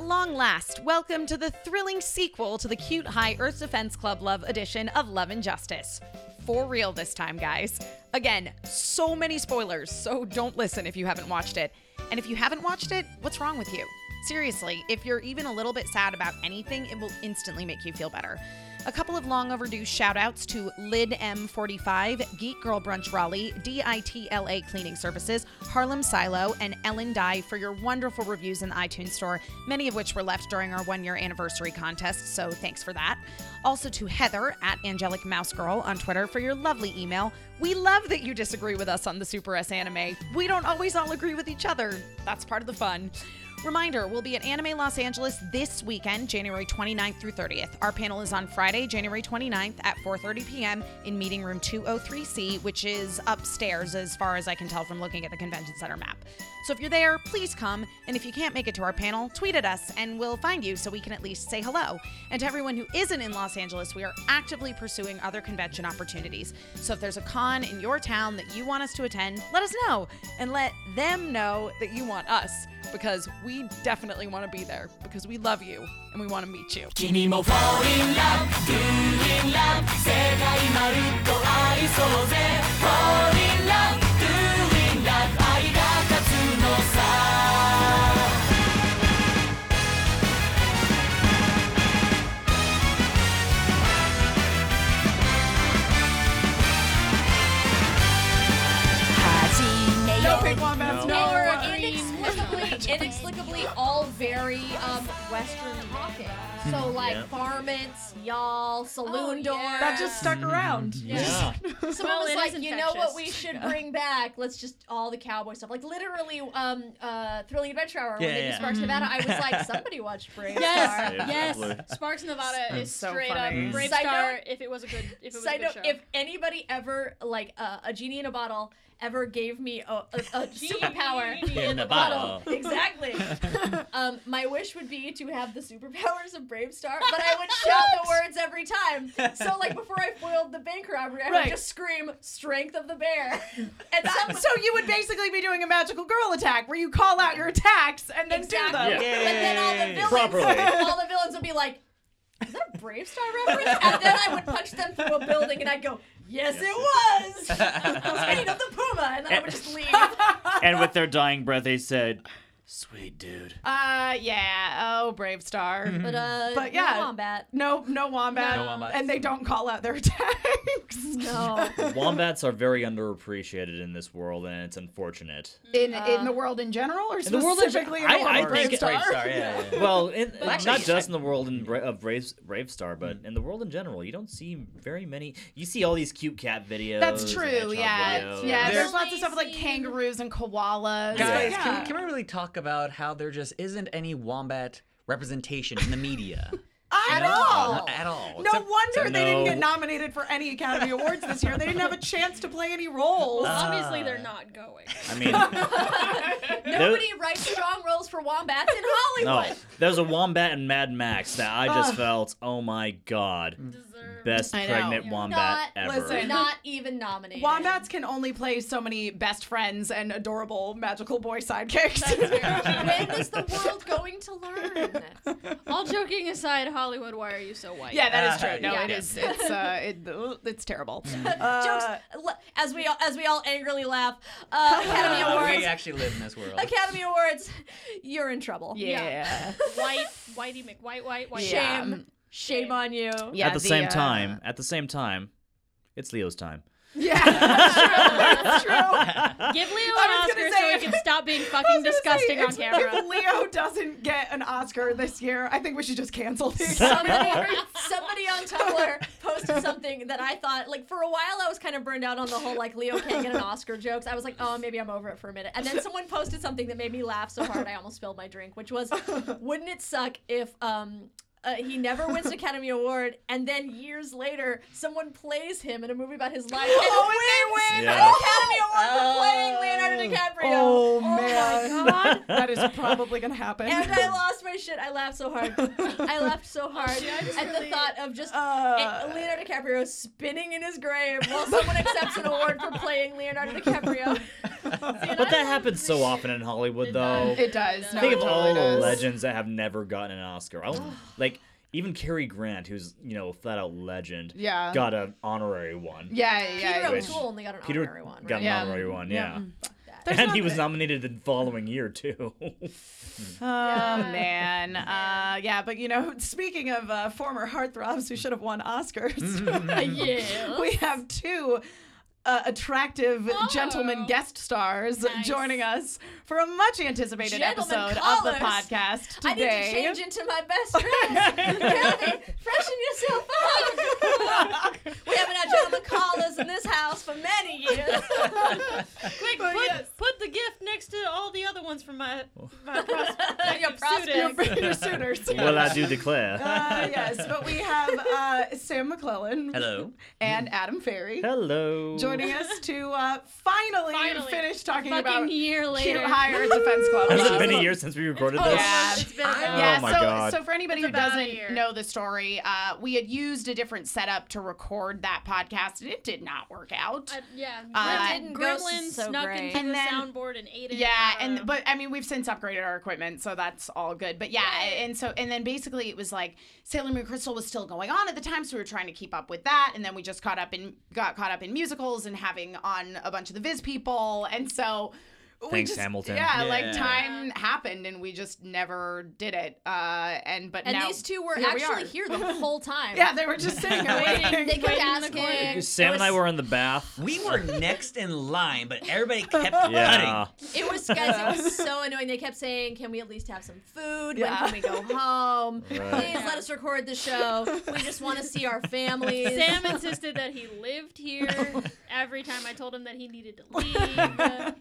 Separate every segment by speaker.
Speaker 1: long last, welcome to the thrilling sequel to the cute High Earth Defense Club Love edition of Love and Justice. For real this time, guys. Again, so many spoilers, so don't listen if you haven't watched it. And if you haven't watched it, what's wrong with you? Seriously, if you're even a little bit sad about anything, it will instantly make you feel better. A couple of long overdue shout outs to Lid M45, Geek Girl Brunch Raleigh, DITLA Cleaning Services, Harlem Silo, and Ellen Dye for your wonderful reviews in the iTunes Store, many of which were left during our one year anniversary contest, so thanks for that. Also to Heather at Angelic Mouse Girl on Twitter for your lovely email. We love that you disagree with us on the Super S anime. We don't always all agree with each other, that's part of the fun. Reminder, we'll be at Anime Los Angeles this weekend, January 29th through 30th. Our panel is on Friday, January 29th at 4:30 p.m. in meeting room 203C, which is upstairs as far as I can tell from looking at the convention center map. So if you're there, please come, and if you can't make it to our panel, tweet at us and we'll find you so we can at least say hello. And to everyone who isn't in Los Angeles, we are actively pursuing other convention opportunities. So if there's a con in your town that you want us to attend, let us know and let them know that you want us because we definitely want to be there because we love you and we want to meet you.
Speaker 2: 君も fall in love, do in love 世界まるっと愛そうぜ fall in love, do in love 愛が勝つのさ
Speaker 3: 始めよう
Speaker 4: And inexplicably, inexplicably, all very um, Western talking. So
Speaker 2: Hmm.
Speaker 4: like varmints, y'all, saloon door.
Speaker 5: That just
Speaker 2: Hmm.
Speaker 5: stuck around.
Speaker 2: Yeah.
Speaker 4: someone
Speaker 3: Oh, Well,
Speaker 4: was
Speaker 3: it
Speaker 4: like,
Speaker 3: is
Speaker 4: you know what
Speaker 3: infectious."
Speaker 4: we should bring back? Let's just all the cowboy stuff. Like literally, um, uh, Thrilling Adventure Hour
Speaker 2: Yeah,
Speaker 4: when they
Speaker 2: yeah,
Speaker 4: do
Speaker 2: yeah.
Speaker 4: Sparks Nevada. I was like, somebody watched Brave
Speaker 3: Mm-hmm. Yes,
Speaker 4: Star.
Speaker 6: Yeah,
Speaker 3: yes.
Speaker 6: definitely.
Speaker 3: Sparks Nevada is
Speaker 5: so
Speaker 3: straight
Speaker 5: funny.
Speaker 3: up Brave
Speaker 4: Side
Speaker 3: Star.
Speaker 4: note-
Speaker 3: if it was a good, if it was a
Speaker 4: Side
Speaker 3: good
Speaker 4: note:
Speaker 3: show.
Speaker 4: If anybody ever, like uh, a genie in a bottle, ever gave me a, a, a superpower
Speaker 3: Genie
Speaker 2: in a bottle.
Speaker 4: exactly. um, my wish would be to have the superpowers of Brave Star, but I would shout the words every time. So, like before I foiled the bank robbery, I
Speaker 5: Right.
Speaker 4: would just scream "Strength of the Bear," and some,
Speaker 5: So you would basically be doing a magical girl attack where you call out your attacks and then do them.
Speaker 4: Exactly.
Speaker 6: Yeah.
Speaker 4: But then all the villains,
Speaker 6: Properly.
Speaker 4: all the villains would be like, "Is that a Brave Star reference?" And then I would punch them through a building, and I'd go, "Yes, it was." Speed of the puma, and then I would just leave.
Speaker 6: and with their dying breath, they said, "Sweet dude."
Speaker 5: Uh, yeah. Oh, Brave Star.
Speaker 4: But uh,
Speaker 5: But yeah.
Speaker 4: no combat.
Speaker 5: No, no wombat.
Speaker 6: Mm-hmm. No
Speaker 4: Um,
Speaker 6: wombats.
Speaker 5: And they don't call out their attacks.
Speaker 4: No.
Speaker 6: Wombats are very underappreciated in this world, and it's unfortunate.
Speaker 5: In, in the world in general, or
Speaker 6: the world in
Speaker 5: specifically in,
Speaker 6: I-
Speaker 5: the world
Speaker 6: I
Speaker 5: of
Speaker 6: think
Speaker 5: Brave Star?
Speaker 2: yeah.
Speaker 6: Well, in, not
Speaker 5: you
Speaker 6: just in the world in, Bra- of Brave, Brave Star, but
Speaker 5: Hmm.
Speaker 6: in the world in general, you don't see very many. You see all these cute cat videos.
Speaker 5: That's
Speaker 6: and
Speaker 5: true.
Speaker 6: hedgehog
Speaker 5: Yeah,
Speaker 6: videos.
Speaker 5: yeah.
Speaker 6: There's-
Speaker 5: There's lots of stuff with like kangaroos and koalas.
Speaker 6: Guys,
Speaker 7: Guys,
Speaker 5: yeah.
Speaker 7: can, can we really talk about how there just isn't any wombat representation in the media?
Speaker 5: at
Speaker 7: No,
Speaker 5: all.
Speaker 7: At all.
Speaker 5: No
Speaker 7: Except-
Speaker 5: wonder they didn't
Speaker 6: Uh-huh.
Speaker 5: get
Speaker 6: No.
Speaker 5: nominated for any Academy Awards this year. They didn't have a chance to play any roles.
Speaker 6: Uh-huh.
Speaker 3: Obviously, they're not going.
Speaker 6: I mean, Uh,
Speaker 4: Nobody writes strong roles for wombats in
Speaker 6: no.
Speaker 4: Hollywood.
Speaker 6: There's a wombat in Mad Max that I just felt, oh my god,
Speaker 3: Deserve.
Speaker 6: best
Speaker 5: I know.
Speaker 6: pregnant
Speaker 3: Yeah.
Speaker 6: wombat
Speaker 4: Not-
Speaker 6: ever.
Speaker 5: listen,
Speaker 4: Not even nominated.
Speaker 5: Wombats can only play so many best friends and adorable magical boy sidekicks.
Speaker 4: When is the world going to learn?
Speaker 3: All joking aside, Hollywood, why are you so white?
Speaker 5: yeah, that is true. No,
Speaker 3: Yeah.
Speaker 5: it is. It's uh, it, ugh, it's terrible.
Speaker 4: Jokes.
Speaker 5: Uh,
Speaker 4: le- As we all, as we all angrily laugh. Uh, Academy
Speaker 7: Uh,
Speaker 4: Awards.
Speaker 7: we actually live in this world.
Speaker 4: Academy Awards. You're in trouble.
Speaker 5: yeah.
Speaker 3: White, whitey McWhite, white, white.
Speaker 5: Yeah.
Speaker 4: Shame. Shame on you.
Speaker 5: Yeah,
Speaker 6: at the, same
Speaker 5: uh,
Speaker 6: time, at the same time, it's Leo's time.
Speaker 5: Yeah, that's true. That's true.
Speaker 3: Give Leo an
Speaker 5: I was
Speaker 3: Oscar
Speaker 5: gonna
Speaker 3: so
Speaker 5: say-
Speaker 3: he can stop being
Speaker 5: I
Speaker 3: fucking
Speaker 5: was gonna
Speaker 3: disgusting
Speaker 5: say,
Speaker 3: on
Speaker 5: if-
Speaker 3: camera.
Speaker 5: If Leo doesn't get an Oscar this year, I think we should just cancel the
Speaker 4: Somebody, somebody on Tumblr posted something that I thought, like, for a while I was kind of burned out on the whole, like, Leo can't get an Oscar jokes. I was like, oh, maybe I'm over it for a minute. And then someone posted something that made me laugh so hard I almost spilled my drink, which was, wouldn't it suck if um, Uh, he never wins an Academy Award, and then years later, someone plays him in a movie about his life. And
Speaker 5: Oh,
Speaker 4: wins
Speaker 6: Yeah.
Speaker 4: an Academy Award for playing Leonardo DiCaprio.
Speaker 5: Oh,
Speaker 4: my
Speaker 5: man.
Speaker 4: god!
Speaker 5: that is probably gonna happen.
Speaker 4: And I lost my shit. I laughed so hard. I laughed so hard at the thought of just
Speaker 5: Uh.
Speaker 4: eh, Leonardo DiCaprio spinning in his grave while someone accepts an award for playing Leonardo DiCaprio.
Speaker 6: But that happens so often in Hollywood, though.
Speaker 5: it does. No,
Speaker 6: Think
Speaker 5: it
Speaker 6: of all
Speaker 5: totally
Speaker 6: the
Speaker 5: does.
Speaker 6: legends that have never gotten an Oscar. I don't- like even Cary Grant, who's you know a flat out legend,
Speaker 5: Yeah.
Speaker 6: got an honorary one.
Speaker 5: Yeah, yeah, yeah.
Speaker 4: Peter
Speaker 6: Which-
Speaker 4: O'Toole only got an
Speaker 6: Peter
Speaker 4: honorary one.
Speaker 6: got
Speaker 4: Right?
Speaker 6: an
Speaker 5: Yeah. Mm.
Speaker 6: honorary one, yeah.
Speaker 1: There's
Speaker 6: And
Speaker 1: not
Speaker 6: he was
Speaker 1: that-
Speaker 6: nominated the following year too.
Speaker 5: Oh man, uh, yeah, but you know, speaking of uh, former heartthrobs who should have won
Speaker 6: Mm-hmm.
Speaker 5: Oscars,
Speaker 3: Yeah.
Speaker 5: we have two uh, attractive gentlemen
Speaker 3: Oh.
Speaker 5: guest stars
Speaker 3: Nice.
Speaker 5: joining us for a much anticipated
Speaker 4: Gentlemen
Speaker 5: episode of the
Speaker 4: callers.
Speaker 5: podcast
Speaker 4: I need to
Speaker 5: today.
Speaker 4: change into my best dress. Kelly, freshen yourself up. we haven't had gentlemen callers in this house for many years.
Speaker 3: Quick, put, put the gift next to all the other ones from my my prospect.
Speaker 4: Your prospect.
Speaker 3: students.
Speaker 5: Your suitors.
Speaker 6: well, I do declare.
Speaker 5: Uh, yes, but we have uh, Sam McClellan
Speaker 7: Hello.
Speaker 5: and Adam Ferry
Speaker 6: Hello.
Speaker 5: joining us to uh, finally,
Speaker 3: Finally.
Speaker 5: finish talking
Speaker 3: Fucking
Speaker 5: about
Speaker 3: year
Speaker 5: Cute
Speaker 3: later.
Speaker 5: Higher Defense Club.
Speaker 6: Has
Speaker 5: Uh,
Speaker 6: it been a year since we recorded this?
Speaker 5: Yeah.
Speaker 3: It's been about-
Speaker 6: Oh
Speaker 5: yeah,
Speaker 6: my
Speaker 5: so
Speaker 6: God.
Speaker 5: so for anybody
Speaker 3: It's
Speaker 5: who
Speaker 3: about a
Speaker 5: doesn't
Speaker 3: year.
Speaker 5: know the story, uh, we had used a different setup to record that podcast, and it did not work out.
Speaker 3: I- yeah.
Speaker 5: Uh,
Speaker 3: Grim-
Speaker 4: It didn't go
Speaker 3: Gremlins
Speaker 4: so
Speaker 3: snuck
Speaker 4: great.
Speaker 3: into
Speaker 5: And
Speaker 3: the
Speaker 5: then-
Speaker 3: soundboard and ate it.
Speaker 5: yeah,
Speaker 3: uh,
Speaker 5: and but I mean, we've since upgraded our equipment, so that's all good. But yeah, and so and then basically it was like Sailor Moon Crystal was still going on at the time, so we were trying to keep up with that, and then we just caught up in got caught up in musicals and having on a bunch of the Viz people, and so. We
Speaker 6: Thanks,
Speaker 5: just,
Speaker 6: Hamilton.
Speaker 5: Yeah, like
Speaker 7: Yeah.
Speaker 5: time happened and we just never did it. Uh, and but
Speaker 4: And
Speaker 5: now
Speaker 4: these two were
Speaker 5: here we
Speaker 4: actually
Speaker 5: are.
Speaker 4: here the whole time.
Speaker 5: Yeah, they were just sitting there waiting.
Speaker 4: They kept
Speaker 3: in the
Speaker 4: asking.
Speaker 6: Sam and I were in the bath.
Speaker 7: We were next in line, but everybody kept
Speaker 6: Yeah.
Speaker 7: cutting.
Speaker 4: It was guys. It was so annoying. They kept saying, "Can we at least have some food?
Speaker 5: Yeah.
Speaker 4: When can we go home?
Speaker 6: Right.
Speaker 4: Please let us record the show. We just want to see our families."
Speaker 3: Sam insisted that he lived here every time I told him that he needed to leave.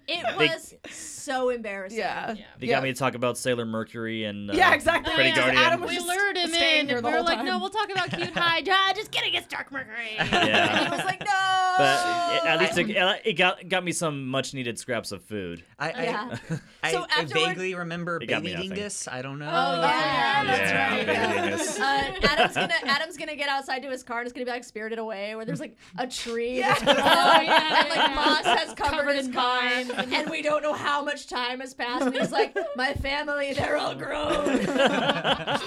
Speaker 4: it
Speaker 6: They-
Speaker 4: was so embarrassing.
Speaker 5: Yeah.
Speaker 3: Yeah.
Speaker 6: They got me to talk about Sailor Mercury and uh,
Speaker 5: Yeah, exactly.
Speaker 6: Pretty
Speaker 3: Yeah.
Speaker 6: Guardian.
Speaker 5: Adam was
Speaker 3: We
Speaker 5: just
Speaker 3: lured him
Speaker 5: staying
Speaker 3: in.
Speaker 5: here
Speaker 3: We
Speaker 5: the
Speaker 3: were
Speaker 5: whole
Speaker 3: like,
Speaker 5: time.
Speaker 3: no, we'll talk about cute high. Ah, Just kidding, it's Dark Mercury.
Speaker 6: Yeah.
Speaker 4: And he was like, "No."
Speaker 6: But it- at least it, it got got me some much needed scraps of food.
Speaker 7: I, I,
Speaker 4: Yeah.
Speaker 7: I,
Speaker 4: So
Speaker 7: I
Speaker 4: afterward-
Speaker 7: vaguely remember
Speaker 6: It got
Speaker 7: baby
Speaker 6: me nothing.
Speaker 7: dingus. I don't know.
Speaker 4: Oh, yeah, that's
Speaker 6: Yeah,
Speaker 4: right.
Speaker 6: baby
Speaker 4: Yeah.
Speaker 6: dingus.
Speaker 4: Uh, Adam's gonna Adam's gonna get outside to his car and it's gonna be like Spirited Away, where there's like a tree that's grown
Speaker 3: Oh, yeah,
Speaker 4: and like
Speaker 3: yeah.
Speaker 4: moss has covered,
Speaker 3: Covered
Speaker 4: his
Speaker 3: in
Speaker 4: car,
Speaker 3: vines.
Speaker 4: and we don't know how much time has passed. And he's like, "My family, they're all grown."
Speaker 5: Uh,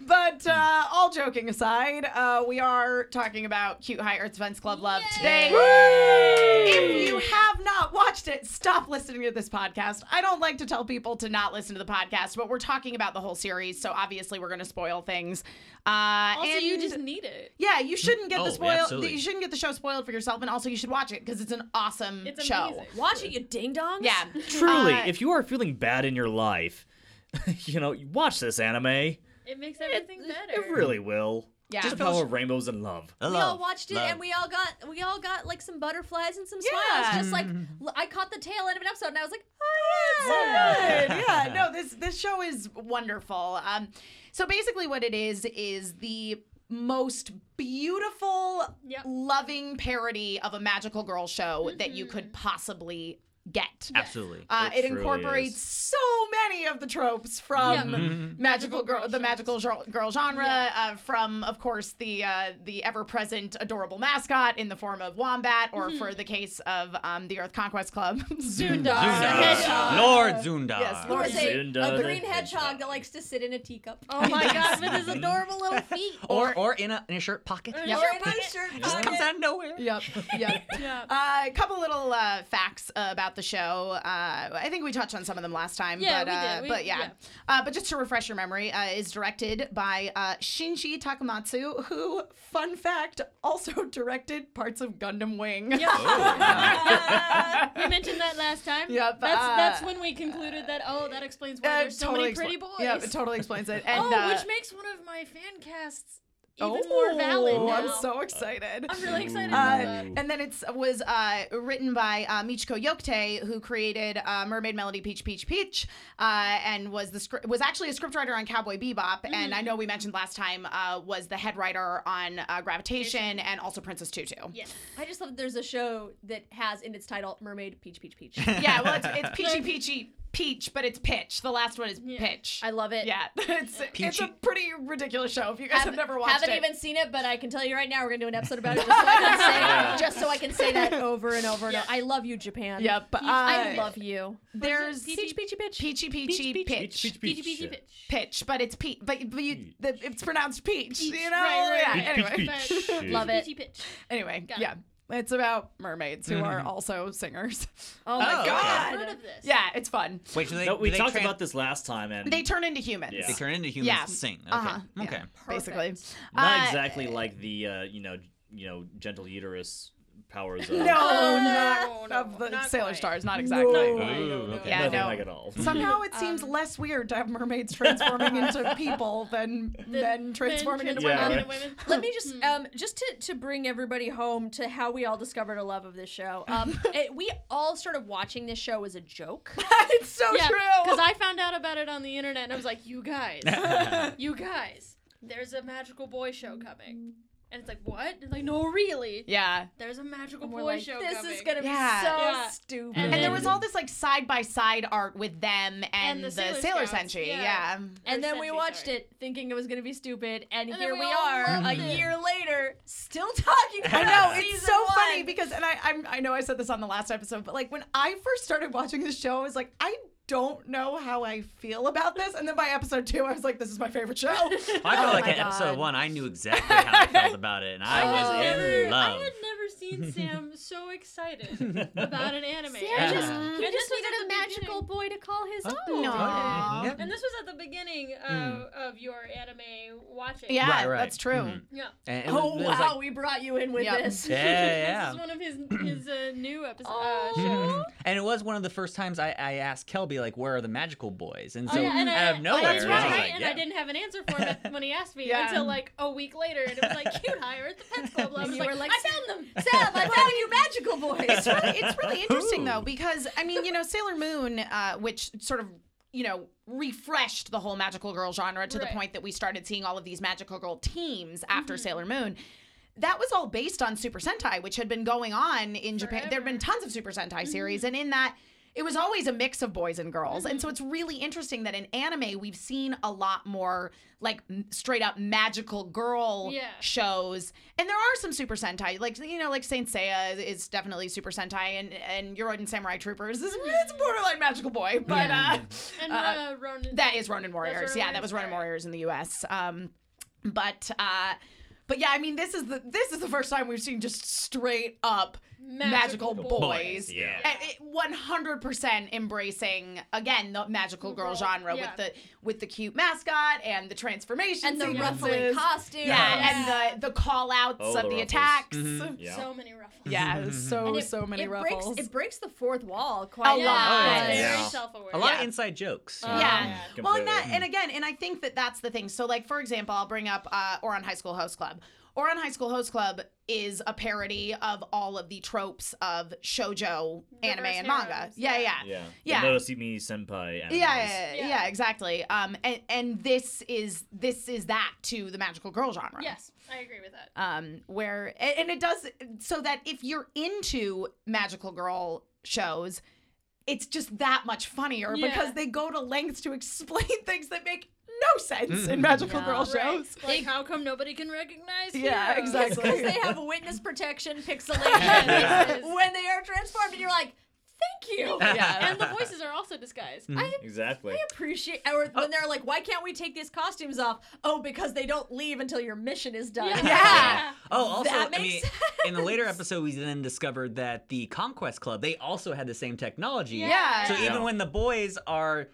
Speaker 5: But uh, all joking aside, uh, we are talking about Cute High Earth Defense Club Love today. If you have not watched it, stop listening to this podcast. I don't like to tell people to not listen to the podcast, but we're talking about the whole series, so obviously we're going to spoil things. Uh,
Speaker 3: Also,
Speaker 5: and
Speaker 3: you just need it.
Speaker 5: yeah, you shouldn't get
Speaker 7: Oh,
Speaker 5: the spoil.
Speaker 7: absolutely.
Speaker 5: You shouldn't get the show spoiled for yourself, and also you should watch it because it's an awesome
Speaker 3: It's
Speaker 5: show.
Speaker 3: amazing.
Speaker 4: Watch it, you ding dongs.
Speaker 5: Yeah,
Speaker 6: Truly,
Speaker 5: Uh,
Speaker 6: if you are feeling bad in your life, you know, watch this anime.
Speaker 3: It makes everything better.
Speaker 6: It really will.
Speaker 5: Yeah.
Speaker 6: Just
Speaker 5: It
Speaker 6: follow Rainbows in Love.
Speaker 7: I
Speaker 4: We
Speaker 7: love-
Speaker 4: all watched it,
Speaker 7: love.
Speaker 4: and we all got we all got like some butterflies and some
Speaker 5: Yeah. Mm-hmm.
Speaker 4: smiles. Just like l- I caught the tail end of an episode, and I was like,
Speaker 5: so
Speaker 4: "Oh yeah."
Speaker 5: good. Yeah, no, this this show is wonderful. Um, so basically, what it is is the most beautiful,
Speaker 3: Yep.
Speaker 5: loving parody of a magical girl show that you could possibly get.
Speaker 7: Absolutely.
Speaker 5: Uh,
Speaker 6: Mm-hmm. It
Speaker 5: it,
Speaker 6: truly
Speaker 5: incorporates
Speaker 6: is.
Speaker 5: so many of the tropes from magical girl, the magical gen- girl genre, uh, from of course the uh, the ever present adorable mascot in the form of wombat, or
Speaker 6: Mm-hmm.
Speaker 5: for the case of um, the Earth Conquest Club, Zunda.
Speaker 7: Zundar.
Speaker 3: Hedgehog.
Speaker 7: Lord Zundar.
Speaker 5: Yes,
Speaker 4: Or
Speaker 5: Lord
Speaker 4: is it
Speaker 6: Soon
Speaker 4: a
Speaker 6: done.
Speaker 4: green hedgehog that likes to sit in a teacup.
Speaker 3: Oh my god, with his adorable little feet.
Speaker 7: Or or in a in a shirt pocket.
Speaker 3: Or in a
Speaker 4: Or
Speaker 3: shirt
Speaker 4: in a
Speaker 3: pocket.
Speaker 4: shirt
Speaker 7: Just comes
Speaker 4: pocket.
Speaker 7: out of nowhere.
Speaker 5: Uh, Yep. Yep.
Speaker 3: Yeah.
Speaker 5: Uh, a couple little uh, facts about the show. Uh, I think we touched on some of them last time.
Speaker 3: Yeah,
Speaker 5: but,
Speaker 3: we did.
Speaker 5: uh,
Speaker 3: We-
Speaker 5: but yeah.
Speaker 3: yeah.
Speaker 5: Uh, but just to refresh your memory, uh, is directed by uh, Shinji Takamatsu, who, fun fact, also directed parts of Gundam Wing.
Speaker 3: Oh. we mentioned that last time.
Speaker 5: Yep,
Speaker 3: That's
Speaker 5: uh,
Speaker 3: that's when we concluded that oh that explains why
Speaker 5: Uh,
Speaker 3: there's so many
Speaker 5: expla-
Speaker 3: pretty boys.
Speaker 5: Yeah, it totally explains it. And,
Speaker 3: oh,
Speaker 5: uh,
Speaker 3: which makes one of my fan casts
Speaker 4: even more valid
Speaker 5: Oh,
Speaker 4: now.
Speaker 5: I'm so excited.
Speaker 4: I'm really excited about
Speaker 5: Uh,
Speaker 4: that.
Speaker 5: and then it was uh, written by uh, Michiko Yokte, who created uh, Mermaid Melody Peach Peach Peach, uh, and was the script was actually a scriptwriter on Cowboy Bebop, and I know we mentioned last time uh, was the head writer on uh, Gravitation and also Princess Tutu. Yeah,
Speaker 4: Yes. I just love that there's a show that has in its title Mermaid Peach Peach Peach.
Speaker 5: well, it's, it's peachy peachy peach, but it's pitch. The last one is pitch.
Speaker 4: I love it.
Speaker 5: yeah, it's it's a
Speaker 7: Peachy-
Speaker 5: pretty ridiculous show. If you guys have,
Speaker 4: Haven't-
Speaker 5: never watched
Speaker 4: haven't
Speaker 5: it,
Speaker 4: even seen it, but I can tell you right now we're gonna do an episode about it just so I can say, just so I can say that over and over and over. I love you, Japan.
Speaker 5: Yep, uh,
Speaker 4: I love you.
Speaker 5: there's
Speaker 4: Peach Peachy Pitch.
Speaker 5: peachy peachy
Speaker 3: Peach,
Speaker 5: pitch.
Speaker 6: Peach, peach,
Speaker 3: Peachy
Speaker 6: peach.
Speaker 3: peachy
Speaker 6: Yeah.
Speaker 3: pitch.
Speaker 5: pitch, but it's pe- but, but you, the, it's pronounced peach. You know,
Speaker 3: right,
Speaker 5: Yeah,
Speaker 3: right.
Speaker 6: Peach,
Speaker 5: anyway,
Speaker 6: peach,
Speaker 3: But-
Speaker 6: peach. Mm-hmm.
Speaker 4: Love it.
Speaker 3: Peachy pitch.
Speaker 5: anyway,
Speaker 3: Got it.
Speaker 5: yeah. It's about mermaids who are also singers.
Speaker 4: Oh my
Speaker 7: Oh,
Speaker 4: god.
Speaker 3: I've heard of this.
Speaker 5: Yeah, it's fun.
Speaker 7: Wait, so they,
Speaker 6: No, we
Speaker 7: do they
Speaker 6: talked
Speaker 7: tran-
Speaker 6: about this last time, and
Speaker 5: They turn into humans.
Speaker 6: Yeah.
Speaker 7: They turn into humans
Speaker 5: Yeah.
Speaker 7: to sing. Okay.
Speaker 5: Uh-huh. Yeah.
Speaker 7: Okay.
Speaker 5: Basically,
Speaker 6: not
Speaker 5: Uh,
Speaker 6: exactly like the uh, you know you know gentle uterus powers. Of,
Speaker 5: No,
Speaker 3: Oh, No,
Speaker 5: not
Speaker 3: no,
Speaker 5: of the
Speaker 3: not
Speaker 5: Sailor
Speaker 3: quite.
Speaker 5: Stars. Not exactly.
Speaker 6: Ooh, okay.
Speaker 5: Yeah,
Speaker 6: Nothing
Speaker 5: no.
Speaker 6: like at all.
Speaker 5: Somehow
Speaker 3: Um,
Speaker 5: it seems less weird to have mermaids transforming into people than men transforming into
Speaker 6: Yeah,
Speaker 5: women.
Speaker 6: right.
Speaker 3: into women.
Speaker 4: Let me just um just to, to bring everybody home to how we all discovered a love of this show. Um, it, we all started watching this show as a joke.
Speaker 5: it's so
Speaker 3: yeah,
Speaker 5: true.
Speaker 3: Because I found out about it on the internet and I was like, you guys, you guys, there's a magical boy show coming. And it's like, what? It's like, no, really.
Speaker 5: yeah.
Speaker 3: There's a magical
Speaker 4: We're
Speaker 3: boy
Speaker 4: like,
Speaker 3: show
Speaker 4: this
Speaker 3: coming.
Speaker 4: is gonna
Speaker 5: Yeah.
Speaker 4: be so
Speaker 3: Yeah.
Speaker 4: stupid.
Speaker 3: And
Speaker 5: And there
Speaker 3: then-
Speaker 5: was all this like side by side art with them and,
Speaker 3: And
Speaker 5: the,
Speaker 3: the
Speaker 5: Sailor,
Speaker 3: Sailor Scouts,
Speaker 5: Senshi.
Speaker 3: yeah.
Speaker 5: Yeah.
Speaker 4: And then we
Speaker 3: Century,
Speaker 4: watched
Speaker 3: sorry.
Speaker 4: it thinking it was going to be stupid, and,
Speaker 3: And then
Speaker 4: here
Speaker 3: we
Speaker 4: we,
Speaker 3: all
Speaker 4: are a
Speaker 3: loved it.
Speaker 4: year later, still talking about
Speaker 5: I know
Speaker 4: it.
Speaker 5: it's
Speaker 4: Season
Speaker 5: so
Speaker 4: one.
Speaker 5: funny because, and I, I'm, I know I said this on the last episode, but like when I first started watching this show, I was like, I don't know how I feel about this. And then by episode two, I was like, this is my favorite show.
Speaker 7: I felt
Speaker 5: Oh
Speaker 7: like
Speaker 5: my
Speaker 7: at episode
Speaker 5: God.
Speaker 7: one, I knew exactly how I felt about it, and I
Speaker 3: Oh. I
Speaker 7: was
Speaker 5: Oh.
Speaker 3: had never,
Speaker 7: in
Speaker 3: I
Speaker 7: love.
Speaker 3: had never seen Sam so excited about an anime.
Speaker 4: Sam
Speaker 7: just-
Speaker 3: And
Speaker 4: He
Speaker 3: this
Speaker 4: just
Speaker 3: was at
Speaker 4: needed a
Speaker 3: the
Speaker 4: magical
Speaker 3: beginning-
Speaker 4: boy to call his
Speaker 7: Oh,
Speaker 4: own.
Speaker 5: Aw.
Speaker 7: okay.
Speaker 3: And this was at the beginning of,
Speaker 5: Hmm.
Speaker 3: of your anime watching.
Speaker 5: Yeah,
Speaker 7: Right, right.
Speaker 5: that's true.
Speaker 7: Mhm.
Speaker 3: Yeah.
Speaker 7: And it
Speaker 4: Oh
Speaker 7: was- it was
Speaker 4: wow,
Speaker 7: like-
Speaker 4: we brought you in with
Speaker 5: Yep.
Speaker 4: this.
Speaker 7: yeah,
Speaker 3: This is
Speaker 7: yeah.
Speaker 3: one of his his uh, new episodes.
Speaker 4: Oh.
Speaker 3: Uh, shows.
Speaker 7: And it was one of the first times I, I asked Kelby, like, where are the magical boys? And so
Speaker 3: Oh, yeah, and I-
Speaker 7: out of nowhere,
Speaker 3: That's
Speaker 7: it was
Speaker 3: right.
Speaker 7: like,
Speaker 3: and
Speaker 7: yeah.
Speaker 3: I didn't have an answer for him at- when he asked me
Speaker 5: Yeah.
Speaker 3: until like a week later, and it was like, "Cute hire at the Pets Club." I
Speaker 4: And
Speaker 3: was
Speaker 4: you
Speaker 3: like,
Speaker 4: were like,
Speaker 3: "I found them."
Speaker 4: Sam, I'm telling you, magical
Speaker 5: it's
Speaker 4: boys.
Speaker 5: really, it's really interesting though
Speaker 7: Ooh.
Speaker 5: because I mean, you know, Sailor Moon, uh, which sort of you know refreshed the whole magical girl genre to the
Speaker 3: Right.
Speaker 5: point that we started seeing all of these magical girl teams after Sailor Moon. That was all based on Super Sentai, which had been going on in Japan. There had been tons of Super Sentai
Speaker 3: Mm-hmm.
Speaker 5: series, and in that. It was always a mix of boys and girls. And
Speaker 3: Mm-hmm.
Speaker 5: so it's really interesting that in anime, we've seen a lot more like m- straight up magical girl
Speaker 3: Yeah.
Speaker 5: shows, and there are some Super Sentai, like you know, like Saint Seiya is, is definitely Super Sentai, and and Yoroid Samurai Troopers is
Speaker 3: Mm-hmm.
Speaker 5: it's borderline magical boy, but uh,
Speaker 3: And
Speaker 5: Uh,
Speaker 3: uh, Ronan.
Speaker 5: that is Ronin Warriors.
Speaker 3: Ronin
Speaker 5: Yeah, that was Ronin Warriors in the U.S. Um, but uh, but yeah, I mean, this is the this is the first time we've seen just straight up magical,
Speaker 3: Magical
Speaker 5: boys.
Speaker 7: boys, yeah.
Speaker 5: And it- 100% embracing again the magical girl
Speaker 3: Girl,
Speaker 5: genre
Speaker 3: yeah.
Speaker 5: with the with the cute mascot and the transformation
Speaker 4: and the
Speaker 5: sequences.
Speaker 4: ruffling costume.
Speaker 5: Yeah, and the the call outs
Speaker 6: Oh,
Speaker 5: of
Speaker 6: the
Speaker 5: the,
Speaker 6: ruffles. Mm-hmm.
Speaker 5: attacks.
Speaker 6: Yeah.
Speaker 3: So many ruffles.
Speaker 5: Yeah, so
Speaker 4: And it-
Speaker 5: so many
Speaker 4: it
Speaker 5: ruffles.
Speaker 4: Breaks, it breaks the fourth wall quite
Speaker 5: A
Speaker 4: well.
Speaker 5: lot. Yeah.
Speaker 3: Very
Speaker 7: Oh, Yeah.
Speaker 3: self-aware.
Speaker 7: a lot
Speaker 5: yeah.
Speaker 7: of inside jokes.
Speaker 6: Mm-hmm.
Speaker 3: Uh,
Speaker 5: yeah.
Speaker 6: Yeah.
Speaker 5: Well, and that,
Speaker 6: Completely.
Speaker 5: and again, and I think that that's the thing. So, like for example, I'll bring up uh, Oran High School Host Club. Oran High School Host Club is a parody of all of the tropes of shojo anime and manga.
Speaker 3: heroes,
Speaker 5: Yeah, yeah.
Speaker 3: yeah.
Speaker 6: Yeah.
Speaker 5: Yeah.
Speaker 6: The Notosuke senpai.
Speaker 5: Yeah,
Speaker 6: animes.
Speaker 5: yeah, yeah,
Speaker 3: Yeah.
Speaker 5: yeah, exactly. Um, and, and this is this is that to the magical girl genre.
Speaker 3: Yes, I agree with that.
Speaker 5: um, where a- and it does so that if you're into magical girl shows, it's just that much funnier
Speaker 3: Yeah.
Speaker 5: because they go to lengths to explain things that make no sense in magical
Speaker 4: Yeah.
Speaker 5: girl
Speaker 3: Mm-hmm. Right.
Speaker 5: shows.
Speaker 3: Like how come nobody can recognize?
Speaker 5: Yeah,
Speaker 3: heroes?
Speaker 5: exactly.
Speaker 4: Because they have witness protection
Speaker 3: Yes.
Speaker 4: pixelation when they are transformed, and you're like, thank you.
Speaker 5: Yeah.
Speaker 3: And the voices are also disguised. I
Speaker 6: Exactly.
Speaker 4: appreciate or
Speaker 5: Oh.
Speaker 4: when they're like, why can't we take these costumes off? Oh, because they don't leave until your mission is done.
Speaker 3: Yeah.
Speaker 5: Yeah.
Speaker 7: Oh, also,
Speaker 4: That
Speaker 7: I
Speaker 4: makes
Speaker 7: mean, in the later episode, we then discovered that the Conquest Club, they also had the same technology.
Speaker 5: Yeah.
Speaker 7: So
Speaker 6: Yeah.
Speaker 7: even when the boys are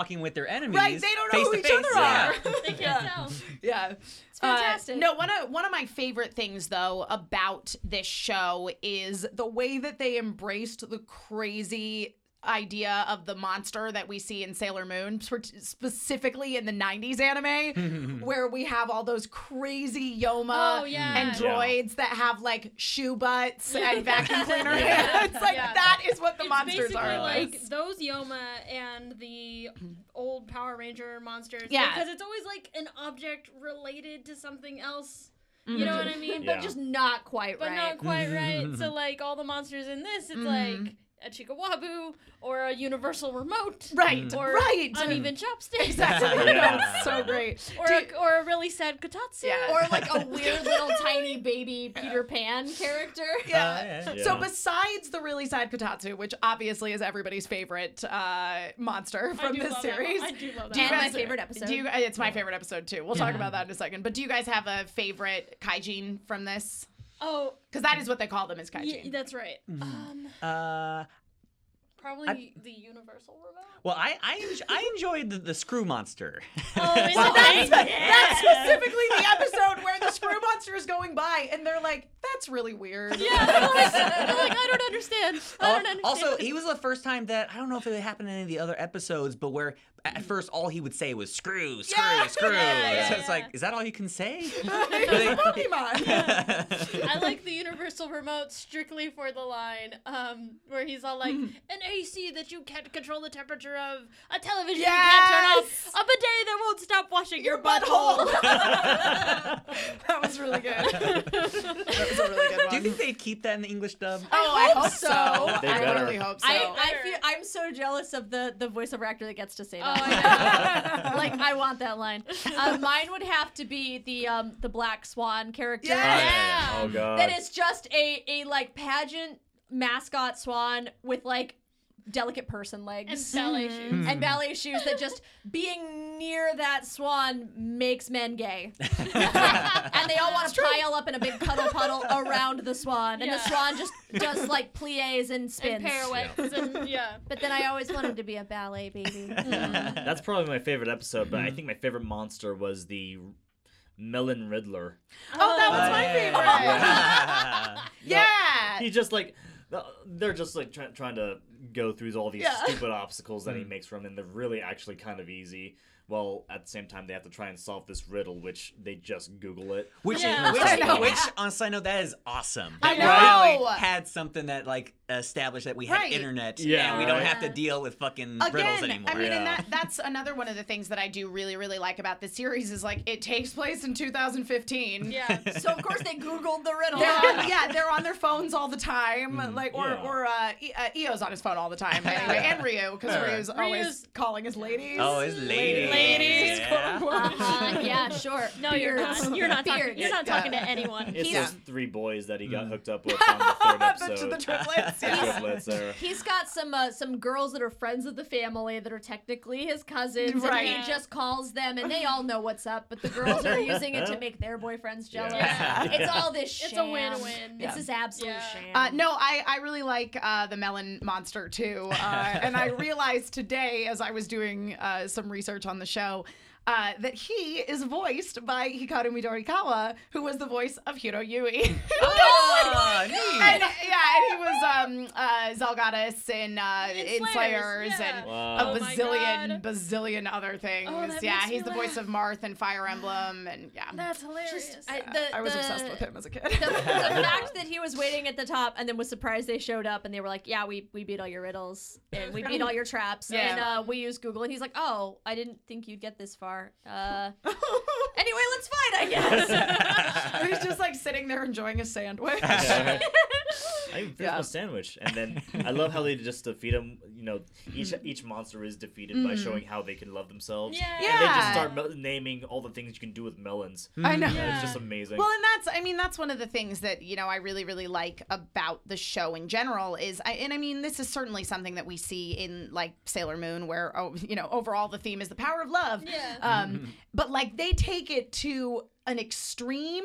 Speaker 7: talking with their enemies,
Speaker 5: they don't know
Speaker 7: face
Speaker 5: who
Speaker 7: to
Speaker 5: each
Speaker 7: face,
Speaker 5: other
Speaker 7: yeah. Uh,
Speaker 3: They can't tell.
Speaker 5: Yeah. It's
Speaker 4: fantastic.
Speaker 5: Uh, no, one of one of my favorite things though about this show is the way that they embraced the crazy idea of the monster that we see in Sailor Moon, sp- specifically in the 90s anime, where we have all those crazy Yoma
Speaker 3: Oh, yeah.
Speaker 5: Uh, and
Speaker 6: Yeah.
Speaker 5: droids that have like shoe butts and vacuum cleaner
Speaker 3: Yeah.
Speaker 5: hands. Like,
Speaker 3: Yeah.
Speaker 5: that is what the
Speaker 3: it's
Speaker 5: monsters
Speaker 3: basically
Speaker 5: are.
Speaker 3: like those Yoma and the old Power Ranger monsters.
Speaker 5: Yeah.
Speaker 3: Because it's always like an object related to something else.
Speaker 5: Mm-hmm.
Speaker 3: You know what I mean?
Speaker 6: Yeah.
Speaker 3: But just
Speaker 4: Not quite
Speaker 3: but
Speaker 4: right.
Speaker 3: not quite right. so like all the monsters in this, it's like
Speaker 5: Mm-hmm.
Speaker 3: a Chikawabu or a universal remote.
Speaker 5: Right,
Speaker 3: Or
Speaker 5: right.
Speaker 3: uneven chopsticks.
Speaker 5: Exactly.
Speaker 6: Yeah.
Speaker 5: That's so great.
Speaker 3: Or a, or a really sad katatsu.
Speaker 5: Yeah.
Speaker 4: or like a weird little tiny baby Peter Pan character.
Speaker 5: Yeah.
Speaker 7: Uh, yeah.
Speaker 5: So
Speaker 6: Yeah.
Speaker 5: besides the really sad Kotatsu, which obviously is everybody's favorite uh, monster
Speaker 3: I
Speaker 5: from
Speaker 3: do
Speaker 5: this
Speaker 3: love that one.
Speaker 5: series,
Speaker 3: I do love that.
Speaker 5: Do you
Speaker 4: And my
Speaker 5: guys-
Speaker 4: favorite episode.
Speaker 5: do you? uh, It's my favorite episode too. We'll talk about that in a second. But do you guys have a favorite kaijin from this?
Speaker 3: Oh,
Speaker 5: Because that is what they call them is
Speaker 3: yeah,
Speaker 5: kaijin.
Speaker 3: that's right.
Speaker 5: Mm-hmm.
Speaker 3: Um,
Speaker 7: Uh,
Speaker 3: probably
Speaker 7: I-
Speaker 3: the universal remote.
Speaker 7: well, I I, en- I enjoyed the, the screw monster.
Speaker 3: Oh, is
Speaker 5: Well,
Speaker 3: it?
Speaker 5: that's,
Speaker 3: uh,
Speaker 5: that's specifically the episode where the screw monster is going by, and they're like, "That's really weird."
Speaker 3: Yeah, they're like, they're like, I don't understand. I don't understand.
Speaker 7: also, he was the first time that I don't know if it happened in any of the other episodes, but where at first all he would say was screw, screw, screw.
Speaker 3: yeah, yeah,
Speaker 7: so it's
Speaker 3: yeah.
Speaker 7: like, is that all you can say?
Speaker 5: It's a Pokemon.
Speaker 3: I like the universal remote strictly for the line um, where he's all like,
Speaker 5: Mm-hmm.
Speaker 3: an AC that you can't control the temperature of, a television you can't
Speaker 5: Yes!
Speaker 3: turn off, a bidet that won't stop washing your,
Speaker 5: Your butthole. that was really good. That was a really good one.
Speaker 7: Do you think they'd keep that in the English dub?
Speaker 5: Oh, I hope so.
Speaker 6: They
Speaker 5: I
Speaker 6: better.
Speaker 5: really hope so.
Speaker 4: I, I feel I'm so jealous of the the voiceover actor that gets to say
Speaker 3: Oh,
Speaker 4: that. like I want that line. Uh, mine would have to be the um the Black Swan character.
Speaker 5: Yeah.
Speaker 6: yeah.
Speaker 3: Yeah.
Speaker 6: Oh god.
Speaker 4: That is just a a like pageant mascot swan with like delicate person legs.
Speaker 3: and
Speaker 5: Mm-hmm.
Speaker 3: ballet
Speaker 5: Hmm.
Speaker 3: shoes.
Speaker 4: and ballet shoes that just being near that swan makes men gay. and they all want to pile up in a big cuddle puddle around the swan. And
Speaker 3: Yeah.
Speaker 4: the swan just does like plies and
Speaker 3: And
Speaker 4: spins.
Speaker 3: pirouettes and yeah.
Speaker 4: but then I always wanted to be a ballet baby.
Speaker 6: That's probably my favorite episode, but I think my favorite monster was the Melon Riddler.
Speaker 5: oh, that was
Speaker 3: Uh,
Speaker 5: my favorite. Yeah.
Speaker 6: He just like they're just like try- trying to go through all these stupid obstacles that he makes from, and they're really actually kind of easy. Well, at the same time, they have to try and solve this riddle, which they just Google it.
Speaker 7: Which
Speaker 3: Yeah.
Speaker 7: is
Speaker 5: Yeah.
Speaker 7: which, which on a side note, that is awesome.
Speaker 5: I
Speaker 7: We finally
Speaker 5: know.
Speaker 7: had something that like established that we had
Speaker 5: Right.
Speaker 7: internet.
Speaker 6: Yeah,
Speaker 7: and we don't
Speaker 6: right.
Speaker 7: have to deal with fucking riddles
Speaker 5: Again,
Speaker 7: anymore.
Speaker 5: Oh, I mean,
Speaker 6: Yeah.
Speaker 5: and that, that's another one of the things that I do really, really like about this series is like it takes place in 2015.
Speaker 3: Yeah.
Speaker 4: so of course they Googled the riddle.
Speaker 5: They're on, yeah, they're on their phones all the time, like or
Speaker 6: yeah.
Speaker 5: or uh, e- uh, Eo's on his phone all the time, anyway, and Ryu because Ryu's always
Speaker 3: Ryu's-
Speaker 5: calling his ladies.
Speaker 7: oh, it's ladies.
Speaker 3: Ladies.
Speaker 7: Yeah.
Speaker 4: Uh, yeah, sure.
Speaker 3: Uh-huh, No, you're
Speaker 4: Beards.
Speaker 3: not. You're not talking.
Speaker 4: Beards.
Speaker 3: You're not talking to anyone.
Speaker 6: It's
Speaker 5: Yeah.
Speaker 6: those three boys that he got hooked up with on the third
Speaker 5: But to
Speaker 6: episode.
Speaker 5: the triplets, yeah.
Speaker 6: Triplets, Sarah.
Speaker 4: He's got some uh, some girls that are friends of the family that are technically his cousins, and
Speaker 5: Right.
Speaker 4: he just calls them, and they all know what's up. But the girls are using it to make their boyfriends jealous.
Speaker 6: Yeah.
Speaker 4: It's all this sham.
Speaker 3: It's a win-win.
Speaker 4: It's this absolute
Speaker 3: Yeah.
Speaker 4: sham.
Speaker 5: Uh, no, I, I really like uh, the melon monster too. Uh, and I realized today, as I was doing uh, some research on the show, uh, that he is voiced by Hikaru Midorikawa, who was the voice of Hiro Yui.
Speaker 7: Oh,
Speaker 5: and,
Speaker 7: neat.
Speaker 5: yeah, and he was um, uh, Zelgadis in, uh, in Slayers,
Speaker 3: yeah.
Speaker 5: and
Speaker 6: Wow.
Speaker 5: a
Speaker 3: Oh my
Speaker 5: bazillion,
Speaker 3: God. Oh,
Speaker 5: bazillion other things.
Speaker 3: that
Speaker 5: yeah,
Speaker 3: makes
Speaker 5: he's
Speaker 3: me
Speaker 5: the voice of Marth and Fire Emblem, and yeah.
Speaker 3: That's hilarious.
Speaker 4: I,
Speaker 5: Yeah,
Speaker 4: the-
Speaker 5: I was
Speaker 4: the-
Speaker 5: obsessed with him as a kid.
Speaker 4: The, the fact that he was waiting at the top and then was surprised they showed up and they were like, "Yeah, we, we beat all your riddles and we beat all your traps
Speaker 5: Yeah.
Speaker 4: and uh, we used Google." And he's like, "Oh, I didn't think you'd get this far." Uh, anyway, let's fight, I guess.
Speaker 5: He's just like sitting there enjoying a sandwich.
Speaker 6: Yeah. I even finished
Speaker 5: Yeah.
Speaker 6: my sandwich, and then I love how they just defeat them. You know, each each monster is defeated by showing how they can love themselves.
Speaker 3: Yeah.
Speaker 6: And they just
Speaker 5: Yeah.
Speaker 6: start mel- naming all the things you can do with melons.
Speaker 5: I know.
Speaker 6: And
Speaker 3: Yeah.
Speaker 6: It's just amazing.
Speaker 5: Well, and that's I mean that's one of the things that you know I really really like about the show in general is I, and I mean this is certainly something that we see in like Sailor Moon where oh, you know overall the theme is the power of love.
Speaker 3: Yeah.
Speaker 5: Um, but like they take it to an extreme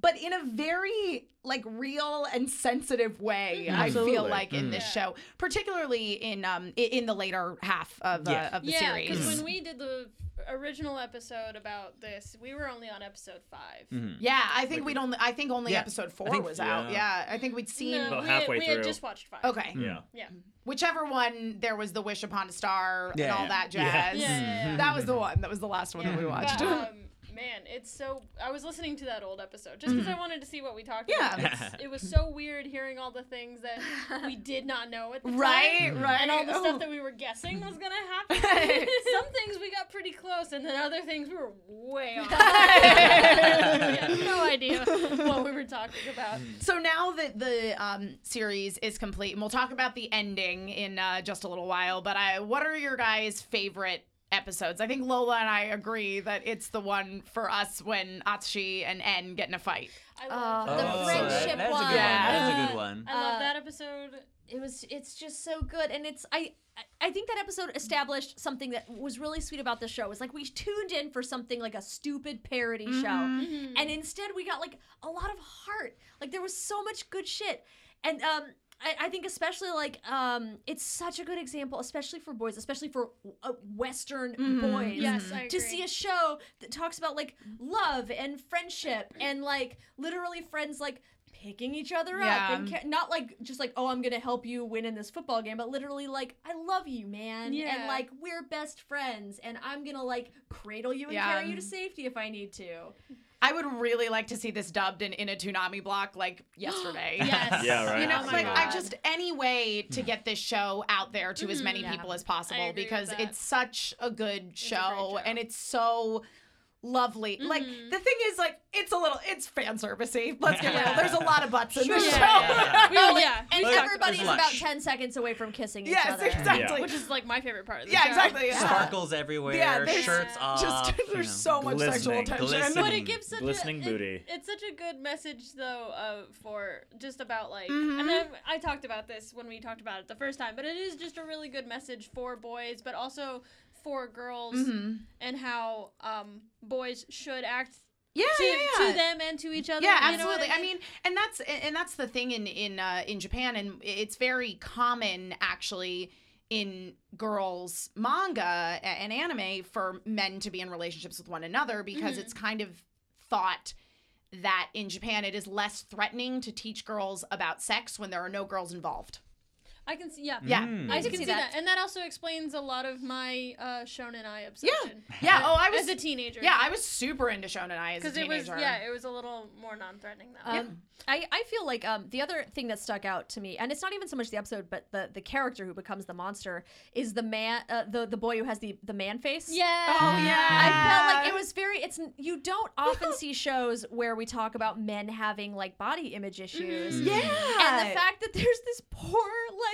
Speaker 5: but in a very like real and sensitive way. I feel
Speaker 6: Absolutely.
Speaker 5: like in this
Speaker 3: Mm-hmm. Mm.
Speaker 5: show, particularly in um i- in the later half of uh,
Speaker 7: Yeah.
Speaker 5: of the
Speaker 3: yeah, Mm.
Speaker 5: series.
Speaker 3: because when we did the original episode about this, we were only on episode 5
Speaker 5: yeah, I think we'd only. I think only
Speaker 7: Yeah.
Speaker 5: episode four
Speaker 7: think-
Speaker 5: was out. Yeah,
Speaker 6: yeah.
Speaker 5: I think we'd seen.
Speaker 3: No,
Speaker 6: About
Speaker 3: we,
Speaker 6: halfway
Speaker 3: had, we had
Speaker 6: through.
Speaker 3: just watched five.
Speaker 5: Okay, Mm-hmm.
Speaker 6: Yeah.
Speaker 3: Yeah.
Speaker 5: whichever one there was the wish upon a star and
Speaker 7: Yeah,
Speaker 5: all
Speaker 7: yeah.
Speaker 5: that
Speaker 7: Yeah.
Speaker 5: jazz.
Speaker 3: Yeah, yeah, yeah.
Speaker 5: That was the
Speaker 6: Mm-hmm.
Speaker 5: one. That was the last one that we watched.
Speaker 3: But, um, man, it's so. I was listening to that old episode just because I wanted to see what we talked
Speaker 5: Mm-hmm. Yeah.
Speaker 3: about. It's- it was so weird hearing all the things that we did not know at the time.
Speaker 5: right, right.
Speaker 3: And all the
Speaker 5: Oh.
Speaker 3: stuff that we were guessing was gonna happen. Some things we got pretty close, and then other things we were way off. we had no idea what we were talking about.
Speaker 5: So now that the um, series is complete, and we'll talk about the ending in uh, just a little while. But I, what are your guys' favorite episodes? I think Lola and I agree that it's the one for us when Atsushi and En get in a fight.
Speaker 3: I love
Speaker 4: Uh, The
Speaker 7: Oh,
Speaker 4: friendship
Speaker 7: that's a good one.
Speaker 5: one.
Speaker 7: That's a good one.
Speaker 3: I love
Speaker 4: Uh,
Speaker 3: that episode.
Speaker 4: it was it's just so good and it's i I- I think that episode established something that was really sweet about the show. It's like we tuned in for something like a stupid parody show, and instead we got like a lot of heart. Like there was so much good shit, and um, I, I think especially like um, it's such a good example, especially for boys, especially for uh, Western boys,
Speaker 3: Yes, I
Speaker 4: to
Speaker 3: agree.
Speaker 4: see a show that talks about like love and friendship and like literally friends like picking each other
Speaker 5: Yeah.
Speaker 4: up and ca- not like just like oh i'm gonna help you win in this football game but literally like i love you man and
Speaker 3: Yeah.
Speaker 4: like we're best friends and i'm gonna like cradle you and
Speaker 5: Yeah.
Speaker 4: carry you to safety if i need to
Speaker 5: I would really like to see this dubbed in, in a Toonami block like yesterday.
Speaker 3: Yes.
Speaker 6: Yeah, right.
Speaker 5: You know,
Speaker 3: Oh my
Speaker 5: like I
Speaker 3: God.
Speaker 5: just any way to get this show out there to as many
Speaker 4: Yeah.
Speaker 5: people as
Speaker 3: Mm-hmm. I
Speaker 5: possible
Speaker 3: agree with
Speaker 5: because
Speaker 3: that.
Speaker 5: it's such a good
Speaker 3: a great
Speaker 5: show,
Speaker 3: show. Mm-hmm.
Speaker 5: and it's so lovely. Like the thing is, like it's a little, it's fan servicey. Let's get real.
Speaker 3: Yeah.
Speaker 5: There's a lot of butts in this
Speaker 3: Yeah,
Speaker 5: show.
Speaker 3: yeah, yeah. We- yeah.
Speaker 4: and
Speaker 7: Like,
Speaker 4: everybody's
Speaker 7: there's lunch.
Speaker 4: about 10 seconds away from kissing each
Speaker 5: Yes,
Speaker 4: other
Speaker 5: exactly.
Speaker 3: Which is like my favorite part of the
Speaker 5: Yeah,
Speaker 3: show.
Speaker 5: exactly. Yeah.
Speaker 7: Sparkles everywhere,
Speaker 5: Yeah, there's
Speaker 7: shirts off.
Speaker 5: Just
Speaker 7: Uh, you
Speaker 5: there's
Speaker 7: know.
Speaker 5: so much sexual
Speaker 6: Glistening,
Speaker 5: attention.
Speaker 7: glistening.
Speaker 3: But it gives such
Speaker 6: Glistening
Speaker 3: a, it-
Speaker 6: booty.
Speaker 3: it's such a good message though uh, for just about like
Speaker 5: Mm-hmm.
Speaker 3: and then I talked about this when we talked about it the first time, but it is just a really good message for boys, but also for girls
Speaker 5: Mm-hmm.
Speaker 3: and how um, boys should act
Speaker 5: Yeah,
Speaker 3: to,
Speaker 5: yeah, yeah.
Speaker 3: to them and to each other.
Speaker 5: Yeah,
Speaker 3: you know what
Speaker 5: absolutely. I,
Speaker 3: I
Speaker 5: mean, and that's and that's the thing in in uh, in Japan, and it's very common actually in girls manga a- and anime for men to be in relationships with one another because
Speaker 3: Mm-hmm.
Speaker 5: it's kind of thought that in Japan it is less threatening to teach girls about sex when there are no girls involved.
Speaker 3: I can see
Speaker 6: Mm-hmm.
Speaker 3: yeah.
Speaker 5: Yeah.
Speaker 7: Hmm.
Speaker 3: I can see that. and that also explains a lot of my uh, Shonen Eye obsession.
Speaker 5: Yeah. Oh, I was
Speaker 3: as a teenager.
Speaker 5: Yeah, I was super into shonen I as a
Speaker 3: because it
Speaker 5: teenager.
Speaker 3: was yeah, it was a little more non-threatening though.
Speaker 4: Um, I, I feel like um, the other thing that stuck out to me, and it's not even so much the episode, but the, the character who becomes the monster is the man, uh, the the boy who has the, the man face.
Speaker 3: yeah.
Speaker 5: Oh yeah.
Speaker 4: I felt like it was very. It's you don't often see shows where we talk about men having like body image issues.
Speaker 7: Hmm. Mm-hmm.
Speaker 5: Yeah.
Speaker 4: And the fact that there's this poor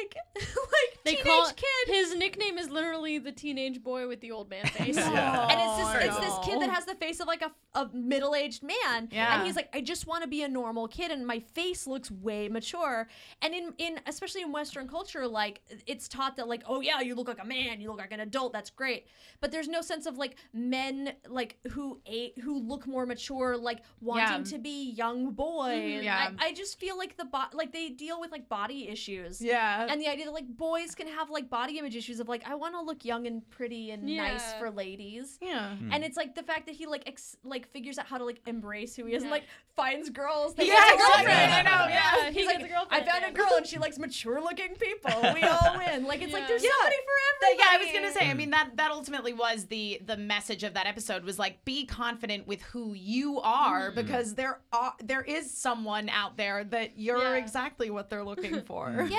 Speaker 4: like like
Speaker 3: They
Speaker 4: teenage
Speaker 3: call
Speaker 4: kid.
Speaker 3: His nickname is literally the teenage boy with the old man face.
Speaker 6: Yeah.
Speaker 4: and it's this, it's
Speaker 5: no.
Speaker 4: this kid that has the face of like a, a middle-aged man
Speaker 5: Yeah.
Speaker 4: and he's like i just want to be a normal kid and my face looks way mature and in, in especially in western culture like it's taught that like oh yeah you look like a man you look like an adult that's great but there's no sense of like men like who ate who look more mature like wanting
Speaker 5: Yeah. Mm-hmm,
Speaker 4: to be young boys
Speaker 5: Yeah.
Speaker 4: I, I just feel like the bo- like they deal with like body issues
Speaker 5: yeah.
Speaker 4: and the idea that like boys can have like body image issues of like I want to look young and pretty and nice
Speaker 3: Yeah.
Speaker 4: for ladies.
Speaker 5: yeah.
Speaker 4: And it's like the fact that he like ex- like figures out how to like embrace who he is and
Speaker 3: Yeah.
Speaker 4: like finds girls. that
Speaker 5: Yeah,
Speaker 4: he has a
Speaker 5: exactly.
Speaker 4: girlfriend.
Speaker 5: I know. Yeah.
Speaker 3: he
Speaker 4: He's
Speaker 3: gets
Speaker 4: like,
Speaker 3: a girlfriend.
Speaker 4: I found a
Speaker 3: and-
Speaker 4: girl and she likes mature looking people. We all win. Like it's like
Speaker 3: Yeah.
Speaker 4: there's
Speaker 5: Yeah.
Speaker 4: somebody for
Speaker 5: Th-
Speaker 4: everybody.
Speaker 5: yeah, I was gonna say. I mean, that that ultimately was the the message of that episode was like be confident with who you are
Speaker 3: Mm.
Speaker 5: because there are there is someone out there that you're
Speaker 3: Yeah.
Speaker 5: exactly what they're looking for.
Speaker 4: Yeah,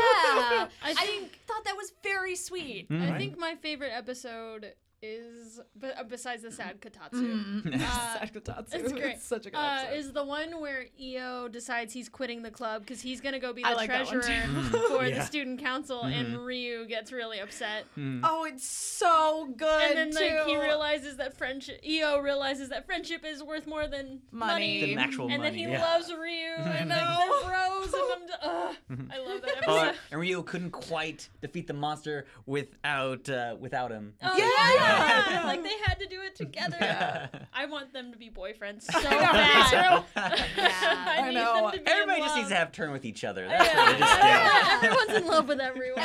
Speaker 4: I,
Speaker 3: think-
Speaker 4: thought that was very sweet.
Speaker 3: I think my favorite episode is, b- uh, besides the sad Katatsu, uh, it's great.
Speaker 5: such a good
Speaker 3: uh,
Speaker 5: episode.
Speaker 3: is the one where Io decides he's quitting the club because he's gonna go be
Speaker 5: I
Speaker 3: the
Speaker 5: like that one
Speaker 3: treasurer
Speaker 5: too.
Speaker 3: for
Speaker 7: Yeah.
Speaker 3: the student council, and Ryu gets really upset,
Speaker 7: Mm.
Speaker 5: oh, it's so good.
Speaker 3: and then like he
Speaker 5: too.
Speaker 3: realizes that friendship. Io realizes that friendship is worth more than
Speaker 5: Money.
Speaker 3: money,
Speaker 5: Than
Speaker 7: actual
Speaker 3: and
Speaker 7: money,
Speaker 3: then he
Speaker 7: yeah.
Speaker 3: loves Ryu, and like they're bros, and I'm just, ugh, I love that
Speaker 7: Oh,
Speaker 3: episode.
Speaker 7: Uh, and Ryu couldn't quite defeat the monster without uh, without him.
Speaker 3: Oh,
Speaker 7: So-
Speaker 3: yeah,
Speaker 5: yeah,
Speaker 3: like they had to do it together. I want them to be boyfriends so bad. I,
Speaker 5: I
Speaker 3: need
Speaker 5: know.
Speaker 3: them to be
Speaker 7: Everybody
Speaker 3: in
Speaker 7: just
Speaker 3: love.
Speaker 7: needs to have turn with each other. That's
Speaker 3: Yeah.
Speaker 7: what it is.
Speaker 6: yeah.
Speaker 3: Everyone's in love with everyone.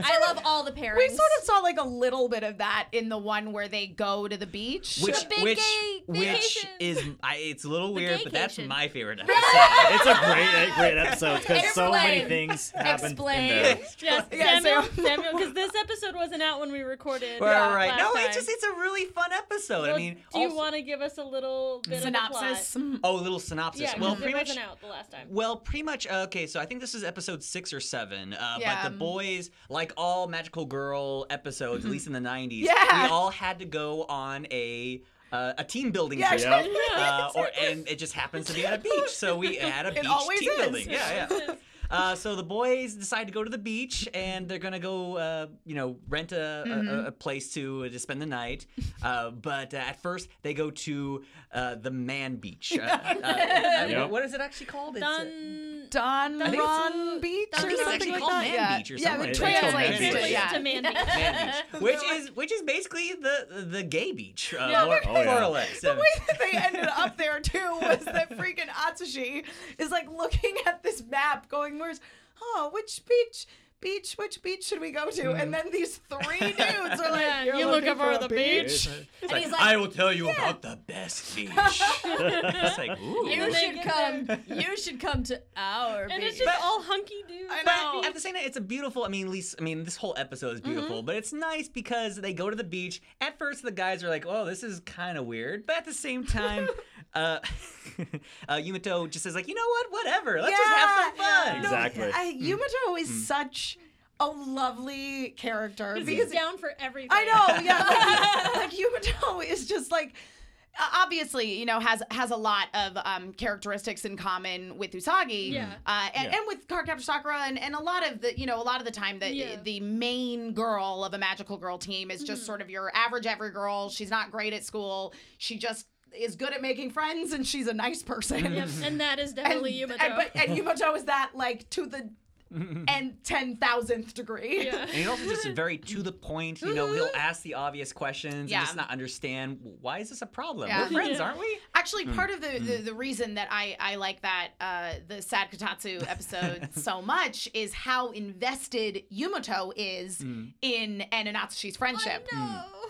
Speaker 4: I love all the pairings.
Speaker 5: Oh, We sort of saw like a little bit of that in the one where they go to the beach.
Speaker 7: Which
Speaker 4: big
Speaker 7: which
Speaker 4: gay
Speaker 7: which
Speaker 4: vacation.
Speaker 7: is I, it's a little weird, but that's
Speaker 4: gaycation.
Speaker 7: my favorite episode.
Speaker 6: It's a great, great episode because so many
Speaker 4: Explain.
Speaker 6: things happened
Speaker 4: Explain.
Speaker 6: in there.
Speaker 3: Yes,
Speaker 5: Yeah,
Speaker 3: Samuel,
Speaker 5: so-
Speaker 3: Samuel, because this episode wasn't out when we recorded.
Speaker 7: We're
Speaker 3: uh,
Speaker 7: all right. No,
Speaker 3: last
Speaker 7: it's
Speaker 3: time.
Speaker 7: just it's a really fun episode.
Speaker 3: Well,
Speaker 7: I mean,
Speaker 3: do you
Speaker 7: also-
Speaker 3: want to give us a little bit
Speaker 5: synopsis.
Speaker 3: of the plot?
Speaker 7: oh, a little synopsis.
Speaker 3: Yeah, 'cause
Speaker 7: well,
Speaker 3: it
Speaker 7: pretty much
Speaker 3: wasn't out the last time.
Speaker 7: Well, pretty much. uh, Okay, so I think this is episode six or seven. Uh,
Speaker 5: Yeah.
Speaker 7: But the boys, like all magical girl episodes, at least
Speaker 3: Mm-hmm.
Speaker 7: in the '90s,
Speaker 5: Yeah.
Speaker 7: we all had to go on a uh, a team building
Speaker 5: Yeah,
Speaker 7: trip,
Speaker 5: exactly.
Speaker 7: uh, or and it just happens to be at a beach, so we had a beach
Speaker 5: always
Speaker 7: team
Speaker 5: is.
Speaker 7: building. Yeah, yeah. Uh, so the boys decide to go to the beach, and they're gonna go, uh, you know, rent a, a,
Speaker 5: Mm-hmm.
Speaker 7: a place to to spend the night. Uh, but uh, at first, they go to uh, the man beach. Uh, uh, I mean,
Speaker 6: Yep.
Speaker 7: What is it actually called? It's, uh,
Speaker 3: Done.
Speaker 5: Don
Speaker 7: think it's-
Speaker 5: Ron Beach
Speaker 7: I
Speaker 5: or
Speaker 7: think it's
Speaker 5: something
Speaker 7: actually
Speaker 5: like
Speaker 7: called
Speaker 5: that.
Speaker 7: Man
Speaker 5: yeah.
Speaker 7: Beach or
Speaker 5: yeah,
Speaker 7: something
Speaker 5: it
Speaker 7: like that.
Speaker 5: translates
Speaker 6: Yeah.
Speaker 5: to yeah.
Speaker 3: To Mandy.
Speaker 7: Man beach, which is which is basically the the gay beach, uh, more,
Speaker 6: Oh, yeah.
Speaker 7: more or less.
Speaker 5: The way that they ended up there too was that freaking Atsushi is like looking at this map, going, "Where's, oh, which beach, beach, which beach should we go to?" And then these three dudes are like,
Speaker 3: Yeah,
Speaker 5: You're
Speaker 3: you
Speaker 5: looking
Speaker 3: looking for
Speaker 5: a
Speaker 3: the
Speaker 6: It's
Speaker 3: beach?
Speaker 6: like,
Speaker 4: he's like,
Speaker 7: I will tell you about the best beach. it's like, ooh.
Speaker 4: you
Speaker 3: they
Speaker 4: should
Speaker 3: get
Speaker 4: come. You should come to our.
Speaker 3: And it's
Speaker 4: beach."
Speaker 3: just all hunky dudes.
Speaker 5: I know.
Speaker 7: But at the same time, it's a beautiful. I mean, at least I mean, this whole episode is beautiful.
Speaker 5: Mm-hmm.
Speaker 7: But it's nice because they go to the beach. At first, the guys are like, "Oh, this is kind of weird," but at the same time, uh, uh, Yumito just says like, "You know what? Whatever. Let's just have some
Speaker 5: Yeah.
Speaker 7: fun."
Speaker 5: No,
Speaker 6: Exactly.
Speaker 5: I, Yumito is such a lovely character
Speaker 3: He's
Speaker 5: because
Speaker 3: down for everything.
Speaker 5: I know, yeah. Like, he- like Yumito is just like uh, obviously, you know, has has a lot of um, characteristics in common with Usagi,
Speaker 3: Yeah.
Speaker 5: uh, and,
Speaker 6: Yeah.
Speaker 5: and with Cardcaptor Sakura, and, and a lot of the, you know, a lot of the time that
Speaker 3: Yeah. Mm-hmm.
Speaker 5: the main girl of a magical girl team is just sort of your average every girl. She's not great at school. She just is good at making friends, and she's a nice person.
Speaker 3: Yep, and that is definitely
Speaker 5: and,
Speaker 3: Yumito.
Speaker 5: and, but, and Yumito is that like to the and ten thousandth degree.
Speaker 3: yeah.
Speaker 7: And he's also just very to the point. You know, he'll ask the obvious questions
Speaker 5: Mm-hmm. Yeah.
Speaker 7: and just not understand why is this a problem.
Speaker 5: Yeah.
Speaker 7: We're friends, aren't we?
Speaker 5: Actually, part of the, the, the reason that I, I like that uh, the Sad Kotatsu episode so much is how invested Yumoto is in Ann and Atsushi's friendship.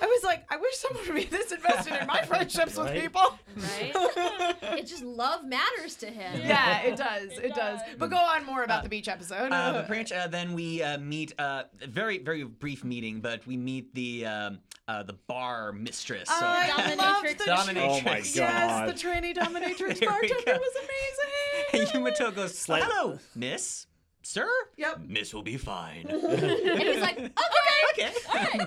Speaker 5: I was like, I wish someone would be this invested in my friendships with
Speaker 6: Right.
Speaker 5: people.
Speaker 4: Hmm. right? it just love matters to him.
Speaker 5: Yeah, it does. It,
Speaker 3: does.
Speaker 5: does. But go on more about the beach episode.
Speaker 7: Uh, but pretty much, uh, then we uh, meet uh, a very very brief meeting, but we meet the um, uh, the bar mistress. So-
Speaker 5: I loved the
Speaker 7: Dominatrix.
Speaker 6: Oh my Oh
Speaker 5: tra-
Speaker 6: God.
Speaker 5: Yes, the trainee
Speaker 7: Here
Speaker 5: dominatrix
Speaker 7: we
Speaker 5: bartender
Speaker 7: go.
Speaker 5: was amazing.
Speaker 7: And Yumito goes,
Speaker 6: Slight-
Speaker 7: hello, miss, sir.
Speaker 5: Yep.
Speaker 7: Miss will be fine.
Speaker 4: And he's like, okay,
Speaker 7: okay.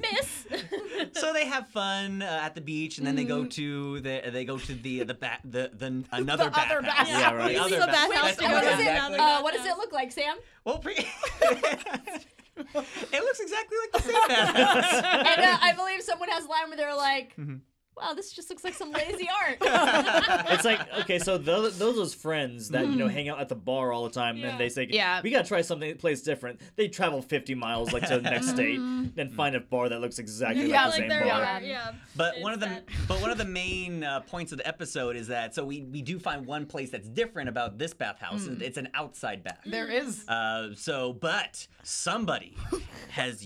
Speaker 4: miss.
Speaker 7: so they have fun uh, at the beach, and then they go to the they go to the the bat the, the another
Speaker 5: The
Speaker 7: bathhouse.
Speaker 5: other bathhouse.
Speaker 6: Yeah, right. This
Speaker 7: The other
Speaker 3: is a
Speaker 7: bath-
Speaker 3: bathhouse
Speaker 7: that's-
Speaker 3: to go
Speaker 7: that's
Speaker 3: to.
Speaker 7: exactly-
Speaker 4: Uh, what does it look like, Sam?
Speaker 7: Well, pre- it looks exactly like the same bathhouse.
Speaker 4: And uh, I believe someone has a line where they're like,
Speaker 5: Mm-hmm.
Speaker 4: wow, this just looks like some lazy art.
Speaker 6: it's like okay, so those those are those friends that you know hang out at the bar all the time,
Speaker 3: Yeah.
Speaker 6: and they say,
Speaker 5: Yeah.
Speaker 6: we gotta try something place different." They travel fifty miles like to the next state, then find a bar that looks exactly
Speaker 5: Yeah,
Speaker 6: like the same
Speaker 3: like there
Speaker 6: bar.
Speaker 3: are. Yeah.
Speaker 7: But one
Speaker 3: It's
Speaker 7: of the
Speaker 3: that-
Speaker 7: but one of the main uh, points of the episode is that so we, we do find one place that's different about this bathhouse.
Speaker 3: Hmm.
Speaker 7: It's an outside bath.
Speaker 5: There is.
Speaker 7: Uh, so, but somebody has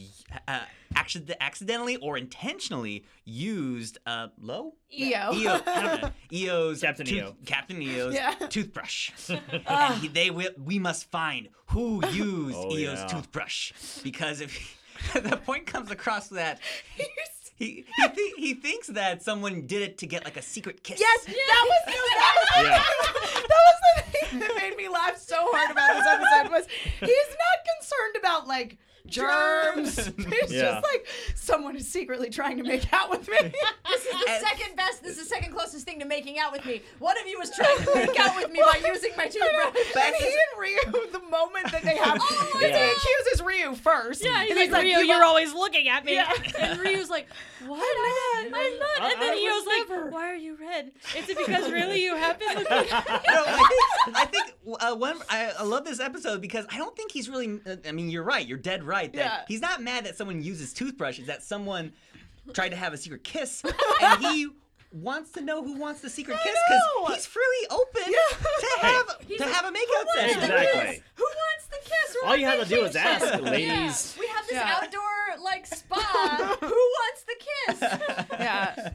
Speaker 7: uh, accident- accidentally or intentionally used uh, low
Speaker 5: Eo.
Speaker 7: EO, I don't know. EO's
Speaker 6: Captain E
Speaker 7: tooth-
Speaker 6: EO.
Speaker 7: Captain EO's
Speaker 5: Yeah.
Speaker 7: toothbrush. and he, they will, we must find who used
Speaker 6: Oh,
Speaker 7: EO's
Speaker 6: yeah.
Speaker 7: toothbrush because if the point comes across that. He, he, thi- he thinks that someone did it to get like a secret kiss.
Speaker 5: Yes, that was the that was,
Speaker 6: Yeah.
Speaker 5: that was the thing that made me laugh so hard about this episode was he's not concerned about like germs. He's
Speaker 6: Yeah.
Speaker 5: just like someone is secretly trying to make out with me.
Speaker 4: this is the second best, this is the second closest thing to making out with me. One of you was trying to make out with me by using my toothbrush.
Speaker 5: and he and Ryu, the moment that they have, oh
Speaker 6: my
Speaker 5: he
Speaker 6: God.
Speaker 5: accuses Ryu first.
Speaker 3: Yeah, he's
Speaker 5: and
Speaker 3: like, Ryu,
Speaker 5: "You
Speaker 3: you're
Speaker 5: are-
Speaker 3: always looking at me.
Speaker 5: Yeah.
Speaker 3: And Ryu's like, what?
Speaker 5: I'm not-
Speaker 3: I'm not.
Speaker 6: I-
Speaker 3: And then
Speaker 6: I
Speaker 3: he
Speaker 6: was
Speaker 3: was like, Why are you red? Is it because really you have been looking?
Speaker 7: no, I think, I think uh, one, I, I love this episode because I don't think he's really. Uh, I mean, you're right. You're dead right. That
Speaker 5: Yeah.
Speaker 7: He's not mad that someone uses toothbrushes. That someone tried to have a secret kiss, and he wants to know who wants the secret kiss
Speaker 5: know.
Speaker 7: because he's freely open to have to have a makeout session.
Speaker 6: Exactly.
Speaker 4: Who wants the kiss? We're
Speaker 6: All
Speaker 4: on
Speaker 6: you have to do is
Speaker 4: vacation.
Speaker 6: ask, ladies.
Speaker 4: We have this
Speaker 5: Yeah.
Speaker 4: outdoor like spa. who wants the kiss?
Speaker 5: Yeah.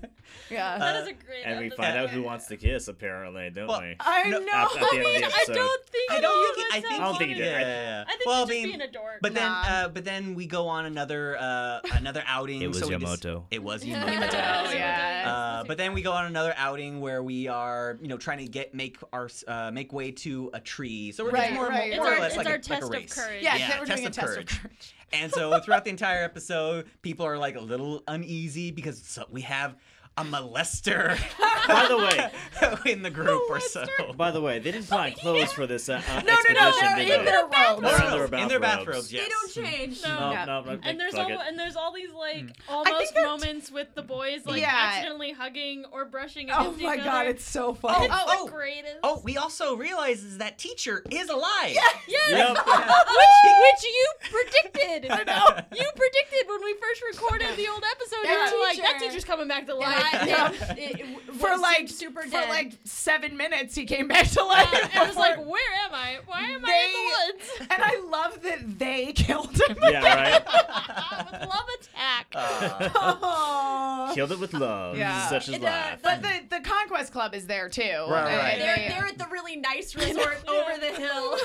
Speaker 5: Yeah.
Speaker 3: that is a great.
Speaker 6: And we
Speaker 3: episode.
Speaker 6: find out who wants to kiss, apparently, don't
Speaker 7: Well,
Speaker 6: we?
Speaker 5: I
Speaker 7: No,
Speaker 5: know.
Speaker 6: At- at the end of the
Speaker 3: I
Speaker 6: episode.
Speaker 3: don't think.
Speaker 7: I don't
Speaker 3: It,
Speaker 7: think. He, I think.
Speaker 6: I don't think he
Speaker 7: yeah,
Speaker 6: did.
Speaker 7: yeah,
Speaker 6: I-
Speaker 7: yeah.
Speaker 3: I think
Speaker 7: well,
Speaker 3: he's just
Speaker 7: I mean,
Speaker 3: being a dork.
Speaker 7: But then,
Speaker 5: Nah.
Speaker 7: uh, but then we go on another uh, another outing.
Speaker 6: It was
Speaker 7: so we just-
Speaker 6: Yamoto.
Speaker 7: it was
Speaker 5: Yamoto,
Speaker 7: Yamoto.
Speaker 5: yeah.
Speaker 7: Uh, but then we go on another outing where we are, you know, trying to get make our uh, make way to a tree. So we're
Speaker 5: Right,
Speaker 7: just more,
Speaker 5: right,
Speaker 7: more
Speaker 3: it's
Speaker 5: It's
Speaker 7: or
Speaker 3: our,
Speaker 7: less
Speaker 3: it's
Speaker 7: like,
Speaker 3: our
Speaker 7: a, like
Speaker 3: test
Speaker 7: a
Speaker 3: of
Speaker 7: race.
Speaker 3: courage.
Speaker 5: Yeah,
Speaker 7: Yeah,
Speaker 5: they were doing
Speaker 7: test
Speaker 5: a
Speaker 7: of
Speaker 5: test
Speaker 7: courage.
Speaker 5: of courage.
Speaker 7: And so throughout the entire episode, people are like a little uneasy because so we have a molester
Speaker 6: By the way,
Speaker 7: in the group or so.
Speaker 6: by the way, they didn't find clothes for this uh, uh,
Speaker 5: No, no, no.
Speaker 6: expedition,
Speaker 5: They're
Speaker 6: did
Speaker 5: in
Speaker 6: they?
Speaker 5: their robes.
Speaker 6: They're
Speaker 7: Robes,
Speaker 6: in their
Speaker 7: in their
Speaker 6: bathrobes.
Speaker 7: bathrobes.
Speaker 4: They
Speaker 7: Yes. Mm-hmm.
Speaker 4: don't change.
Speaker 3: No.
Speaker 6: No,
Speaker 5: Yeah.
Speaker 6: no, no.
Speaker 3: And there's
Speaker 6: fuck
Speaker 3: all
Speaker 6: it. Mm.
Speaker 3: and there's all these like
Speaker 5: I think
Speaker 3: almost
Speaker 5: they're t-
Speaker 3: moments with the boys like
Speaker 5: Yeah.
Speaker 3: accidentally hugging or brushing
Speaker 5: Oh
Speaker 3: against each
Speaker 5: my
Speaker 3: other.
Speaker 5: god, it's so funny.
Speaker 3: It's
Speaker 7: Oh, oh.
Speaker 3: the greatest.
Speaker 7: Oh, we also realize is that teacher is alive.
Speaker 3: Yes,
Speaker 6: Yep.
Speaker 3: which which you predicted. I know. You predicted when we first recorded the old episode.
Speaker 4: That
Speaker 3: you were like, that
Speaker 4: teacher.
Speaker 3: teacher's coming back to
Speaker 4: And
Speaker 3: life.
Speaker 4: I-
Speaker 5: Yeah.
Speaker 4: it- it w-
Speaker 5: For
Speaker 4: seemed
Speaker 5: like
Speaker 4: super
Speaker 5: for
Speaker 4: dead.
Speaker 5: like seven minutes, he came back to life.
Speaker 3: And I was like, where am I? Why am I in the woods?
Speaker 5: and I love that they killed him.
Speaker 6: Yeah, right.
Speaker 3: With love attack.
Speaker 6: Uh.
Speaker 5: Aw.
Speaker 6: Killed it with love,
Speaker 5: Yeah.
Speaker 6: such is
Speaker 4: And, uh,
Speaker 6: life.
Speaker 5: But the, the Conquest Club is there too.
Speaker 6: Right, right.
Speaker 5: They,
Speaker 4: they're,
Speaker 5: they-
Speaker 4: they're at the really nice resort over the hill.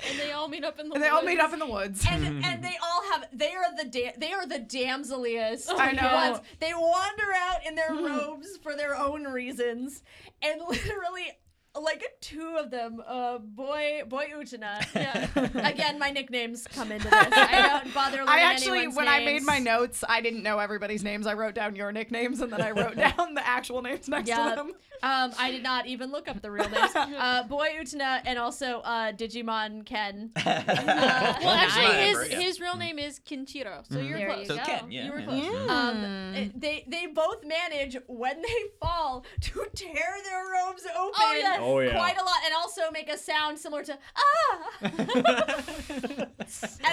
Speaker 3: and they all meet up in the
Speaker 5: they
Speaker 3: woods.
Speaker 5: all meet up in the woods.
Speaker 4: and and they all have they are the da- they are the damseliest
Speaker 5: I know. Hmm.
Speaker 4: ones. They wander out in their robes for their own reasons, and literally. Like two of them, uh, boy, boy Uchina. Yeah. Again, my nicknames come into this. I don't bother. Learning
Speaker 5: I actually,
Speaker 4: anyone's
Speaker 5: when I made
Speaker 4: names.
Speaker 5: my notes, I didn't know everybody's names. I wrote down your nicknames and then I wrote down the actual names next to
Speaker 4: Yeah.
Speaker 5: them.
Speaker 4: Um, I did not even look up the real names. Uh, Boy Utana and also uh, Digimon Ken.
Speaker 6: Oh,
Speaker 3: Well, actually,
Speaker 7: Nice.
Speaker 3: his,
Speaker 7: Yeah.
Speaker 3: his
Speaker 6: Mm.
Speaker 3: real name is Kinchiro,
Speaker 5: Mm.
Speaker 3: so you're
Speaker 4: There
Speaker 3: close.
Speaker 7: so
Speaker 4: go.
Speaker 7: Ken, yeah.
Speaker 3: You were
Speaker 7: yeah. Mm-hmm.
Speaker 3: close.
Speaker 4: Um, it- they they both manage when they fall to tear their robes open
Speaker 3: Oh, yes.
Speaker 6: Oh, yeah.
Speaker 4: quite a lot, and also make a sound similar to ah. and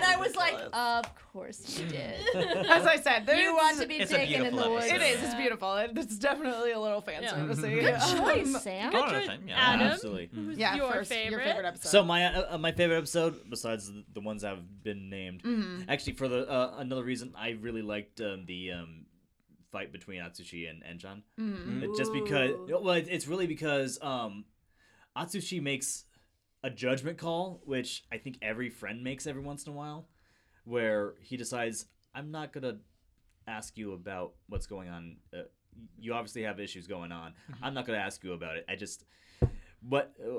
Speaker 4: I was like, of course you did.
Speaker 5: As I said,
Speaker 4: you want to be
Speaker 7: It's a
Speaker 4: taken in the
Speaker 7: beautiful
Speaker 4: woods.
Speaker 5: It
Speaker 7: episode.
Speaker 5: is. It's beautiful. It- It's definitely a little fan Um, oh,
Speaker 3: Yeah.
Speaker 5: service.
Speaker 4: Good choice, Sam.
Speaker 7: Go on another time, yeah.
Speaker 3: Adam,
Speaker 6: Absolutely.
Speaker 3: who's
Speaker 5: Yeah,
Speaker 3: your,
Speaker 5: first,
Speaker 3: favorite?
Speaker 5: your favorite episode.
Speaker 6: So my uh, uh, my favorite episode, besides the- the ones that have been named,
Speaker 3: Mm-hmm.
Speaker 6: actually for the uh, another reason I really liked um, the um, fight between Atsushi and Enjan,
Speaker 3: Mm-hmm.
Speaker 6: mm just because
Speaker 4: Ooh.
Speaker 6: well it, it's really because um, Atsushi makes a judgment call, which I think every friend makes every once in a while, where he decides I'm not gonna ask you about what's going on. Uh, you obviously have issues going on.
Speaker 3: Mm-hmm.
Speaker 6: I'm not gonna ask you about it. I just what uh,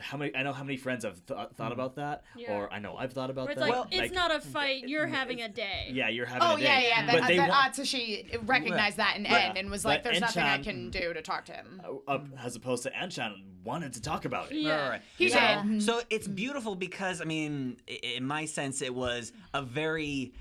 Speaker 6: how many i know how many friends have th- thought about that
Speaker 3: Yeah.
Speaker 6: or i know i've thought about
Speaker 3: Mm-hmm. Where it's
Speaker 6: that
Speaker 3: like, it's not a fight. You're having a day.
Speaker 6: mm, yeah you're having
Speaker 5: Oh
Speaker 6: a day
Speaker 5: yeah, yeah.
Speaker 6: but
Speaker 5: That,
Speaker 6: they
Speaker 5: that
Speaker 6: want,
Speaker 5: Atsushi recognized that in
Speaker 6: Right.
Speaker 5: N and was like,
Speaker 6: But
Speaker 5: "There's nothing I
Speaker 6: Enchan-
Speaker 5: can do to talk to him."
Speaker 6: uh, uh, as opposed to anshan wanted to talk about it
Speaker 3: Yeah. Mm-hmm.
Speaker 7: Right, right, right.
Speaker 5: He
Speaker 7: so,
Speaker 5: did.
Speaker 7: so it's beautiful because I mean, i- in my sense, it was a very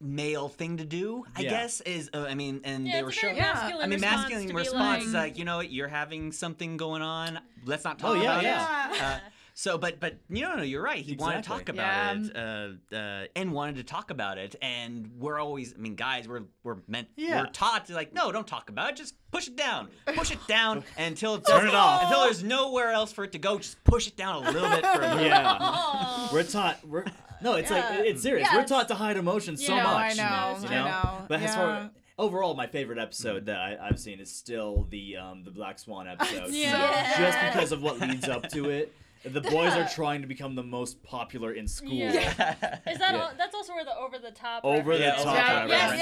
Speaker 7: male thing to do. I
Speaker 6: Yeah.
Speaker 7: guess is uh, I mean, and
Speaker 3: Yeah,
Speaker 7: they
Speaker 3: it's
Speaker 7: were
Speaker 3: a very
Speaker 7: showing.
Speaker 3: masculine
Speaker 7: I mean,
Speaker 3: response
Speaker 7: masculine
Speaker 3: to be
Speaker 7: response
Speaker 3: like,
Speaker 7: is like, you know what, you're having something going on. Let's not
Speaker 6: Oh, yeah,
Speaker 7: talk about
Speaker 6: yeah.
Speaker 7: it. Uh, so, but but you know, no, you're right. He wanted to talk
Speaker 6: Exactly.
Speaker 7: about it, uh, uh, and wanted to talk about it. And we're always, I mean, guys, we're we're meant,
Speaker 6: Yeah.
Speaker 7: we're taught to like, no, don't talk about it. Just push it down, push it down until it
Speaker 6: Turn it off.
Speaker 7: until there's nowhere else for it to go. Just push it down a little bit further.
Speaker 6: yeah we're taught we're no it's like it's serious
Speaker 4: Yeah,
Speaker 6: we're taught to hide emotions so
Speaker 5: No, I
Speaker 6: much
Speaker 5: know.
Speaker 6: you
Speaker 5: I
Speaker 6: know?
Speaker 5: know.
Speaker 6: But as
Speaker 5: Yeah.
Speaker 6: far overall, my favorite episode that I, I've seen is still the um, the Black Swan episode.
Speaker 3: Yeah.
Speaker 6: Just because of what leads up to it. The boys are trying to become the most popular in school.
Speaker 3: Yeah. Is that
Speaker 6: Yeah.
Speaker 3: all? That's also where the over the top.
Speaker 6: Over the
Speaker 7: Yeah,
Speaker 6: top.
Speaker 5: yeah,
Speaker 6: reference.
Speaker 3: yes,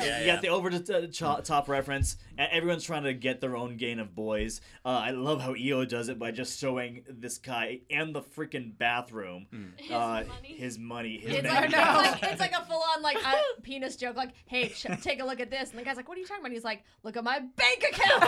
Speaker 4: yes.
Speaker 7: Yeah,
Speaker 6: You got the over the top, top reference. and Everyone's trying to get their own gain of boys. Uh, I love how EO does it by just showing this guy and the freaking bathroom his, uh,
Speaker 3: money.
Speaker 6: his money. His
Speaker 4: It's like,
Speaker 6: bank
Speaker 4: it's
Speaker 5: know.
Speaker 6: account.
Speaker 4: like it's like a full on like uh, penis joke. Like, hey, ch- take a look at this. And the guy's like, what are you talking about? And he's like, look at my bank account.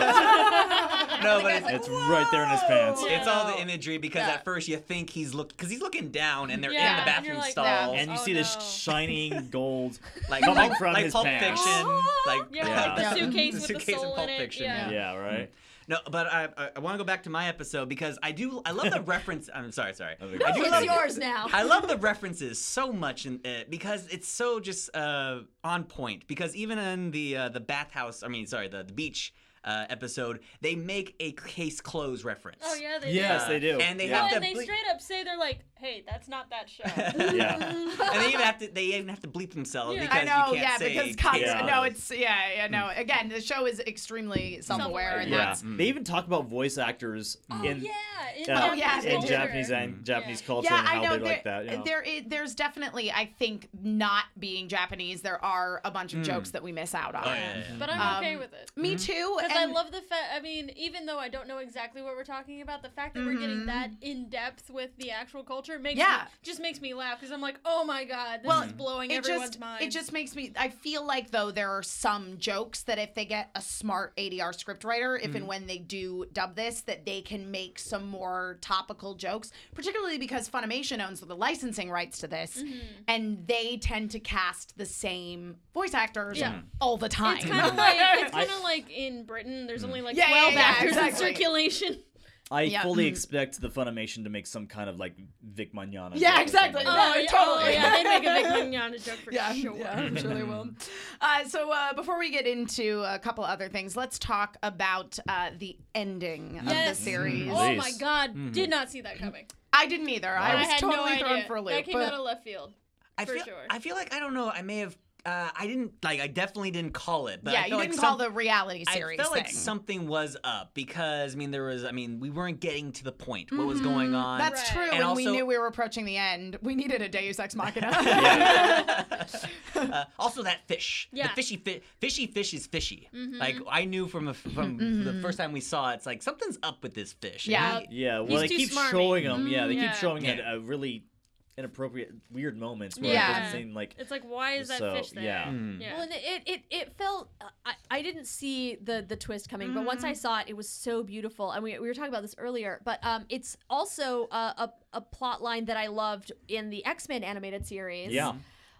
Speaker 7: No, but
Speaker 4: guy's
Speaker 7: it's-
Speaker 4: like,
Speaker 6: It's right there in his pants.
Speaker 3: Yeah.
Speaker 7: It's all the imagery mystery because
Speaker 3: Yeah.
Speaker 7: at first you think he's look because he's looking down and they're
Speaker 3: Yeah,
Speaker 7: in the
Speaker 3: and
Speaker 7: bathroom
Speaker 3: you're like,
Speaker 7: stall
Speaker 5: "No."
Speaker 6: and you
Speaker 3: Oh,
Speaker 6: see
Speaker 3: no.
Speaker 6: this shining gold
Speaker 7: like
Speaker 6: coming
Speaker 7: Pulp-
Speaker 6: from
Speaker 7: like
Speaker 6: his
Speaker 7: Pulp
Speaker 6: pants.
Speaker 7: Fiction, like
Speaker 3: Yeah,
Speaker 6: like the
Speaker 5: Yeah.
Speaker 3: suitcase
Speaker 7: the
Speaker 3: with the
Speaker 7: suitcase in
Speaker 3: soul in
Speaker 7: Pulp
Speaker 3: it,
Speaker 7: Fiction.
Speaker 3: yeah.
Speaker 6: Yeah, right.
Speaker 7: No, but I I, I want to go back to my episode because I do I love the reference. I'm sorry, sorry.
Speaker 6: Oh, Okay.
Speaker 7: I
Speaker 6: No,
Speaker 7: do
Speaker 4: it's
Speaker 7: love,
Speaker 4: yours now.
Speaker 7: I love the references so much in it because it's so just uh, on point. Because even in the uh, the bathhouse, I mean, sorry, the, the beach uh, episode, they make a case close reference.
Speaker 3: Oh yeah, they
Speaker 6: Yes,
Speaker 3: do.
Speaker 6: they do.
Speaker 7: And they
Speaker 6: Yeah.
Speaker 7: have
Speaker 3: Oh,
Speaker 7: to
Speaker 3: and they
Speaker 7: bleep-
Speaker 3: straight up say they're like, "Hey, that's not that show." Oh,
Speaker 6: Yeah.
Speaker 7: and they even have to they even have to bleep themselves
Speaker 3: Yeah.
Speaker 7: because
Speaker 5: I know,
Speaker 7: you can't
Speaker 5: yeah,
Speaker 7: say Mm.
Speaker 5: because Cox,
Speaker 7: case
Speaker 6: Yeah.
Speaker 5: no, it's yeah, yeah, no. Again, the show is extremely self-aware,
Speaker 3: Self-aware.
Speaker 5: and
Speaker 6: Yeah.
Speaker 5: that's
Speaker 6: They even talk about voice actors
Speaker 3: Oh
Speaker 6: in
Speaker 3: yeah, in
Speaker 6: yeah,
Speaker 5: Oh, yeah,
Speaker 6: in
Speaker 5: they do.
Speaker 6: Japanese and Japanese culture
Speaker 5: yeah,
Speaker 6: and how
Speaker 5: I know.
Speaker 6: they like
Speaker 5: there-
Speaker 6: that. Yeah.
Speaker 5: there is, there's definitely, I think, not being Japanese, there are a bunch of jokes that we miss out on.
Speaker 7: Mm. Oh, yeah, Mm-hmm. yeah, yeah.
Speaker 3: But I'm okay
Speaker 5: Um,
Speaker 3: with it.
Speaker 5: Me too.
Speaker 3: Because I
Speaker 5: and-
Speaker 3: love the fact, I mean, even though I don't know exactly what we're talking about, the fact that we're getting that in depth with the actual culture makes
Speaker 5: Mm-hmm. Yeah.
Speaker 3: me, just makes me laugh because I'm like, oh my god, this
Speaker 5: Well,
Speaker 3: is blowing
Speaker 5: it
Speaker 3: everyone's
Speaker 5: just
Speaker 3: mind.
Speaker 5: it just makes me I feel like though there are some jokes that if they get a smart ADR scriptwriter
Speaker 3: Mm-hmm.
Speaker 5: if and when they do dub this that they can make some more topical jokes particularly because Funimation owns the licensing rights to this
Speaker 3: Mm-hmm.
Speaker 5: and they tend to cast the same voice actors
Speaker 3: Yeah.
Speaker 5: all the time.
Speaker 3: it's kind of like it's kind of like in Britain, there's only like
Speaker 5: Yeah, yeah,
Speaker 3: 12
Speaker 5: yeah,
Speaker 3: actors
Speaker 5: exactly.
Speaker 3: in circulation.
Speaker 6: I
Speaker 5: Yeah. Hmm.
Speaker 6: fully expect the Funimation to make some kind of like Vic Mañana.
Speaker 5: Yeah,
Speaker 6: joke or
Speaker 5: exactly.
Speaker 6: something.
Speaker 5: No,
Speaker 3: oh, yeah,
Speaker 5: totally.
Speaker 3: oh, yeah, they make a big Mignana joke for
Speaker 5: yeah,
Speaker 3: sure.
Speaker 5: yeah, I'm sure they will. Uh, so uh, before we get into a couple other things, let's talk about uh, the ending of
Speaker 3: Yes.
Speaker 5: the series.
Speaker 3: Oh my
Speaker 6: Jeez.
Speaker 3: god, did not see that coming.
Speaker 5: I didn't either. I
Speaker 3: I
Speaker 5: was
Speaker 3: had
Speaker 5: totally
Speaker 3: no
Speaker 5: thrown
Speaker 3: idea.
Speaker 5: for a loop.
Speaker 3: That came out
Speaker 5: but-
Speaker 3: of left field.
Speaker 7: I
Speaker 3: for
Speaker 7: feel,
Speaker 3: sure.
Speaker 7: I feel like I don't know. I may have. Uh, I didn't like. I definitely didn't call it. But
Speaker 5: yeah,
Speaker 7: I
Speaker 5: you
Speaker 7: felt
Speaker 5: didn't
Speaker 7: like
Speaker 5: call
Speaker 7: some-
Speaker 5: the reality
Speaker 7: I
Speaker 5: series
Speaker 7: felt
Speaker 5: thing.
Speaker 7: like something was up because I mean there was. I mean we weren't getting to the point. What was going
Speaker 3: Mm-hmm.
Speaker 7: on?
Speaker 5: That's
Speaker 3: Right.
Speaker 5: true.
Speaker 7: And
Speaker 5: when we
Speaker 7: also-
Speaker 5: knew we were approaching the end, we needed a Deus Ex Machina.
Speaker 7: uh, also that fish. The
Speaker 3: Yeah. Mm-hmm.
Speaker 7: fishy fi- fishy fish is fishy. Like I knew from a, from the first time we saw it, it's like something's up with this fish. And
Speaker 5: Yeah.
Speaker 7: he-
Speaker 6: Yeah, well, they
Speaker 3: too
Speaker 6: keep
Speaker 3: smarmy.
Speaker 6: showing them. yeah, they
Speaker 3: yeah.
Speaker 4: Mm-hmm.
Speaker 6: keep showing it
Speaker 7: Yeah.
Speaker 6: at uh, really inappropriate, weird moments where it
Speaker 5: Yeah.
Speaker 6: doesn't seem like.
Speaker 3: It's like, why is that
Speaker 6: So,
Speaker 3: fish there?
Speaker 6: yeah.
Speaker 3: Mm.
Speaker 6: Mm.
Speaker 4: Well, and it it, it felt I, I didn't see the the twist coming, but once I saw it, it was so beautiful. And we, we were talking about this earlier, but um, it's also a, a a plot line that I loved in the X Men animated series.
Speaker 6: Yeah.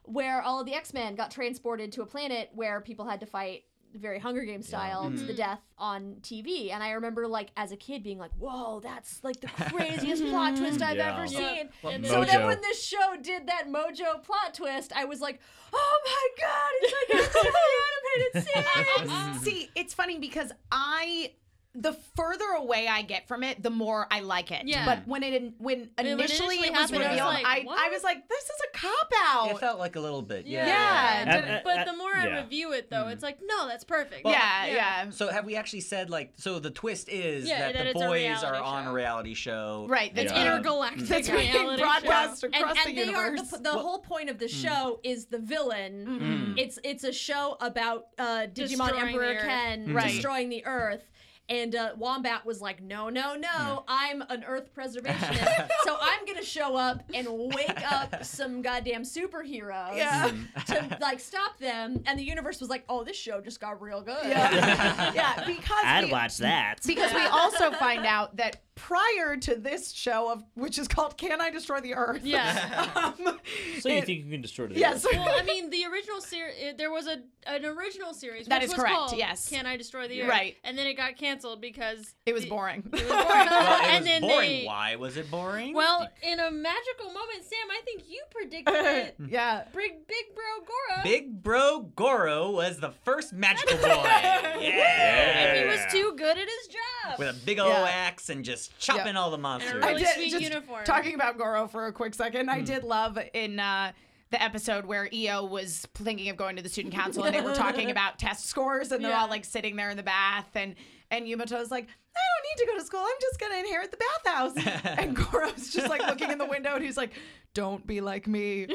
Speaker 4: where all of the X Men got transported to a planet where people had to fight very Hunger Games style to the death on TV. And I remember like as a kid being like, "Whoa, that's like the craziest plot twist I've
Speaker 6: Yeah.
Speaker 4: ever
Speaker 6: Yeah.
Speaker 4: seen."
Speaker 3: And
Speaker 4: So
Speaker 6: Mojo.
Speaker 4: then when this show did that Mojo plot twist, I was like, oh my god, it's like a super animated series.
Speaker 5: See, it's funny because I the further away I get from it, the more I like it.
Speaker 3: Yeah.
Speaker 5: But when it when initially,
Speaker 3: initially
Speaker 5: it
Speaker 3: happened,
Speaker 5: was
Speaker 3: I was
Speaker 5: revealed,
Speaker 3: like,
Speaker 5: I, I
Speaker 3: what?
Speaker 5: was like, this is a cop
Speaker 3: Oh.
Speaker 5: out.
Speaker 7: It felt like a little bit. Yeah. uh,
Speaker 5: Yeah.
Speaker 6: And- and-
Speaker 3: But
Speaker 6: and-
Speaker 3: the more I
Speaker 6: yeah.
Speaker 3: review it,
Speaker 7: Mm-hmm.
Speaker 3: though, it's like, no, that's perfect.
Speaker 5: yeah, yeah,
Speaker 7: So have we actually said like so the twist is
Speaker 3: Yeah,
Speaker 7: that,
Speaker 3: that
Speaker 7: the
Speaker 3: it's a
Speaker 7: boys are
Speaker 3: reality
Speaker 7: on a
Speaker 3: show.
Speaker 7: reality show.
Speaker 5: Right. That's
Speaker 6: Yeah.
Speaker 5: inter-
Speaker 3: Intergalactic
Speaker 5: that's being
Speaker 3: reality
Speaker 5: broadcast
Speaker 3: show.
Speaker 5: across
Speaker 4: and, and
Speaker 5: the
Speaker 4: they are
Speaker 5: universe. Mm-hmm.
Speaker 4: the, the whole point of the show is the villain. It's it's a show about uh, Digimon
Speaker 3: Destroying the
Speaker 4: Emperor
Speaker 3: Earth.
Speaker 4: Ken
Speaker 5: Right.
Speaker 4: destroying the Earth. And uh, Wombat was like, no, no, no, I'm an Earth preservationist. so I'm going to show up and wake up some goddamn superheroes
Speaker 5: Yeah.
Speaker 4: to like stop them. And the universe was like, oh, this show just got real good.
Speaker 5: yeah. yeah, because
Speaker 6: I'd
Speaker 5: we-
Speaker 6: watch that.
Speaker 5: Because we also find out that prior to this show of which is called "Can I Destroy the Earth?"
Speaker 3: Yeah.
Speaker 5: um,
Speaker 6: So you
Speaker 5: it-
Speaker 6: think you can destroy the
Speaker 5: yes.
Speaker 3: Well, I mean, the original series, there was a an original series.
Speaker 5: That
Speaker 3: which
Speaker 5: is
Speaker 3: was
Speaker 5: correct,
Speaker 3: Called,
Speaker 5: yes.
Speaker 3: Can I destroy the earth?
Speaker 5: Right.
Speaker 3: And then it got canceled because
Speaker 5: It was
Speaker 3: the-
Speaker 5: boring.
Speaker 3: It was boring.
Speaker 7: Well, it
Speaker 3: and
Speaker 7: was
Speaker 3: then
Speaker 7: boring.
Speaker 3: they.
Speaker 7: Why was it boring?
Speaker 3: Well, in a magical moment, Sam, I think you predicted it.
Speaker 5: yeah.
Speaker 3: Big, big bro Goro.
Speaker 7: Big Bro Goro was the first magical boy. yeah.
Speaker 3: And he was too good at his job.
Speaker 7: With a big old
Speaker 5: Yeah.
Speaker 7: axe and just chopping all the monsters.
Speaker 5: I
Speaker 3: really
Speaker 5: did-
Speaker 3: sweet
Speaker 5: just
Speaker 3: uniform.
Speaker 5: Talking about Goro for a quick second,
Speaker 7: Hmm.
Speaker 5: I did love in uh, the episode where EO was thinking of going to the student council and they were talking about test scores and they're
Speaker 3: Yeah.
Speaker 5: all like sitting there in the bath and and Yumato's like, I don't need to go to school. I'm just gonna inherit the bathhouse. and Goro's just like looking in the window and he's like, Don't be like me.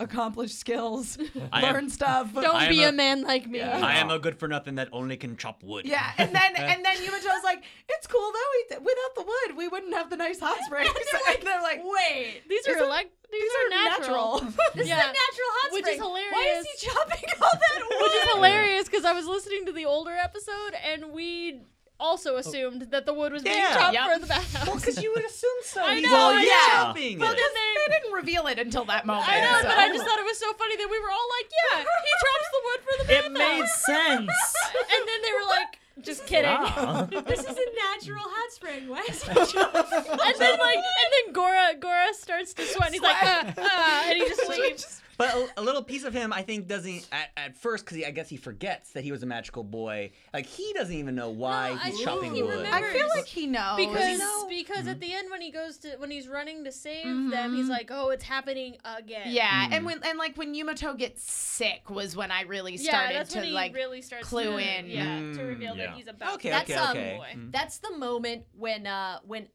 Speaker 5: Accomplish skills.
Speaker 7: I am-
Speaker 5: learn stuff.
Speaker 3: Don't
Speaker 7: I
Speaker 3: be
Speaker 7: am
Speaker 3: a,
Speaker 7: a-
Speaker 3: man like me.
Speaker 7: I am a good for nothing that only can chop wood.
Speaker 5: yeah, and then and then Yumato's like, it's cool though. We, without the wood, we wouldn't have the nice hot springs. and they're like,
Speaker 4: Wait.
Speaker 3: These are elect. These,
Speaker 5: these
Speaker 3: are,
Speaker 5: are natural.
Speaker 4: This
Speaker 3: Yeah.
Speaker 4: is a natural hot
Speaker 3: Which is
Speaker 4: spring. Why is
Speaker 3: hilarious.
Speaker 4: he chopping all that wood?
Speaker 3: Which is hilarious because I was listening to the older episode and we also assumed that the wood was being
Speaker 7: Yeah.
Speaker 3: chopped
Speaker 5: Yep.
Speaker 3: for the bathhouse.
Speaker 7: because you would assume so.
Speaker 3: I
Speaker 7: He's
Speaker 3: know,
Speaker 7: all
Speaker 3: I
Speaker 5: know.
Speaker 7: chopping
Speaker 5: Well,
Speaker 7: it.
Speaker 5: just, they didn't reveal it until that moment.
Speaker 3: I know,
Speaker 5: so.
Speaker 3: but I just thought it was so funny that we were all like, "Yeah, he chops the wood for the
Speaker 6: It
Speaker 3: bathhouse,"
Speaker 6: made sense.
Speaker 3: and then they were like, "Just kidding."
Speaker 6: Wow.
Speaker 4: This is a natural hot spring. Why is it
Speaker 3: And then like, and then Gora Gora starts to sweat. And he's like, uh, uh, and he just leaves.
Speaker 7: But a, a little piece of him, I think, doesn't at, at first because I guess he forgets that he was a magical boy. Like he doesn't even know
Speaker 3: No,
Speaker 7: why
Speaker 3: I
Speaker 7: he's
Speaker 3: think
Speaker 7: chopping
Speaker 3: he
Speaker 7: wood.
Speaker 5: I
Speaker 3: remembers.
Speaker 5: feel like he knows
Speaker 3: Because
Speaker 5: No.
Speaker 3: because
Speaker 5: Mm-hmm.
Speaker 3: at the end when he goes to when he's running to save them, he's like, "Oh, it's happening again."
Speaker 5: yeah, and when and like when Yumoto gets sick was when I really
Speaker 3: yeah.
Speaker 5: started
Speaker 3: That's
Speaker 5: to
Speaker 3: when he
Speaker 5: like
Speaker 3: really starts
Speaker 5: clue
Speaker 3: to,
Speaker 5: in.
Speaker 3: yeah, to
Speaker 7: Mm.
Speaker 3: reveal
Speaker 6: Yeah.
Speaker 3: that he's about.
Speaker 7: Okay,
Speaker 3: to
Speaker 4: That's,
Speaker 7: okay,
Speaker 3: become a
Speaker 4: um,
Speaker 7: okay.
Speaker 3: boy.
Speaker 7: Mm.
Speaker 4: That's the moment when uh when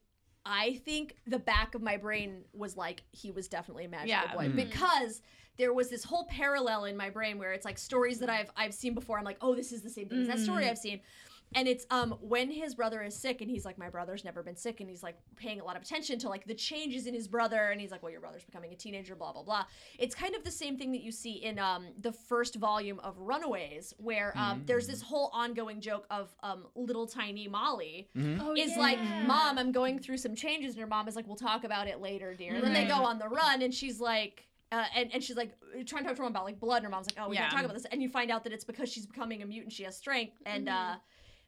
Speaker 4: I think the back of my brain was like he was definitely a magical
Speaker 5: Yeah.
Speaker 4: boy because there was this whole parallel in my brain where it's like stories that I've I've seen before. I'm like, oh, this is the same thing as that story I've seen. And it's um when his brother is sick and he's like, My brother's never been sick, and he's like paying a lot of attention to like the changes in his brother, and he's like, Well, your brother's becoming a teenager, blah, blah, blah. It's kind of the same thing that you see in um the first volume of Runaways, where um there's this whole ongoing joke of um little tiny Molly
Speaker 3: Oh,
Speaker 4: is
Speaker 3: yeah.
Speaker 4: like, Mom, I'm going through some changes. And her mom is like, We'll talk about it later, dear. And then they go on the run, and she's like, uh, and, and she's like trying to talk to her mom about like blood. And her mom's like, Oh, we
Speaker 5: Yeah.
Speaker 4: can't talk about this. And you find out that it's because she's becoming a mutant, she has strength. And
Speaker 3: Mm-hmm.
Speaker 4: uh,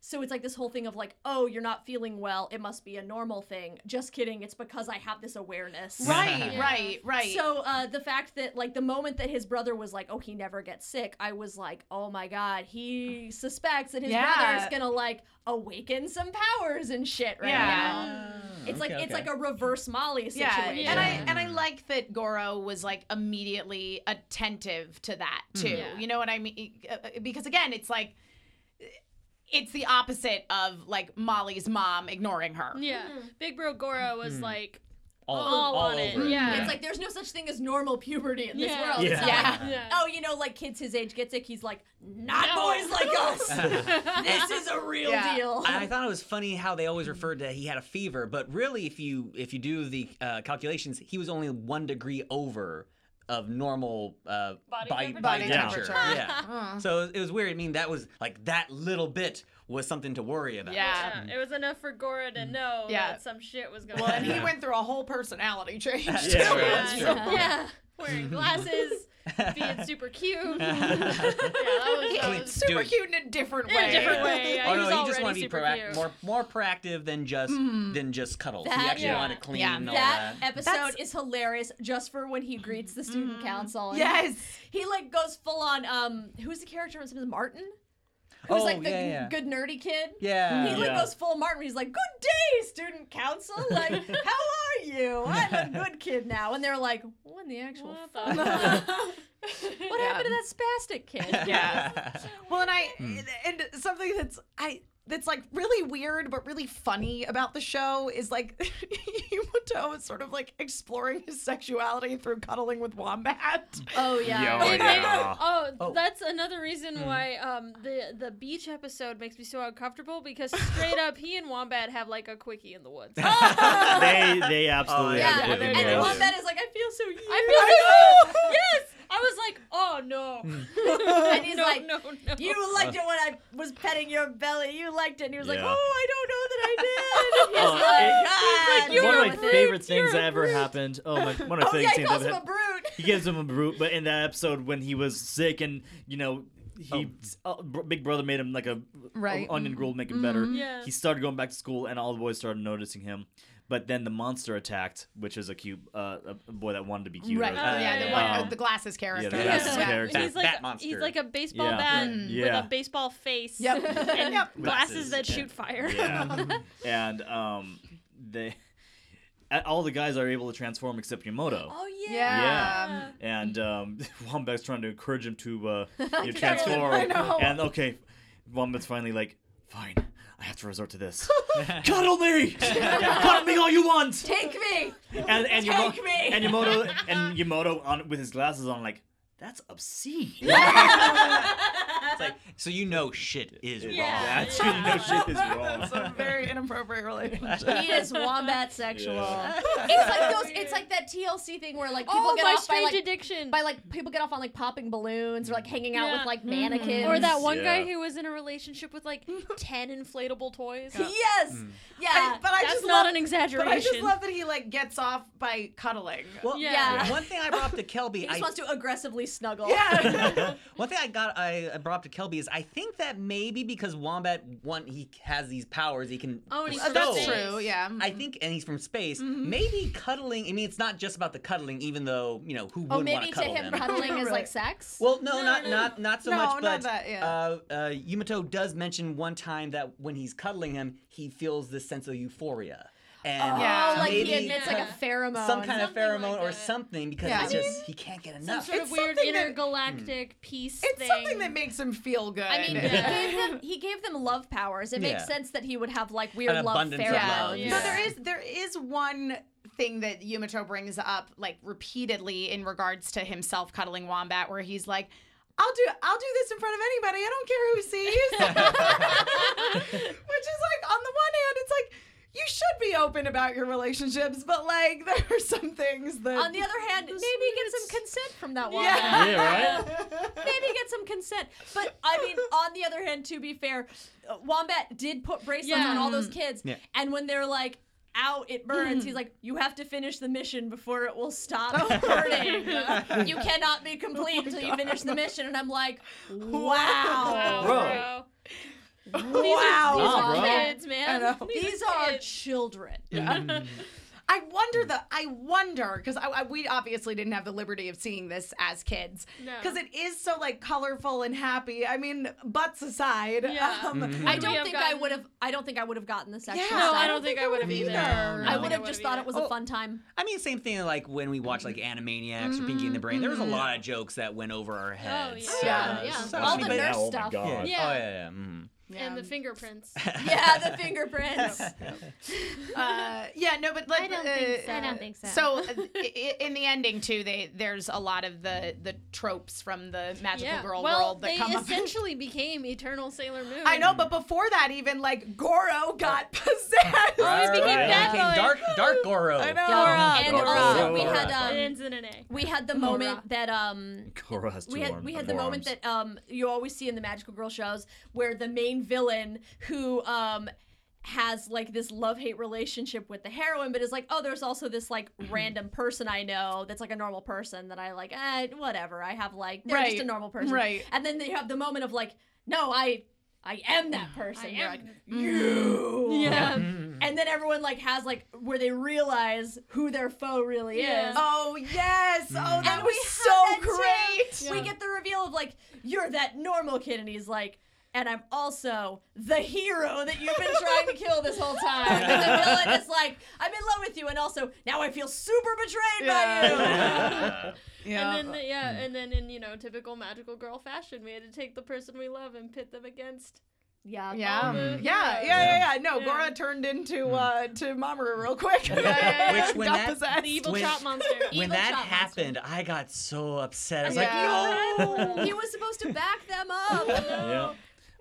Speaker 4: so it's like this whole thing of like, Oh, you're not feeling well. It must be a normal thing. Just kidding. It's because I have this awareness.
Speaker 5: right,
Speaker 3: Yeah.
Speaker 5: right, right.
Speaker 4: So uh, the fact that like the moment that his brother was like, "Oh, he never gets sick," I was like, "Oh my god, he suspects that his
Speaker 5: Yeah.
Speaker 4: brother is gonna like awaken some powers and shit right
Speaker 5: Yeah.
Speaker 4: now." It's like
Speaker 7: Mm-hmm. Okay,
Speaker 4: it's
Speaker 7: okay.
Speaker 4: like a reverse Molly situation.
Speaker 5: yeah, and I
Speaker 3: Yeah.
Speaker 5: and I like that Goro was like immediately attentive to that too.
Speaker 3: Yeah.
Speaker 5: You know what I mean? Uh, uh, Because again, it's like it's the opposite of like Molly's mom ignoring her.
Speaker 3: Yeah, Mm-hmm. Big Bro Gora was
Speaker 5: Mm.
Speaker 3: like
Speaker 7: all,
Speaker 3: all on it,
Speaker 7: over
Speaker 3: yeah.
Speaker 4: It's like there's no such thing as normal puberty in this
Speaker 3: Yeah.
Speaker 4: world. It's not
Speaker 5: Yeah.
Speaker 4: like,
Speaker 3: Yeah.
Speaker 4: oh, you know, like kids his age get sick. He's like, not
Speaker 3: No.
Speaker 4: boys like us. this is a real
Speaker 5: Yeah.
Speaker 4: deal.
Speaker 7: And I thought it was funny how they always referred to he had a fever, but really, if you if you do the uh, calculations, he was only one degree over of normal uh,
Speaker 3: Body temperature?
Speaker 5: Body temperature.
Speaker 7: Yeah. So it was weird. I mean, that was like that little bit was something to worry about.
Speaker 5: Yeah. Mm.
Speaker 3: Yeah, it was enough for Gora to know
Speaker 5: Yeah.
Speaker 3: that some shit was going
Speaker 5: Well, and
Speaker 3: on.
Speaker 5: he went through a whole personality change. too.
Speaker 6: Yeah,
Speaker 3: yeah,
Speaker 6: that's true.
Speaker 3: yeah. wearing glasses, being super cute. yeah, that was, that
Speaker 7: Clean
Speaker 3: was
Speaker 5: Super
Speaker 7: Dude.
Speaker 5: cute in a different
Speaker 3: in
Speaker 5: way.
Speaker 3: a different way. Yeah,
Speaker 7: Oh
Speaker 3: he was
Speaker 7: no, he just
Speaker 3: already
Speaker 7: want to be
Speaker 3: super
Speaker 7: proac-
Speaker 3: cute.
Speaker 7: more more proactive than just than just cuddles.
Speaker 4: That-
Speaker 7: he actually
Speaker 3: yeah.
Speaker 7: wanted clean
Speaker 5: Yeah.
Speaker 7: and all
Speaker 4: That
Speaker 7: that.
Speaker 4: episode
Speaker 5: That's- Mm-hmm.
Speaker 4: is hilarious just for when he greets the student council. and
Speaker 5: Yes.
Speaker 4: He like goes full on. Um, who's the character? Is Martin? Who's
Speaker 7: Oh,
Speaker 4: like the
Speaker 7: yeah, yeah.
Speaker 4: good nerdy kid?
Speaker 7: Yeah.
Speaker 4: He like
Speaker 6: Yeah.
Speaker 4: goes full Martin. He's like, "Good day, student council. Like, how are you? I'm a good kid now." And they're like, "What in the actual?
Speaker 3: What
Speaker 4: fuck?
Speaker 3: the fuck?
Speaker 4: What happened to that spastic kid?"
Speaker 5: Yeah. Well, and I
Speaker 6: Hmm.
Speaker 5: and something that's I that's like really weird but really funny about the show is like Yumoto is oh, sort of like exploring his sexuality through cuddling with wombat.
Speaker 4: Oh yeah.
Speaker 6: Yo,
Speaker 3: It made-
Speaker 6: yeah.
Speaker 3: oh,
Speaker 7: Oh. Hmm.
Speaker 3: that's another reason why um, the the beach episode makes me so uncomfortable because straight up he and Wombat have like a quickie in the woods. Oh,
Speaker 6: Oh. they they absolutely
Speaker 7: Oh,
Speaker 6: have
Speaker 4: Yeah, and
Speaker 6: to do
Speaker 4: then
Speaker 6: that.
Speaker 4: and Wombat is like, I feel so used.
Speaker 3: I feel so yes. I was like, oh no,
Speaker 4: and he's
Speaker 3: no,
Speaker 4: like,
Speaker 3: no, no.
Speaker 4: You liked it when I was petting your belly. You liked it. And he was like,
Speaker 6: Yeah.
Speaker 4: Oh, I don't know that I did.
Speaker 6: Oh,
Speaker 4: Oh,
Speaker 3: it-
Speaker 4: God.
Speaker 3: You're
Speaker 6: one
Speaker 3: a
Speaker 6: of my
Speaker 3: brute,
Speaker 6: favorite things
Speaker 3: you're
Speaker 6: that
Speaker 3: a
Speaker 6: ever
Speaker 3: brute.
Speaker 6: happened. Oh my!
Speaker 4: Oh,
Speaker 6: One of my
Speaker 4: yeah,
Speaker 6: favorite
Speaker 4: he
Speaker 6: things
Speaker 4: calls
Speaker 6: that
Speaker 4: him a
Speaker 6: happened.
Speaker 4: brute.
Speaker 6: He gives him a brute, but in that episode when he was sick and you know he uh, Br- Big Brother made him like a
Speaker 5: Right.
Speaker 6: a- onion gruel, make him better.
Speaker 3: Yeah.
Speaker 6: He started going back to school, and all the boys started noticing him. But then the monster attacked, which is a cute uh, a boy that wanted to be cute.
Speaker 5: Right.
Speaker 6: or-
Speaker 5: Oh, yeah, the,
Speaker 3: yeah,
Speaker 5: one-
Speaker 6: yeah.
Speaker 5: uh, the glasses character.
Speaker 6: Yeah, that's glasses
Speaker 3: Yeah.
Speaker 6: character.
Speaker 3: He's
Speaker 7: Bat-
Speaker 3: like
Speaker 7: bat
Speaker 3: he's
Speaker 7: monster.
Speaker 3: like a baseball
Speaker 6: Yeah.
Speaker 3: bat
Speaker 6: Mm.
Speaker 3: with
Speaker 6: Yeah.
Speaker 3: a baseball face
Speaker 5: Yep.
Speaker 3: and
Speaker 5: Yep.
Speaker 3: glasses
Speaker 7: Glasses,
Speaker 3: that
Speaker 6: yeah.
Speaker 3: shoot fire.
Speaker 6: Yeah. and um, they, a- all the guys are able to transform except Yamoto.
Speaker 4: Oh, yeah.
Speaker 6: Yeah. And um, Wombat's trying to encourage him to uh, you know, transform.
Speaker 5: I know.
Speaker 6: And okay, Wombat's finally like, fine, I have to resort to this. Cuddle me! Cuddle me all you want!
Speaker 4: Take me.
Speaker 6: And, and, Yamo-
Speaker 4: Take me!
Speaker 6: and Yamoto and Yamoto on with his glasses on like, that's obscene.
Speaker 7: It's like so you know shit
Speaker 6: It's
Speaker 7: is wrong.
Speaker 3: Yeah.
Speaker 6: That's you know shit is wrong.
Speaker 5: That's a very inappropriate inappropriate relationship.
Speaker 4: He is wombat sexual.
Speaker 6: Yeah.
Speaker 4: It's like those. It's like that TLC thing where like people
Speaker 3: oh,
Speaker 4: get
Speaker 3: my
Speaker 4: off by
Speaker 3: strange
Speaker 4: like
Speaker 3: addiction.
Speaker 4: by like people get off on like popping balloons or like hanging out
Speaker 3: Yeah.
Speaker 4: with
Speaker 7: Mm-hmm.
Speaker 4: like mannequins
Speaker 3: or that one guy
Speaker 6: Yeah.
Speaker 3: who was in a relationship with like ten inflatable toys.
Speaker 4: Yes.
Speaker 7: Mm.
Speaker 4: Yeah.
Speaker 5: but I
Speaker 3: That's
Speaker 5: just
Speaker 3: not
Speaker 5: love,
Speaker 3: an
Speaker 5: But I just
Speaker 3: exaggeration.
Speaker 5: love that he like gets off by cuddling.
Speaker 7: Well,
Speaker 3: Yeah.
Speaker 4: Yeah.
Speaker 7: One thing I brought up to
Speaker 4: he
Speaker 7: Kelby,
Speaker 4: just
Speaker 7: I
Speaker 4: wants to aggressively snuggle.
Speaker 5: yeah.
Speaker 7: One thing I got I I brought up to Kelby is I think that maybe because Wombat one he has these powers he can
Speaker 3: Oh, and he's
Speaker 7: bestow.
Speaker 3: from
Speaker 5: That's
Speaker 3: space.
Speaker 5: true. Yeah.
Speaker 7: I think and he's from space. Maybe cuddling I mean it's not just about the cuddling, even though, you know, who
Speaker 4: Oh,
Speaker 7: wouldn't want
Speaker 4: maybe to
Speaker 7: cuddle
Speaker 4: him
Speaker 7: them?
Speaker 4: cuddling is like
Speaker 5: Right.
Speaker 4: sex.
Speaker 7: Well, no, not not not so
Speaker 5: No,
Speaker 7: much. But
Speaker 5: not that, yeah.
Speaker 7: uh, uh, Yamato does mention one time that when he's cuddling him, he feels this sense of euphoria. And
Speaker 4: oh,
Speaker 5: Yeah.
Speaker 4: like
Speaker 7: maybe
Speaker 4: he admits like
Speaker 3: Yeah.
Speaker 4: a pheromone.
Speaker 7: some kind of
Speaker 3: Something like
Speaker 7: pheromone or
Speaker 3: that.
Speaker 7: something because
Speaker 5: Yeah.
Speaker 7: it's
Speaker 5: I
Speaker 7: just he can't get
Speaker 3: Some
Speaker 7: enough.
Speaker 3: sort of
Speaker 5: It's
Speaker 3: weird
Speaker 5: something that- Hmm.
Speaker 3: intergalactic peace
Speaker 5: It's
Speaker 3: thing.
Speaker 5: something that makes him feel good.
Speaker 3: I mean, yeah.
Speaker 4: he gave them he gave them love powers. It
Speaker 7: Yeah.
Speaker 4: makes sense that he would have like weird
Speaker 7: An
Speaker 4: love
Speaker 7: abundance of
Speaker 4: pheromones.
Speaker 7: love.
Speaker 3: Yeah.
Speaker 5: No, there is there is one thing that Yamato brings up like repeatedly in regards to himself cuddling Wombat, where he's like, "I'll do I'll do this in front of anybody. I don't care who sees." Which is like, on the one hand, it's like you should be open about your relationships, but like there are some things that
Speaker 4: On the other hand, maybe get some consent from that one.
Speaker 5: Yeah.
Speaker 6: Yeah, right?
Speaker 4: maybe get some consent. But I mean, on the other hand, to be fair, uh, Wombat did put bracelets
Speaker 3: Yeah. Mm.
Speaker 4: on all those kids,
Speaker 7: Yeah.
Speaker 4: and when they're like. Out, it burns. He's like, you have to finish the mission before it will stop
Speaker 3: Oh
Speaker 4: burning. you cannot be complete until you finish the mission. And I'm like, wow,
Speaker 3: Wow,
Speaker 6: Bro.
Speaker 3: bro.
Speaker 5: wow.
Speaker 3: These
Speaker 6: Nah,
Speaker 3: are
Speaker 6: bro.
Speaker 3: kids, man.
Speaker 5: I know.
Speaker 3: These,
Speaker 4: these are
Speaker 3: kids.
Speaker 4: children.
Speaker 5: I wonder the I wonder because I, I- we obviously didn't have the liberty of seeing this as kids
Speaker 3: No.
Speaker 5: because it is so like colorful and happy. I mean, butts aside,
Speaker 3: Yeah.
Speaker 5: um,
Speaker 6: Mm-hmm.
Speaker 4: I
Speaker 3: Would we
Speaker 4: don't
Speaker 3: have
Speaker 4: think I
Speaker 3: gotten-
Speaker 4: would have. I don't think I would have gotten the sexual.
Speaker 5: Yeah.
Speaker 3: No, I
Speaker 4: side.
Speaker 3: don't think I would have
Speaker 5: would've
Speaker 3: either.
Speaker 5: either.
Speaker 4: I
Speaker 7: No.
Speaker 4: would have just thought it was a
Speaker 7: Oh.
Speaker 4: fun time.
Speaker 7: I mean, same thing like when we watch like Animaniacs or Pinky and the Brain. There was a lot of jokes that went over our heads.
Speaker 3: yeah.
Speaker 7: Uh,
Speaker 4: Yeah.
Speaker 7: so-
Speaker 4: All the
Speaker 7: but-
Speaker 4: nurse
Speaker 6: oh my
Speaker 4: stuff.
Speaker 7: Yeah.
Speaker 6: God.
Speaker 3: Yeah.
Speaker 7: Oh yeah. yeah. mhm.
Speaker 3: And the fingerprints.
Speaker 4: Yeah, the fingerprints.
Speaker 5: uh, yeah, no, but like,
Speaker 8: I don't
Speaker 5: uh,
Speaker 8: think so. I don't think so.
Speaker 5: So uh, i- i- in the ending too, they there's a lot of the the tropes from the magical
Speaker 3: yeah.
Speaker 5: girl
Speaker 3: well,
Speaker 5: world that
Speaker 3: they
Speaker 5: come up.
Speaker 3: essentially became Eternal Sailor Moon.
Speaker 5: I know, but before that, even like Goro got possessed.
Speaker 7: All
Speaker 3: became
Speaker 7: right,
Speaker 3: bad
Speaker 7: became
Speaker 3: boy.
Speaker 7: dark, dark Goro.
Speaker 5: I know.
Speaker 4: Yeah. And
Speaker 7: Gora.
Speaker 4: also we
Speaker 6: Gora.
Speaker 4: had
Speaker 3: It
Speaker 4: um,
Speaker 3: ends in an A.
Speaker 4: we had the moment that um
Speaker 6: Korra has two
Speaker 4: we had
Speaker 6: arms,
Speaker 4: we had the
Speaker 6: four
Speaker 4: moment
Speaker 6: arms.
Speaker 4: that um you always see in the magical girl shows where the main villain who um has like this love-hate relationship with the heroine but is like oh there's also this like random person i know that's like a normal person that i like eh, whatever i have like they're just
Speaker 5: Right.
Speaker 4: a normal person
Speaker 5: Right.
Speaker 4: and then you have the moment of like no i i am that person
Speaker 3: I
Speaker 4: You're
Speaker 3: am Mm.
Speaker 4: like,
Speaker 3: Yeah.
Speaker 4: and then everyone like has like where they realize who their foe really
Speaker 3: Yeah.
Speaker 4: is
Speaker 5: Oh yes! Oh, that
Speaker 4: And we
Speaker 5: was
Speaker 4: had
Speaker 5: so
Speaker 4: that too.
Speaker 5: great.
Speaker 4: we get the reveal of like you're that normal kid and he's like and i'm also the hero that you've been trying to kill this whole time and the villain is like i'm in love with you and also now i feel super betrayed by you
Speaker 5: Yeah. Yeah. Mm.
Speaker 3: And then the, yeah, and then in you know typical magical girl fashion, we had to take the person we love and pit them against.
Speaker 4: yeah
Speaker 5: Yeah. Mm.
Speaker 3: Mhm.
Speaker 5: yeah,
Speaker 3: Yeah.
Speaker 5: yeah, yeah, yeah. No,
Speaker 3: Yeah.
Speaker 5: Gora turned into uh to Mamoru real quick.
Speaker 3: yeah, yeah.
Speaker 7: Which when
Speaker 5: Got
Speaker 7: that-
Speaker 5: possessed.
Speaker 3: The evil
Speaker 7: When-
Speaker 3: chop monster.
Speaker 7: When
Speaker 4: Evil
Speaker 7: that
Speaker 4: shot monster.
Speaker 7: happened, I got so upset. I was
Speaker 5: Yeah.
Speaker 7: like, no.
Speaker 4: he was supposed to back them up
Speaker 6: Yeah.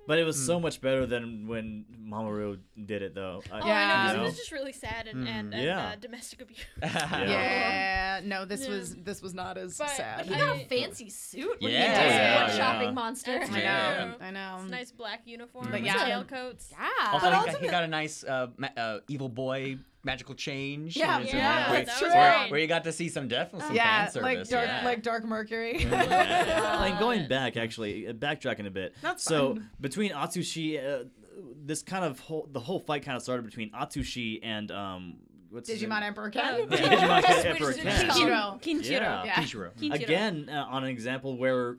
Speaker 6: But it was so much better than when Mamoru did it, though. I-
Speaker 3: Oh, I know.
Speaker 6: you
Speaker 3: It
Speaker 6: know?
Speaker 3: was just really sad and, and, and
Speaker 6: Yeah.
Speaker 3: uh, domestic abuse.
Speaker 6: Yeah.
Speaker 5: Yeah, no, this
Speaker 3: Yeah.
Speaker 5: was this was not as
Speaker 3: But
Speaker 5: sad.
Speaker 4: he
Speaker 3: I-
Speaker 4: got a fancy suit when
Speaker 7: Yeah,
Speaker 4: he does
Speaker 6: yeah,
Speaker 4: one
Speaker 6: yeah.
Speaker 4: shopping monster
Speaker 5: I know,
Speaker 7: Yeah.
Speaker 5: I know.
Speaker 3: nice black uniform,
Speaker 5: But
Speaker 3: but
Speaker 5: yeah.
Speaker 3: tail coats.
Speaker 4: yeah
Speaker 7: Also, he,
Speaker 5: But
Speaker 7: got,
Speaker 5: ultimate-
Speaker 7: he got a nice uh, ma- uh, evil boy magical change.
Speaker 5: Yeah,
Speaker 7: It was, uh,
Speaker 3: yeah,
Speaker 7: where,
Speaker 5: that's
Speaker 7: where-
Speaker 3: right.
Speaker 7: where you got to see some death some
Speaker 5: Yeah,
Speaker 7: fan
Speaker 5: like
Speaker 7: service.
Speaker 5: dark,
Speaker 7: yeah.
Speaker 5: like Dark Mercury.
Speaker 6: like going back, actually, uh, backtracking a bit.
Speaker 5: That's
Speaker 6: so between Atsushi, uh, this kind of whole the whole fight kind of started between Atsushi and um, what's his
Speaker 5: Digimon
Speaker 6: name?
Speaker 5: Emperor
Speaker 3: Oh,
Speaker 5: Ken.
Speaker 6: Yeah, Digimon
Speaker 4: Just
Speaker 6: Emperor
Speaker 4: switched to
Speaker 6: Ken.
Speaker 4: Digimon.
Speaker 5: Kinjiro.
Speaker 6: Yeah.
Speaker 5: Yeah.
Speaker 7: Kinjiro.
Speaker 3: Kinjiro.
Speaker 6: Again, uh, on an example where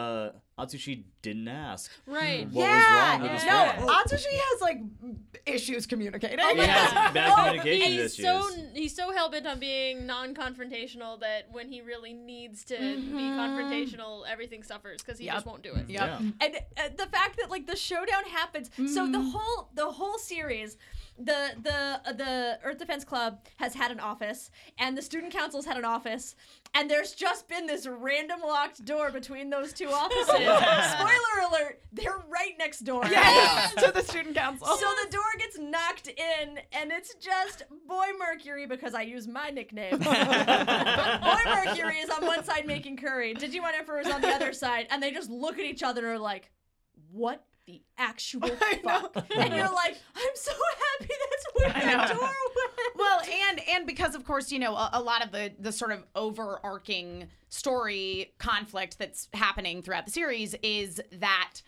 Speaker 6: uh, Atsushi didn't ask.
Speaker 3: Right.
Speaker 6: What was wrong with his
Speaker 5: yeah.
Speaker 6: friend?
Speaker 5: No, Atsushi has like issues communicating.
Speaker 6: He has bad communication
Speaker 3: And he's
Speaker 6: issues.
Speaker 3: so he's so hell bent on being non-confrontational that when he really needs to be
Speaker 5: Mm-hmm.
Speaker 3: confrontational, everything suffers because he
Speaker 5: Yep.
Speaker 3: just won't do it.
Speaker 5: Yeah.
Speaker 4: and uh, the fact that like the showdown happens so the whole the whole series the the uh, the earth defense club has had an office and the student council's had an office and there's just been this random locked door between those two offices spoiler alert they're right next door
Speaker 5: Yes, to the student council.
Speaker 4: so the door gets knocked in, and it's just Boy Mercury because I use my nickname. Boy Mercury is on one side making curry. Digimon Emperor is on the other side, and they just look at each other and are like, "What the actual fuck?" And you're like, "I'm so happy that's where that door went."
Speaker 5: well and and because of course you know a, a lot of the the sort of overarching story conflict that's happening throughout the series is that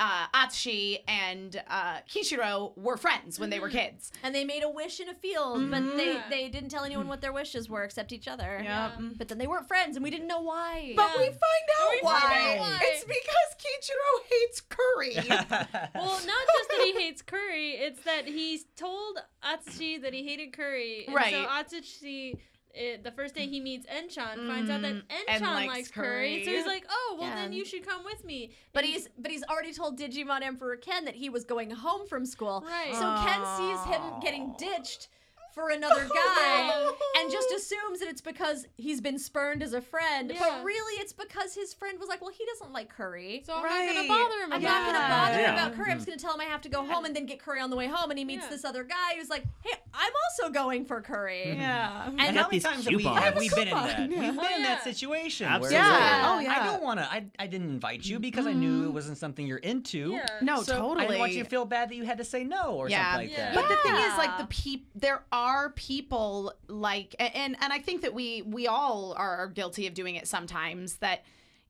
Speaker 5: uh, Atsushi and uh, Kishiro were friends when they were kids.
Speaker 4: And they made a wish in a field, but they, they didn't tell anyone what their wishes were except each other.
Speaker 5: Yeah. Yeah.
Speaker 4: But then they weren't friends, and we didn't know why.
Speaker 5: But we find out why.
Speaker 3: out why.
Speaker 5: It's because Kichiro hates curry.
Speaker 3: Well, not just that he hates curry, it's that he told Atsushi that he hated curry. And
Speaker 5: Right.
Speaker 3: So Atsushi, eh, the first day he meets Enchan, finds out that Enchan
Speaker 5: Mm-hmm. likes
Speaker 3: likes, curry. So
Speaker 5: curry.
Speaker 3: he's like, oh, well, then
Speaker 4: Yeah.
Speaker 3: you should come with me.
Speaker 4: But
Speaker 3: And
Speaker 4: he's but he's already told Digimon Emperor Ken that he was going home from school.
Speaker 3: Right.
Speaker 4: So Ken sees him getting ditched for another guy and just assumes that it's because he's been spurned as a friend.
Speaker 3: Yeah.
Speaker 4: But really it's because his friend was like, Well, he doesn't like curry.
Speaker 3: So I'm not
Speaker 5: Right.
Speaker 3: going to bother him
Speaker 4: I'm
Speaker 3: about
Speaker 4: not gonna bother
Speaker 6: Yeah.
Speaker 4: him about curry. I'm just gonna tell him I have to go home and then get curry on the way home. And he meets
Speaker 3: Yeah.
Speaker 4: this other guy who's like, "Hey, I'm also going for curry."
Speaker 5: yeah.
Speaker 7: And how many times have we,
Speaker 8: coupon.
Speaker 7: have we been in that? We've been in
Speaker 3: yeah.
Speaker 7: that situation.
Speaker 6: Absolutely.
Speaker 7: Where,
Speaker 5: Yeah.
Speaker 7: it's like,
Speaker 5: Oh, yeah.
Speaker 7: I don't want to. I, I didn't invite you because I knew it wasn't something you're into.
Speaker 3: Yeah.
Speaker 5: No,
Speaker 7: so I
Speaker 5: totally.
Speaker 7: didn't want you to feel bad that you had to say no or
Speaker 5: Yeah.
Speaker 7: something like
Speaker 3: Yeah.
Speaker 7: that.
Speaker 5: But the thing is, like
Speaker 4: Yeah.
Speaker 5: the peop, there are people like, a- and and I think that we we all are guilty of doing it sometimes. That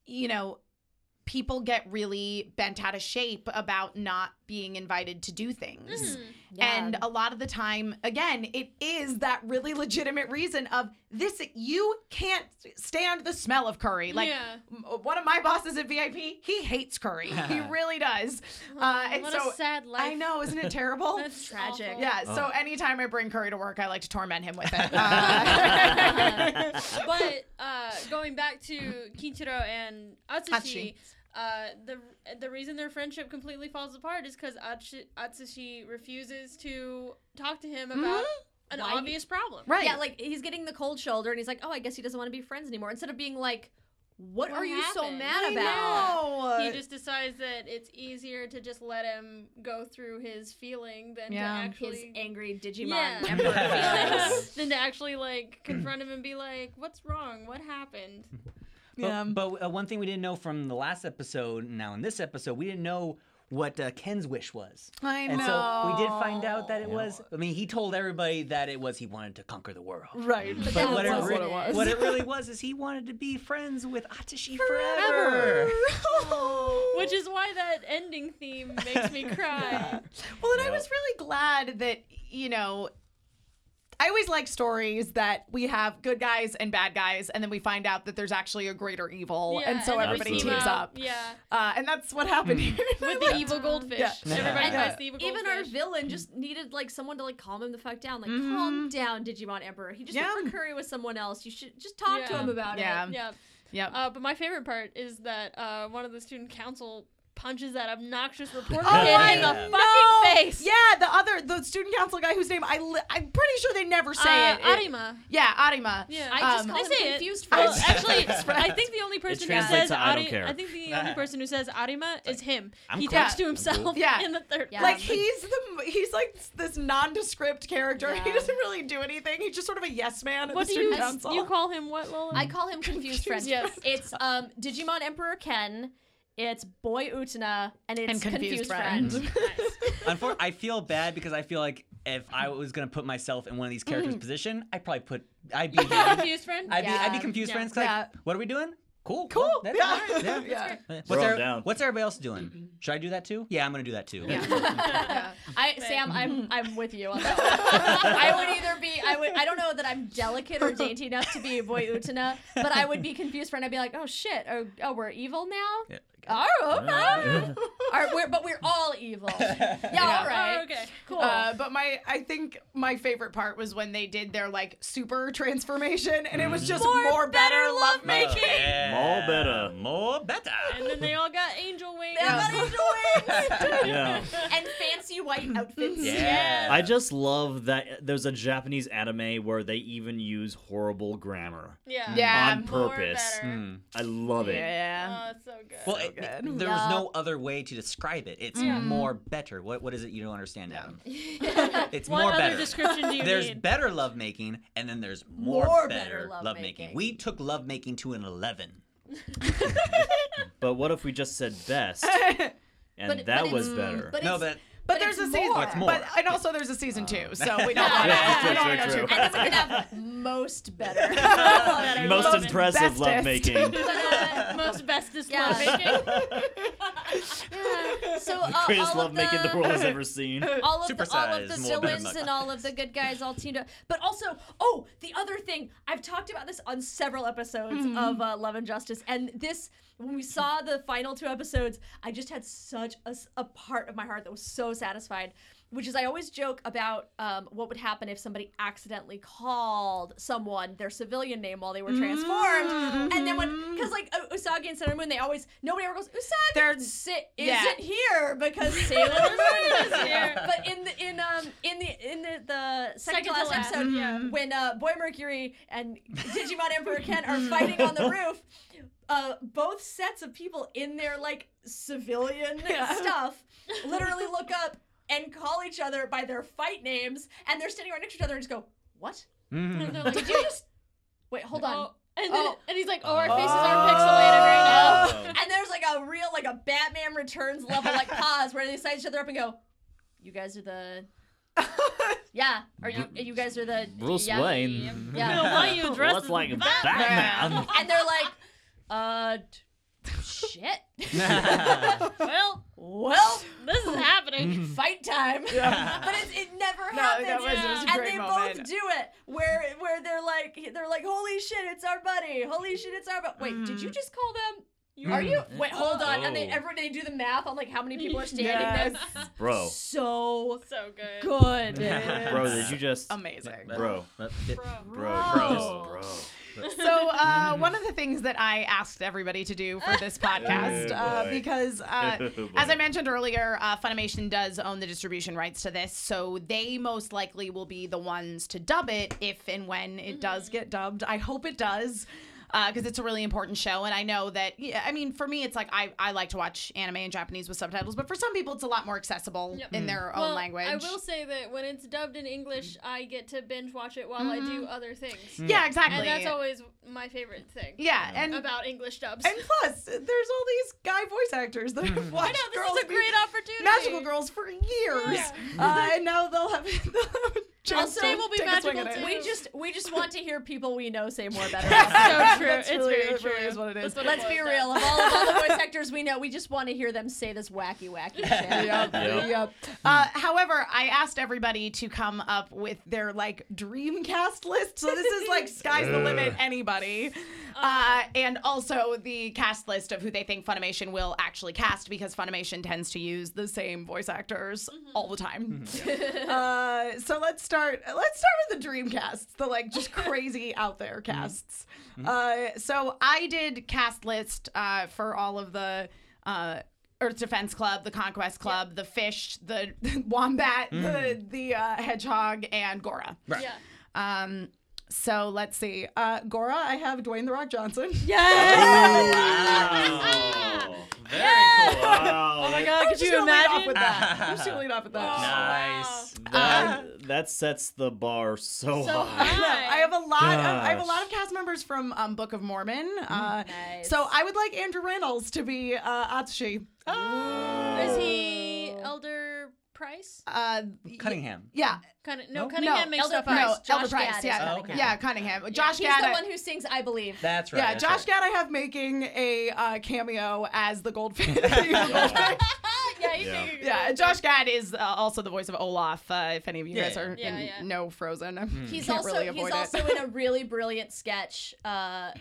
Speaker 5: you know, people get really bent out of shape about not being invited to do
Speaker 3: Mm-hmm.
Speaker 5: things.
Speaker 3: Mm.
Speaker 5: And a lot of the time, again, it is that really legitimate reason of this. You can't stand the smell of curry. Like
Speaker 3: Yeah.
Speaker 5: m- uh, one of my bosses at VIP, he hates curry. he really does. Uh, and
Speaker 3: what
Speaker 5: so
Speaker 3: a sad life.
Speaker 5: I know, isn't it terrible?
Speaker 3: That's
Speaker 4: Tragic.
Speaker 3: awful.
Speaker 5: Yeah, so anytime I bring curry to work, I like to torment him with it. Uh,
Speaker 3: but uh, going back to Kichiro and Atsushi,
Speaker 5: Atsushi.
Speaker 3: uh, the the reason their friendship completely falls apart is because Atsushi refuses to talk to him about an
Speaker 4: Why?
Speaker 3: obvious problem.
Speaker 5: Mm-hmm. right.
Speaker 4: Yeah, like he's getting the cold shoulder and he's like, oh, I guess he doesn't want to be friends anymore. Instead of being like, what,
Speaker 3: What
Speaker 4: are you so
Speaker 3: happened?
Speaker 4: mad
Speaker 5: I
Speaker 4: about?
Speaker 5: know.
Speaker 3: He just decides that it's easier to just let him go through his feeling than
Speaker 5: Yeah.
Speaker 3: to
Speaker 4: His
Speaker 3: actually
Speaker 4: angry Digimon
Speaker 3: yeah.
Speaker 4: emperor feelings.
Speaker 3: than to actually like confront him and be like, "What's wrong? What happened?"
Speaker 7: But, but uh, one thing we didn't know from the last episode, now in this episode, we didn't know what uh, Ken's wish was.
Speaker 5: I
Speaker 7: and so we did find out that it was. I mean, he told everybody that it was he wanted to conquer the world.
Speaker 5: right.
Speaker 4: But
Speaker 7: But
Speaker 4: that
Speaker 7: what it,
Speaker 4: wasn't
Speaker 7: re-
Speaker 4: what it was.
Speaker 7: what it really was is he wanted to be friends with Atashi forever.
Speaker 3: Which is why that ending theme makes me cry.
Speaker 5: Well, and I was really glad that, you know, I always like stories that we have good guys and bad guys, and then we find out that there's actually a greater evil,
Speaker 3: Yeah,
Speaker 5: and so
Speaker 3: then we
Speaker 5: everybody
Speaker 3: team
Speaker 5: teams up.
Speaker 3: Yeah,
Speaker 5: Uh, and that's what happened
Speaker 7: Hmm.
Speaker 5: here.
Speaker 3: with the evil goldfish.
Speaker 5: Yeah.
Speaker 3: Everybody
Speaker 5: Yeah.
Speaker 3: buys the evil
Speaker 4: Even our
Speaker 3: goldfish.
Speaker 4: villain just needed like someone to like calm him the fuck down. Like, calm down, Digimon Emperor. He just
Speaker 5: Yeah.
Speaker 4: went for curry with someone else. You should just talk to
Speaker 3: Yeah.
Speaker 4: him about
Speaker 5: Yeah.
Speaker 4: it.
Speaker 3: yeah.
Speaker 5: Yep.
Speaker 3: Uh, but my favorite part is that uh, one of the student council punches that obnoxious reporter
Speaker 5: Oh,
Speaker 3: kid
Speaker 5: I
Speaker 3: in the fucking
Speaker 5: know.
Speaker 3: face.
Speaker 5: Yeah, the other, the student council guy whose name I, li- I'm pretty sure they never say
Speaker 3: Uh,
Speaker 5: it. It-
Speaker 3: Arima.
Speaker 5: Yeah, Arima.
Speaker 3: Yeah.
Speaker 4: I just
Speaker 5: Um,
Speaker 4: call
Speaker 3: I
Speaker 4: him
Speaker 3: say it.
Speaker 4: confused for
Speaker 3: Well,
Speaker 4: us.
Speaker 3: actually, I think the only person who
Speaker 8: translates
Speaker 3: says
Speaker 8: to I don't
Speaker 3: Ari-
Speaker 8: care.
Speaker 3: I think the only person who says Arima is him.
Speaker 8: I'm
Speaker 3: he
Speaker 8: cool.
Speaker 3: talks to
Speaker 8: Yeah.
Speaker 3: himself
Speaker 5: Yeah.
Speaker 3: in the third.
Speaker 4: Yeah.
Speaker 5: Like he's the he's like this nondescript character. He
Speaker 4: Yeah.
Speaker 5: doesn't really do anything. He's just sort of a yes man at
Speaker 3: What
Speaker 5: the
Speaker 3: do you
Speaker 5: student council.
Speaker 3: you call him? What Lola?
Speaker 4: I call him confused friend.
Speaker 3: Yes.
Speaker 4: It's um Digimon Emperor Ken, it's Boy Utana, and it's
Speaker 5: And
Speaker 4: confused,
Speaker 5: Confused Friend.
Speaker 4: friend.
Speaker 7: Unfor- I feel bad because I feel like if I was gonna put myself in one of these characters' position, I'd probably put I'd be I'd
Speaker 3: confused friend.
Speaker 7: be, I'd be confused
Speaker 3: Yeah.
Speaker 7: friends. 'cause
Speaker 5: Yeah.
Speaker 7: Like, what are we doing? Cool.
Speaker 5: Cool.
Speaker 7: well, that's
Speaker 5: yeah.
Speaker 7: all right,
Speaker 5: yeah.
Speaker 7: What's,
Speaker 6: all
Speaker 7: our-
Speaker 6: down.
Speaker 7: what's everybody else doing? Should I do that too? Yeah, I'm gonna do that too.
Speaker 4: I Sam, I'm I'm with you on that one. I would either be I would I don't know that I'm delicate or dainty enough to be a boy Utana, but I would be confused friend. I'd be like, oh shit, oh, oh we're evil now? Oh okay. Are- we're- but we're all evil. Yeah, all right.
Speaker 3: Oh, okay.
Speaker 4: Cool.
Speaker 5: Uh, but my, I think my favorite part was when they did their like super transformation, and it was just more, better, love making.
Speaker 6: More better.
Speaker 7: More better.
Speaker 3: And then they all got angel wings.
Speaker 4: Everybody joins!
Speaker 6: Yeah.
Speaker 4: and fancy white outfits.
Speaker 7: Yeah.
Speaker 6: I just love that there's a Japanese anime where they even use horrible grammar
Speaker 3: Yeah.
Speaker 5: Yeah.
Speaker 6: on purpose.
Speaker 3: More better.
Speaker 6: I love it.
Speaker 5: Yeah.
Speaker 3: Oh, it's so good.
Speaker 7: Hmm. Well, it,
Speaker 5: good.
Speaker 7: There's
Speaker 4: Yeah.
Speaker 7: no other way to describe it. It's more better. What what is it you don't understand, Adam? it's
Speaker 3: What
Speaker 7: more
Speaker 3: other
Speaker 7: better.
Speaker 3: description do you
Speaker 7: there's
Speaker 3: need?
Speaker 7: better lovemaking, and then there's more,
Speaker 4: More better
Speaker 7: better,
Speaker 4: lovemaking.
Speaker 7: lovemaking. We took lovemaking to an eleven.
Speaker 6: But what if we just said best, and
Speaker 4: But-
Speaker 6: that
Speaker 4: but
Speaker 6: was
Speaker 4: it's-
Speaker 6: better?
Speaker 4: But
Speaker 7: no,
Speaker 4: it's,
Speaker 7: but
Speaker 5: But, there's a
Speaker 4: it's
Speaker 5: season.
Speaker 4: more.
Speaker 7: It's more.
Speaker 5: But and also there's a season two, so we don't want
Speaker 6: Yeah,
Speaker 5: to
Speaker 6: true,
Speaker 5: don't
Speaker 6: true,
Speaker 5: wanna go
Speaker 6: true.
Speaker 5: too
Speaker 4: I
Speaker 5: far.
Speaker 4: guess it could have most better.
Speaker 3: better
Speaker 6: most
Speaker 3: loving.
Speaker 6: impressive
Speaker 5: Bestest.
Speaker 6: lovemaking.
Speaker 3: most bestest
Speaker 4: Yeah.
Speaker 7: Hmm.
Speaker 3: lovemaking.
Speaker 4: so uh,
Speaker 6: Greatest
Speaker 4: all of
Speaker 6: lovemaking the...
Speaker 4: the
Speaker 6: world has ever seen.
Speaker 4: all of the, all of the
Speaker 7: Supersize, more better
Speaker 4: villains
Speaker 7: mug.
Speaker 4: and all of the good guys all teamed up. But also, oh, the other thing I've talked about this on several episodes
Speaker 5: Hmm.
Speaker 4: of uh, Love and Justice, and this when we saw the final two episodes, I just had such a, s- a part of my heart that was so satisfied. Which is, I always joke about um, what would happen if somebody accidentally called someone their civilian name while they were transformed,
Speaker 5: Mm-hmm.
Speaker 4: and then when, because like uh, Usagi and Sailor Moon, they always nobody ever goes Usagi
Speaker 5: They're-
Speaker 4: sit,
Speaker 5: yeah.
Speaker 4: isn't here because Sailor Moon is here. But in the in um in the in the, the second,
Speaker 3: Second to
Speaker 4: last,
Speaker 3: last,
Speaker 4: episode,
Speaker 3: yeah.
Speaker 4: when uh, Boy Mercury and Digimon Emperor Ken
Speaker 3: Mm-hmm.
Speaker 4: are fighting on the roof, uh, both sets of people in their like civilian stuff literally look up and call each other by their fight names, and they're standing right next to each other and just go, "What?
Speaker 3: And they're like,
Speaker 4: Did you just wait? Hold on."
Speaker 3: oh. And, then,
Speaker 4: Oh.
Speaker 3: and he's like, oh, our faces are pixelated right now.
Speaker 4: And there's like a real like a Batman Returns level like pause where they size each other up and go, "You guys are the." Yeah, are you? You guys are the
Speaker 6: Bruce
Speaker 4: yeah,
Speaker 6: Wayne.
Speaker 3: I
Speaker 4: Yeah,
Speaker 3: don't know why you dressed
Speaker 6: What's
Speaker 3: as
Speaker 6: like
Speaker 3: Batman.
Speaker 6: Batman?
Speaker 4: and they're like, uh, d- shit.
Speaker 3: Well,
Speaker 5: Well,
Speaker 3: this is
Speaker 7: Hmm.
Speaker 3: happening.
Speaker 4: Fight time. but it's, it never happens.
Speaker 5: that was- it was a
Speaker 4: and
Speaker 5: great
Speaker 4: they both
Speaker 5: moment.
Speaker 4: do it where where they're like they're like, holy shit, it's our buddy. Holy shit, it's our buddy. Wait, did
Speaker 5: Mm.
Speaker 4: you just call them? Are you? Wait, hold on. And they
Speaker 6: Oh.
Speaker 4: everyone they do the math on like how many people are standing there.
Speaker 5: yes.
Speaker 6: Bro,
Speaker 4: So
Speaker 3: so good.
Speaker 4: good.
Speaker 6: bro, did you just
Speaker 5: Amazing.
Speaker 6: bro,
Speaker 3: Bro.
Speaker 6: bro, bro, bro?
Speaker 5: So uh, one of the things that I asked everybody to do for this podcast,
Speaker 6: Oh,
Speaker 5: uh,
Speaker 6: boy.
Speaker 5: because uh,
Speaker 6: Oh, boy.
Speaker 5: as I mentioned earlier, uh, Funimation does own the distribution rights to this, so they most likely will be the ones to dub it if and when it
Speaker 3: Mm.
Speaker 5: does get dubbed. I hope it does. Because it's a really important show, and I know that. Yeah, I mean, for me, it's like I, I like to watch anime in Japanese with subtitles, but for some people, it's a lot more accessible
Speaker 3: Yep.
Speaker 5: in their own
Speaker 3: Well,
Speaker 5: language.
Speaker 3: I will say that when it's dubbed in English, I get to binge watch it while I do
Speaker 4: Mm-hmm.
Speaker 3: other things.
Speaker 7: Hmm.
Speaker 5: yeah, exactly.
Speaker 3: And that's always my favorite thing
Speaker 5: yeah, and
Speaker 3: about English dubs.
Speaker 5: And plus, there's all these guy voice actors that have watched
Speaker 3: this
Speaker 5: girls
Speaker 3: is a
Speaker 5: be
Speaker 3: great opportunity.
Speaker 5: magical girls for years, uh, and now they'll have. They'll have a chance
Speaker 4: Also,
Speaker 5: to
Speaker 4: they will
Speaker 3: be
Speaker 5: take a swing
Speaker 3: magical
Speaker 5: at it.
Speaker 3: too.
Speaker 4: We just we just want to hear people we know say more better.
Speaker 3: so true.
Speaker 5: That's
Speaker 3: it's
Speaker 5: really-
Speaker 3: very
Speaker 5: that
Speaker 3: true.
Speaker 5: really is what it
Speaker 3: That's
Speaker 5: is.
Speaker 3: what
Speaker 4: Let's be
Speaker 3: boils
Speaker 4: real.
Speaker 3: down
Speaker 4: Of all, of all the voice actors we know, we just want to hear them say this wacky, wacky shit.
Speaker 5: Yep,
Speaker 6: Yep.
Speaker 5: yep. Uh, however, I asked everybody to come up with their like dream cast list. So this is like sky's the limit, anybody. Uh, and also the cast list of who they think Funimation will actually cast because Funimation tends to use the same voice actors all the time. uh, so let's start. Let's start with the dream casts, the like just crazy out there casts. Uh, so I did cast list uh, for all of the. Uh, Earth Defense Club, the Conquest Club, the Fish, the Wombat,
Speaker 7: Mm.
Speaker 5: the the uh, Hedgehog, and Gora.
Speaker 3: to- Yeah.
Speaker 5: Um, so let's see. Uh, Gora, I have Dwayne the Rock Johnson.
Speaker 6: Wow.
Speaker 7: Very cool.
Speaker 6: Oh, Wow. Ah! Oh my
Speaker 5: I'm
Speaker 3: God,
Speaker 5: just gonna lead off with that. I'm just gonna lead off with
Speaker 4: Oh,
Speaker 5: that.
Speaker 7: Nice.
Speaker 6: That, that sets the bar Ah. so,
Speaker 3: So
Speaker 6: high.
Speaker 5: No, I have a lot. Of, I have a
Speaker 6: Gosh.
Speaker 5: lot of cast members from um, Book of Mormon. Uh,
Speaker 4: Mm, Nice.
Speaker 5: So I would like Andrew Reynolds to be uh, Atsushi.
Speaker 3: Is he Elder Price?
Speaker 5: Uh,
Speaker 7: Cunningham.
Speaker 5: yeah,
Speaker 3: Kind of. No,
Speaker 7: No?
Speaker 3: Cunningham
Speaker 5: No,
Speaker 3: makes
Speaker 4: Elder
Speaker 3: up
Speaker 4: Price.
Speaker 5: no,
Speaker 3: ours.
Speaker 4: Josh
Speaker 5: Elder Price.
Speaker 4: Gad is
Speaker 5: yeah,
Speaker 7: Oh, okay.
Speaker 5: yeah, Cunningham. Josh
Speaker 4: He's
Speaker 5: Gad. uh,
Speaker 4: the
Speaker 5: I-
Speaker 4: one who sings "I Believe."
Speaker 7: That's right.
Speaker 5: Yeah,
Speaker 7: that's
Speaker 5: Josh
Speaker 7: right.
Speaker 5: Gad, I have making a uh, cameo as the goldfish. yeah,
Speaker 3: yeah,
Speaker 6: Yeah.
Speaker 3: he's making a
Speaker 5: and
Speaker 3: good-
Speaker 5: Josh Gad is uh, also the voice of Olaf. Uh, if any of you
Speaker 7: Yeah, Hmm.
Speaker 5: guys are
Speaker 3: yeah. Yeah,
Speaker 5: in,
Speaker 3: yeah.
Speaker 5: know Frozen,
Speaker 4: He's
Speaker 5: Hmm. Can't
Speaker 4: also
Speaker 5: really
Speaker 4: he's
Speaker 5: avoid it.
Speaker 4: also in a really brilliant sketch uh, uh,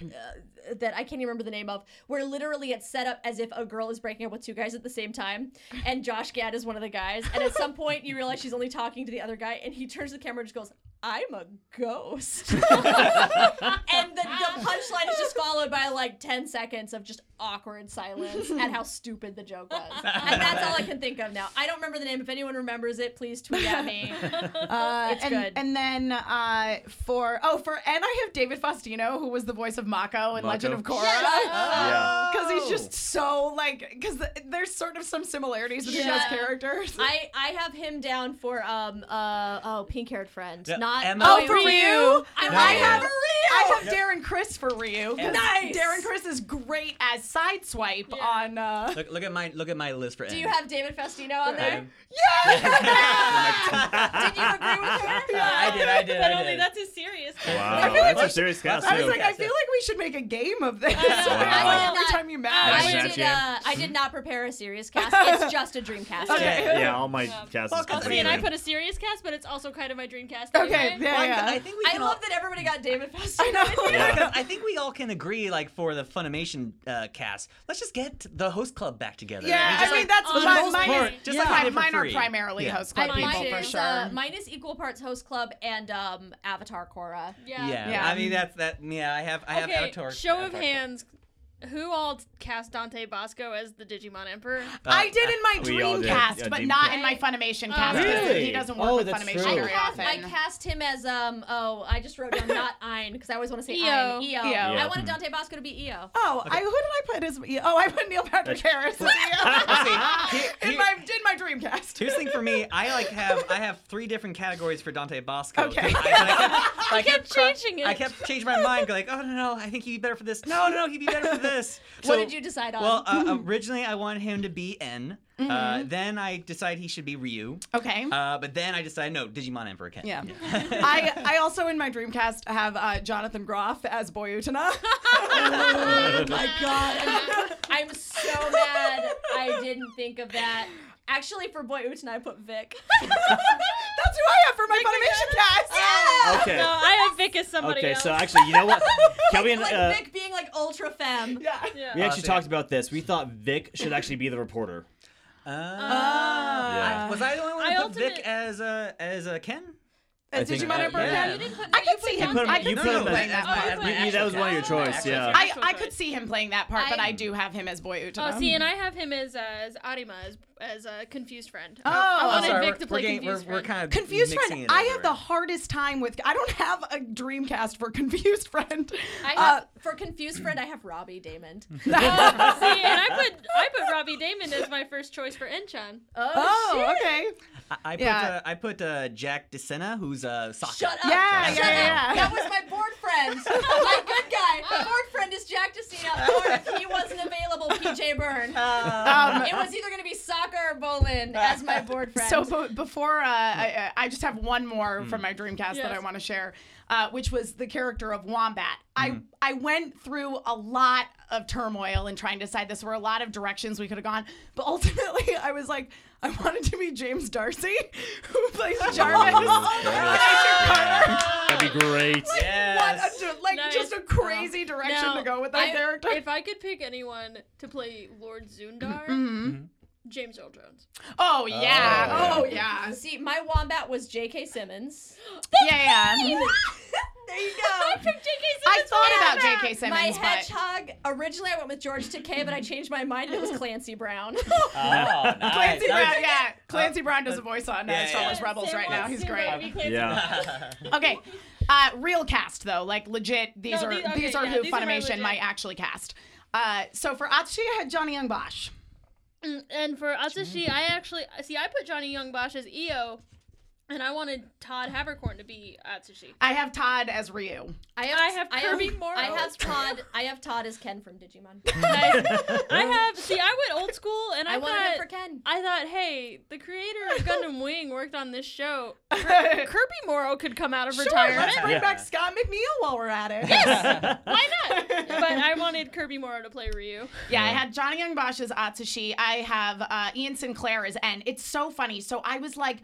Speaker 4: that I can't even remember the name of, where literally it's set up as if a girl is breaking up with two guys at the same time, and Josh Gad is one of the guys, and at some point you realize she's only talking to the other guy, and he turns to the camera and just goes, I'm a ghost. and the, the punchline is just followed by like 10 seconds of just awkward silence at how stupid the joke was. And that's all I can think of now. I don't remember the name. If anyone remembers it, please tweet at me.
Speaker 5: Uh,
Speaker 4: Oh, It's
Speaker 5: and,
Speaker 4: good.
Speaker 5: and then uh, for oh for and I have David Faustino who was the voice of Mako in
Speaker 6: Mako.
Speaker 5: Legend of Korra.
Speaker 6: Yeah.
Speaker 5: Because
Speaker 7: Oh.
Speaker 5: he's just so like, because there's sort of some similarities between
Speaker 4: Yeah.
Speaker 5: those characters.
Speaker 4: I, I have him down for um uh oh pink haired friend
Speaker 7: Yeah,
Speaker 4: not
Speaker 7: Emma.
Speaker 5: oh,
Speaker 7: Oh,
Speaker 5: for Ryu,
Speaker 4: I,
Speaker 5: I
Speaker 4: I
Speaker 5: have
Speaker 4: have
Speaker 5: I have Darren Chris for Ryu.
Speaker 4: Nice.
Speaker 5: Darren Chris is great as Sideswipe
Speaker 3: Yeah.
Speaker 5: on. Uh,
Speaker 7: Look, look at my look at my list for.
Speaker 4: Do you have David Faustino on there? Did you agree with her?
Speaker 7: I did. I did.
Speaker 3: But
Speaker 7: I
Speaker 3: only
Speaker 7: did.
Speaker 3: that's a serious thing.
Speaker 6: Wow,
Speaker 5: feel like
Speaker 6: that's a serious cast.
Speaker 5: I was
Speaker 6: too.
Speaker 5: like, I feel like we should make a game of this.
Speaker 6: I
Speaker 4: did
Speaker 5: Every
Speaker 4: not-
Speaker 5: time you match.
Speaker 6: Yes,
Speaker 4: I
Speaker 6: Snatch
Speaker 4: did.
Speaker 6: Game.
Speaker 4: Uh, I did not prepare a serious cast. It's just a dream cast.
Speaker 5: Okay.
Speaker 6: yeah, yeah, all my cast is
Speaker 7: Well, 'cause, I
Speaker 3: See,
Speaker 6: completely.
Speaker 3: and I put a serious cast, but it's also kind of my dream cast.
Speaker 5: Okay,
Speaker 3: anyway.
Speaker 5: yeah, yeah.
Speaker 7: I think we
Speaker 4: I
Speaker 7: can all-
Speaker 4: love that everybody got David Faustino.
Speaker 6: Yeah.
Speaker 7: Because I think we all can agree, like for the Funimation uh, cast, let's just get the host club back together.
Speaker 5: Yeah,
Speaker 7: And
Speaker 5: I
Speaker 7: just,
Speaker 5: mean
Speaker 7: like,
Speaker 5: that's
Speaker 3: on the
Speaker 5: mine.
Speaker 3: most
Speaker 5: Mine,
Speaker 7: part,
Speaker 5: is,
Speaker 7: just like we
Speaker 5: mine,
Speaker 7: did for
Speaker 5: mine are
Speaker 7: free.
Speaker 5: primarily
Speaker 7: Yeah.
Speaker 5: host club
Speaker 4: Mine,
Speaker 5: people for
Speaker 4: is,
Speaker 5: sure.
Speaker 4: uh, mine is equal parts host club and um, Avatar Korra.
Speaker 3: Yeah.
Speaker 7: yeah.
Speaker 5: Yeah.
Speaker 7: I mean that's that. Yeah, I have. I have
Speaker 3: Okay,
Speaker 7: Avatar.
Speaker 3: show of
Speaker 7: Avatar.
Speaker 3: hands. Who all cast Dante Bosco as the Digimon Emperor?
Speaker 7: Uh,
Speaker 5: I did in my
Speaker 6: we all
Speaker 5: dream
Speaker 6: did.
Speaker 5: cast,
Speaker 6: Yeah,
Speaker 5: but
Speaker 6: dream
Speaker 5: not
Speaker 6: cast.
Speaker 5: in my Funimation
Speaker 3: Oh.
Speaker 5: cast because
Speaker 6: Really?
Speaker 5: he doesn't work
Speaker 8: Oh,
Speaker 5: with
Speaker 8: that's
Speaker 5: Funimation
Speaker 8: true.
Speaker 5: very
Speaker 4: I, cast,
Speaker 5: often.
Speaker 4: I cast him as um oh I just wrote down not Ein because I always want
Speaker 7: E
Speaker 4: to say
Speaker 3: Io.
Speaker 4: Ein, Eo.
Speaker 5: Io.
Speaker 4: I wanted Dante Bosco to be E Eo.
Speaker 5: Oh, I, who did I put as? yeah, Oh, I put Neil Patrick Harris as Eo. in
Speaker 7: here-
Speaker 5: my in my Dreamcast.
Speaker 7: Here's the thing for me. I like have I have three different categories for Dante Bosco.
Speaker 5: Okay.
Speaker 7: I, I kept, I
Speaker 3: kept
Speaker 7: cro-
Speaker 3: changing it.
Speaker 7: I kept changing my mind. Like, oh no, no, I think he'd be better for this. No, no, no, he'd be better for this.
Speaker 4: what
Speaker 7: So-
Speaker 4: did you decide on?
Speaker 7: Well, uh, originally I wanted him to be N. Uh, then I decided he should be Ryu.
Speaker 5: Okay.
Speaker 7: Uh, but then I decided no, Digimon Emperor Ken.
Speaker 5: Yeah. I I also in my Dreamcast have uh, Jonathan Groff as Boyutana.
Speaker 7: Uh,
Speaker 4: my god. I'm so mad I didn't think of that. Actually, for Boy Utin, I put Vic.
Speaker 5: That's who I have for my Funimation cast. Yeah.
Speaker 6: okay.
Speaker 3: No, I have Vic as somebody
Speaker 8: Okay,
Speaker 3: else.
Speaker 8: so actually, you know what? Kelby and
Speaker 4: like
Speaker 8: uh,
Speaker 4: Vic being like ultra femme.
Speaker 5: Yeah.
Speaker 3: yeah.
Speaker 8: we actually
Speaker 6: Oh,
Speaker 7: so yeah.
Speaker 8: talked about this. We thought Vic should actually be the reporter.
Speaker 7: Uh,
Speaker 3: Uh,
Speaker 6: Yeah.
Speaker 7: was I the only one
Speaker 3: I
Speaker 7: who put
Speaker 3: ultimate-
Speaker 7: Vic as a as a Ken?
Speaker 5: As
Speaker 8: think-
Speaker 5: Digimon
Speaker 8: uh,
Speaker 5: Emperor
Speaker 7: yeah.
Speaker 5: Ken?
Speaker 7: You
Speaker 3: didn't put-
Speaker 5: I could see
Speaker 3: you
Speaker 5: him.
Speaker 3: put him-
Speaker 5: I could
Speaker 7: No,
Speaker 5: see
Speaker 7: no,
Speaker 5: him
Speaker 7: no, as
Speaker 5: playing that
Speaker 7: my-
Speaker 5: part.
Speaker 7: as my
Speaker 3: You-
Speaker 6: You-
Speaker 7: actual
Speaker 6: that was one of your
Speaker 7: Ken.
Speaker 6: choice, yeah.
Speaker 5: I,
Speaker 3: Actual
Speaker 5: I
Speaker 3: choice.
Speaker 5: could see him playing that part, but I do have him as Boy Utana.
Speaker 3: Oh, see, and I have him as uh, as Arima, as, as a confused friend.
Speaker 5: Oh,
Speaker 3: I
Speaker 5: I'm
Speaker 3: wanted Vic
Speaker 7: sorry, we're-
Speaker 3: to
Speaker 7: we're
Speaker 3: play
Speaker 7: getting-
Speaker 3: confused
Speaker 7: we're, we're
Speaker 3: friend.
Speaker 7: kind of
Speaker 5: Confused
Speaker 7: mixing
Speaker 5: Friend.
Speaker 7: it
Speaker 5: I
Speaker 7: up
Speaker 5: have the
Speaker 7: everywhere.
Speaker 5: hardest time with. I don't have a Dreamcast for Confused Friend.
Speaker 4: I
Speaker 5: Uh,
Speaker 4: have, for confused friend, I have Robbie Damon.
Speaker 3: Oh, see, and I put I put Robbie Damon as my first choice for Enchan.
Speaker 4: Oh,
Speaker 5: oh,
Speaker 4: shit.
Speaker 5: okay.
Speaker 7: I, I put
Speaker 5: Yeah.
Speaker 7: uh, I put uh, Jack DeSena, who's uh, Sokka.
Speaker 4: Shut up.
Speaker 5: Yeah,
Speaker 4: Shut
Speaker 5: yeah, yeah,
Speaker 4: up.
Speaker 5: yeah.
Speaker 4: That was my board friend. my good guy. My board friend is Jack DeCina. Or if he wasn't available, PJ Byrne.
Speaker 7: Uh,
Speaker 5: Um,
Speaker 4: it was either going to be soccer or Bolin as my board friend.
Speaker 5: So b- before uh, I, I I just have one more from my Dreamcast that I
Speaker 3: Yes.
Speaker 5: want to share, uh, which was the character of Wombat. I I went through a lot of turmoil in trying to decide. This were a lot of directions we could have gone, but ultimately I was like, I wanted to be James Darcy, who plays Jarvis.
Speaker 6: That'd be great.
Speaker 5: What
Speaker 7: Yes.
Speaker 5: a di- like
Speaker 3: Nice.
Speaker 5: just a crazy direction
Speaker 3: Now,
Speaker 5: to go with that
Speaker 3: I-
Speaker 5: character.
Speaker 3: If I could pick anyone to play Lord Zundar,
Speaker 5: Mm-hmm.
Speaker 6: Mm-hmm.
Speaker 3: James Earl Jones.
Speaker 5: oh yeah,
Speaker 8: Oh,
Speaker 5: oh yeah,
Speaker 4: See, my wombat was J.K. Simmons.
Speaker 5: yeah, yeah.
Speaker 4: There you go.
Speaker 5: I thought about J.K. Simmons,
Speaker 4: my
Speaker 5: but
Speaker 4: hedgehog. Originally, I went with George Takei, but I changed my mind. and It was Clancy Brown.
Speaker 7: Oh, nice.
Speaker 5: Clancy
Speaker 7: Nice.
Speaker 5: Brown, yeah. Clancy Brown does a voice on uh,
Speaker 7: yeah,
Speaker 5: Star
Speaker 7: yeah.
Speaker 5: Wars Rebels right now. He's great.
Speaker 6: Yeah.
Speaker 5: Okay, uh, real cast though, like legit. These
Speaker 3: No,
Speaker 5: are
Speaker 3: the-
Speaker 5: these,
Speaker 3: okay,
Speaker 5: are
Speaker 3: yeah,
Speaker 5: who
Speaker 3: these are my
Speaker 5: Funimation
Speaker 3: legit.
Speaker 5: might actually cast. Uh, so for Atsushi, I had Johnny Young Bosch.
Speaker 3: And for Atsushi, I actually see I put Johnny Young Bosch as Io, and I wanted Todd Havercorn to be Atsushi.
Speaker 5: I have Todd as Ryu.
Speaker 4: I
Speaker 3: I have Kirby Morrow.
Speaker 4: I have Todd. I have Todd as Ken from Digimon.
Speaker 3: I have see I went old school, and I,
Speaker 4: I wanted him
Speaker 3: thought
Speaker 4: for Ken.
Speaker 3: I thought, hey, the creator of Gundam Wing worked on this show. Kirby Morrow could come out of retirement.
Speaker 5: Let's bring
Speaker 7: Yeah.
Speaker 5: back Scott McNeil while we're at it.
Speaker 3: Why not? But I wanted Kirby Morrow to play Ryu.
Speaker 5: Yeah, I had Johnny Young Ah Bosch as Atsushi. I have uh, Ian Sinclair as N. It's so funny. So I was like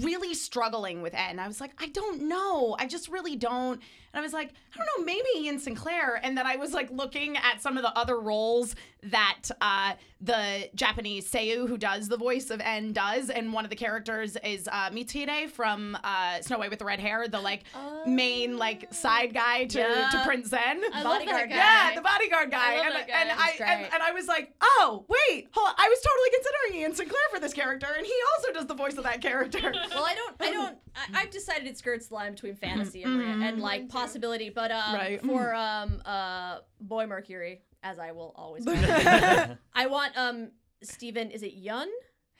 Speaker 5: really struggling with Ed. And I was like, I don't know. I just really don't. And I was like, I don't know, maybe Ian Sinclair. And then I was like looking at some of the other roles that uh, the Japanese Seiyu, who does the voice of N, does. And one of the characters is uh, Mitsure from uh, Snow White with the Red Hair, the like main like side guy to, to Prince N.
Speaker 3: Oh. I love that guy.
Speaker 5: Yeah, the bodyguard guy.
Speaker 3: I love
Speaker 5: and,
Speaker 3: that guy.
Speaker 5: and I
Speaker 3: He's
Speaker 5: and,
Speaker 3: great.
Speaker 5: and I was like, oh wait, hold on. I was totally considering Ian Sinclair for this character, and he also does the voice of that character.
Speaker 4: Well, I don't, I don't, I, I've decided it skirts the line between fantasy and, rea- and like possibility, but um,
Speaker 5: Right.
Speaker 4: for um, uh, Boy Mercury, as I will always, call him, I want um, Stephen. Is it Yun?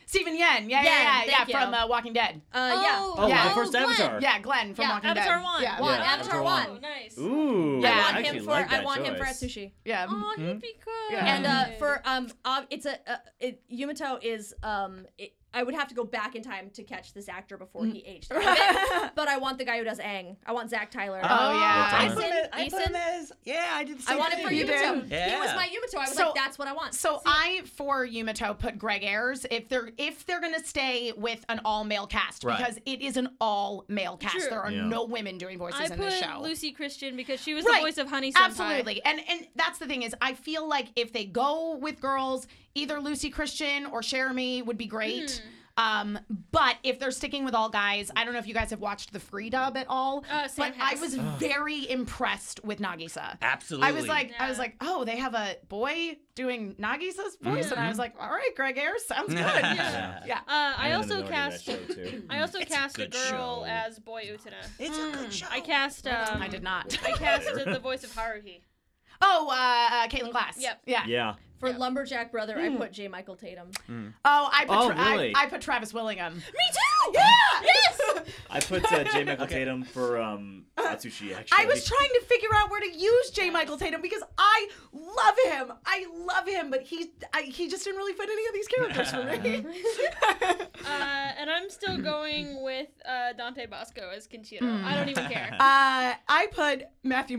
Speaker 5: Stephen Yen, yeah, yeah,
Speaker 4: Yen,
Speaker 5: yeah, yeah,
Speaker 4: thank you.
Speaker 5: from uh, Walking Dead.
Speaker 4: Uh,
Speaker 3: Oh,
Speaker 4: yeah.
Speaker 8: Oh,
Speaker 5: Yeah.
Speaker 8: the first
Speaker 4: Glenn.
Speaker 8: Avatar.
Speaker 5: Yeah, Glenn from
Speaker 4: Yeah,
Speaker 5: Walking
Speaker 3: Avatar
Speaker 5: Dead.
Speaker 3: One.
Speaker 5: Yeah,
Speaker 4: One,
Speaker 8: Yeah,
Speaker 4: Avatar
Speaker 8: Avatar
Speaker 4: One.
Speaker 3: Oh, nice.
Speaker 8: Ooh,
Speaker 5: Yeah.
Speaker 4: I
Speaker 5: I
Speaker 4: want
Speaker 8: actually
Speaker 4: him for
Speaker 8: like
Speaker 4: I
Speaker 8: that
Speaker 4: want him
Speaker 8: choice.
Speaker 4: for Atsushi.
Speaker 5: yeah.
Speaker 3: Oh,
Speaker 6: Mm-hmm.
Speaker 3: he'd be good.
Speaker 5: Yeah.
Speaker 4: And uh, for um, ob- it's a uh, it, Yumito is um, it, I would have to go back in time to catch this actor before
Speaker 5: Mm.
Speaker 4: he aged, out of it. but I want the guy who does Ang. I want Zach Tyler.
Speaker 5: Oh, yeah.
Speaker 7: I
Speaker 4: Eason,
Speaker 7: put him, I put him
Speaker 4: Eason.
Speaker 7: as yeah. I did the same
Speaker 4: I want it
Speaker 7: thing.
Speaker 4: for
Speaker 5: You
Speaker 4: Yumito.
Speaker 5: did.
Speaker 4: He was
Speaker 7: Yeah.
Speaker 4: my Yumito. I was
Speaker 5: So-
Speaker 4: like, that's what I want.
Speaker 5: So I for Yumito put Greg Ayers if they're if they're gonna stay with an all male cast
Speaker 7: Right.
Speaker 5: because it is an all male cast.
Speaker 3: Sure.
Speaker 5: There are
Speaker 6: Yeah.
Speaker 5: no women doing voices
Speaker 3: I
Speaker 5: in this
Speaker 3: put
Speaker 5: show.
Speaker 3: Lucy Christian because she was
Speaker 5: Right.
Speaker 3: the voice of Honey Senpai.
Speaker 5: Absolutely. And and that's the thing is I feel like if they go with girls, either Lucy Christian or Sheremy would be great.
Speaker 3: Hmm.
Speaker 5: Um, but if they're sticking with all guys, I don't know if you guys have watched the free dub at all.
Speaker 3: Uh, Sam
Speaker 5: but
Speaker 3: has.
Speaker 5: I was very impressed with Nagisa.
Speaker 7: Absolutely.
Speaker 5: I was like, I was
Speaker 3: Yeah.
Speaker 5: like, oh, they have a boy doing Nagisa's voice, and I was like, all right, Greg Ayers, sounds good.
Speaker 7: Yeah.
Speaker 5: yeah.
Speaker 3: Uh, I
Speaker 6: I'm in the
Speaker 3: also
Speaker 6: minority of
Speaker 3: cast.
Speaker 6: that show, too.
Speaker 3: I also cast a
Speaker 7: good
Speaker 3: girl
Speaker 7: show.
Speaker 3: as Boy Utena.
Speaker 7: it's a
Speaker 5: Hmm.
Speaker 7: good show.
Speaker 3: I cast. Um,
Speaker 5: Oh, I did not.
Speaker 3: I cast the voice of Haruhi.
Speaker 5: Oh, uh, uh, Caitlin Glass.
Speaker 3: Yep.
Speaker 5: Yeah.
Speaker 6: Yeah.
Speaker 4: For Lumberjack Brother,
Speaker 7: Hmm.
Speaker 4: I put J. Michael Tatum.
Speaker 5: Oh, I put
Speaker 6: Oh,
Speaker 5: Tra-
Speaker 6: really?
Speaker 5: I, I put Travis Willingham.
Speaker 4: Me too!
Speaker 5: Yeah. Yes.
Speaker 6: I put uh, J. Michael Tatum for um, Atsushi, actually.
Speaker 5: I was trying to figure out where to use J. Michael Tatum because I love him. I love him, but he I, he just didn't really fit any of these characters for me.
Speaker 3: Uh, and I'm still going with uh, Dante Bosco as Conchito.
Speaker 5: Hmm.
Speaker 3: I don't even care.
Speaker 5: Uh, I put Matthew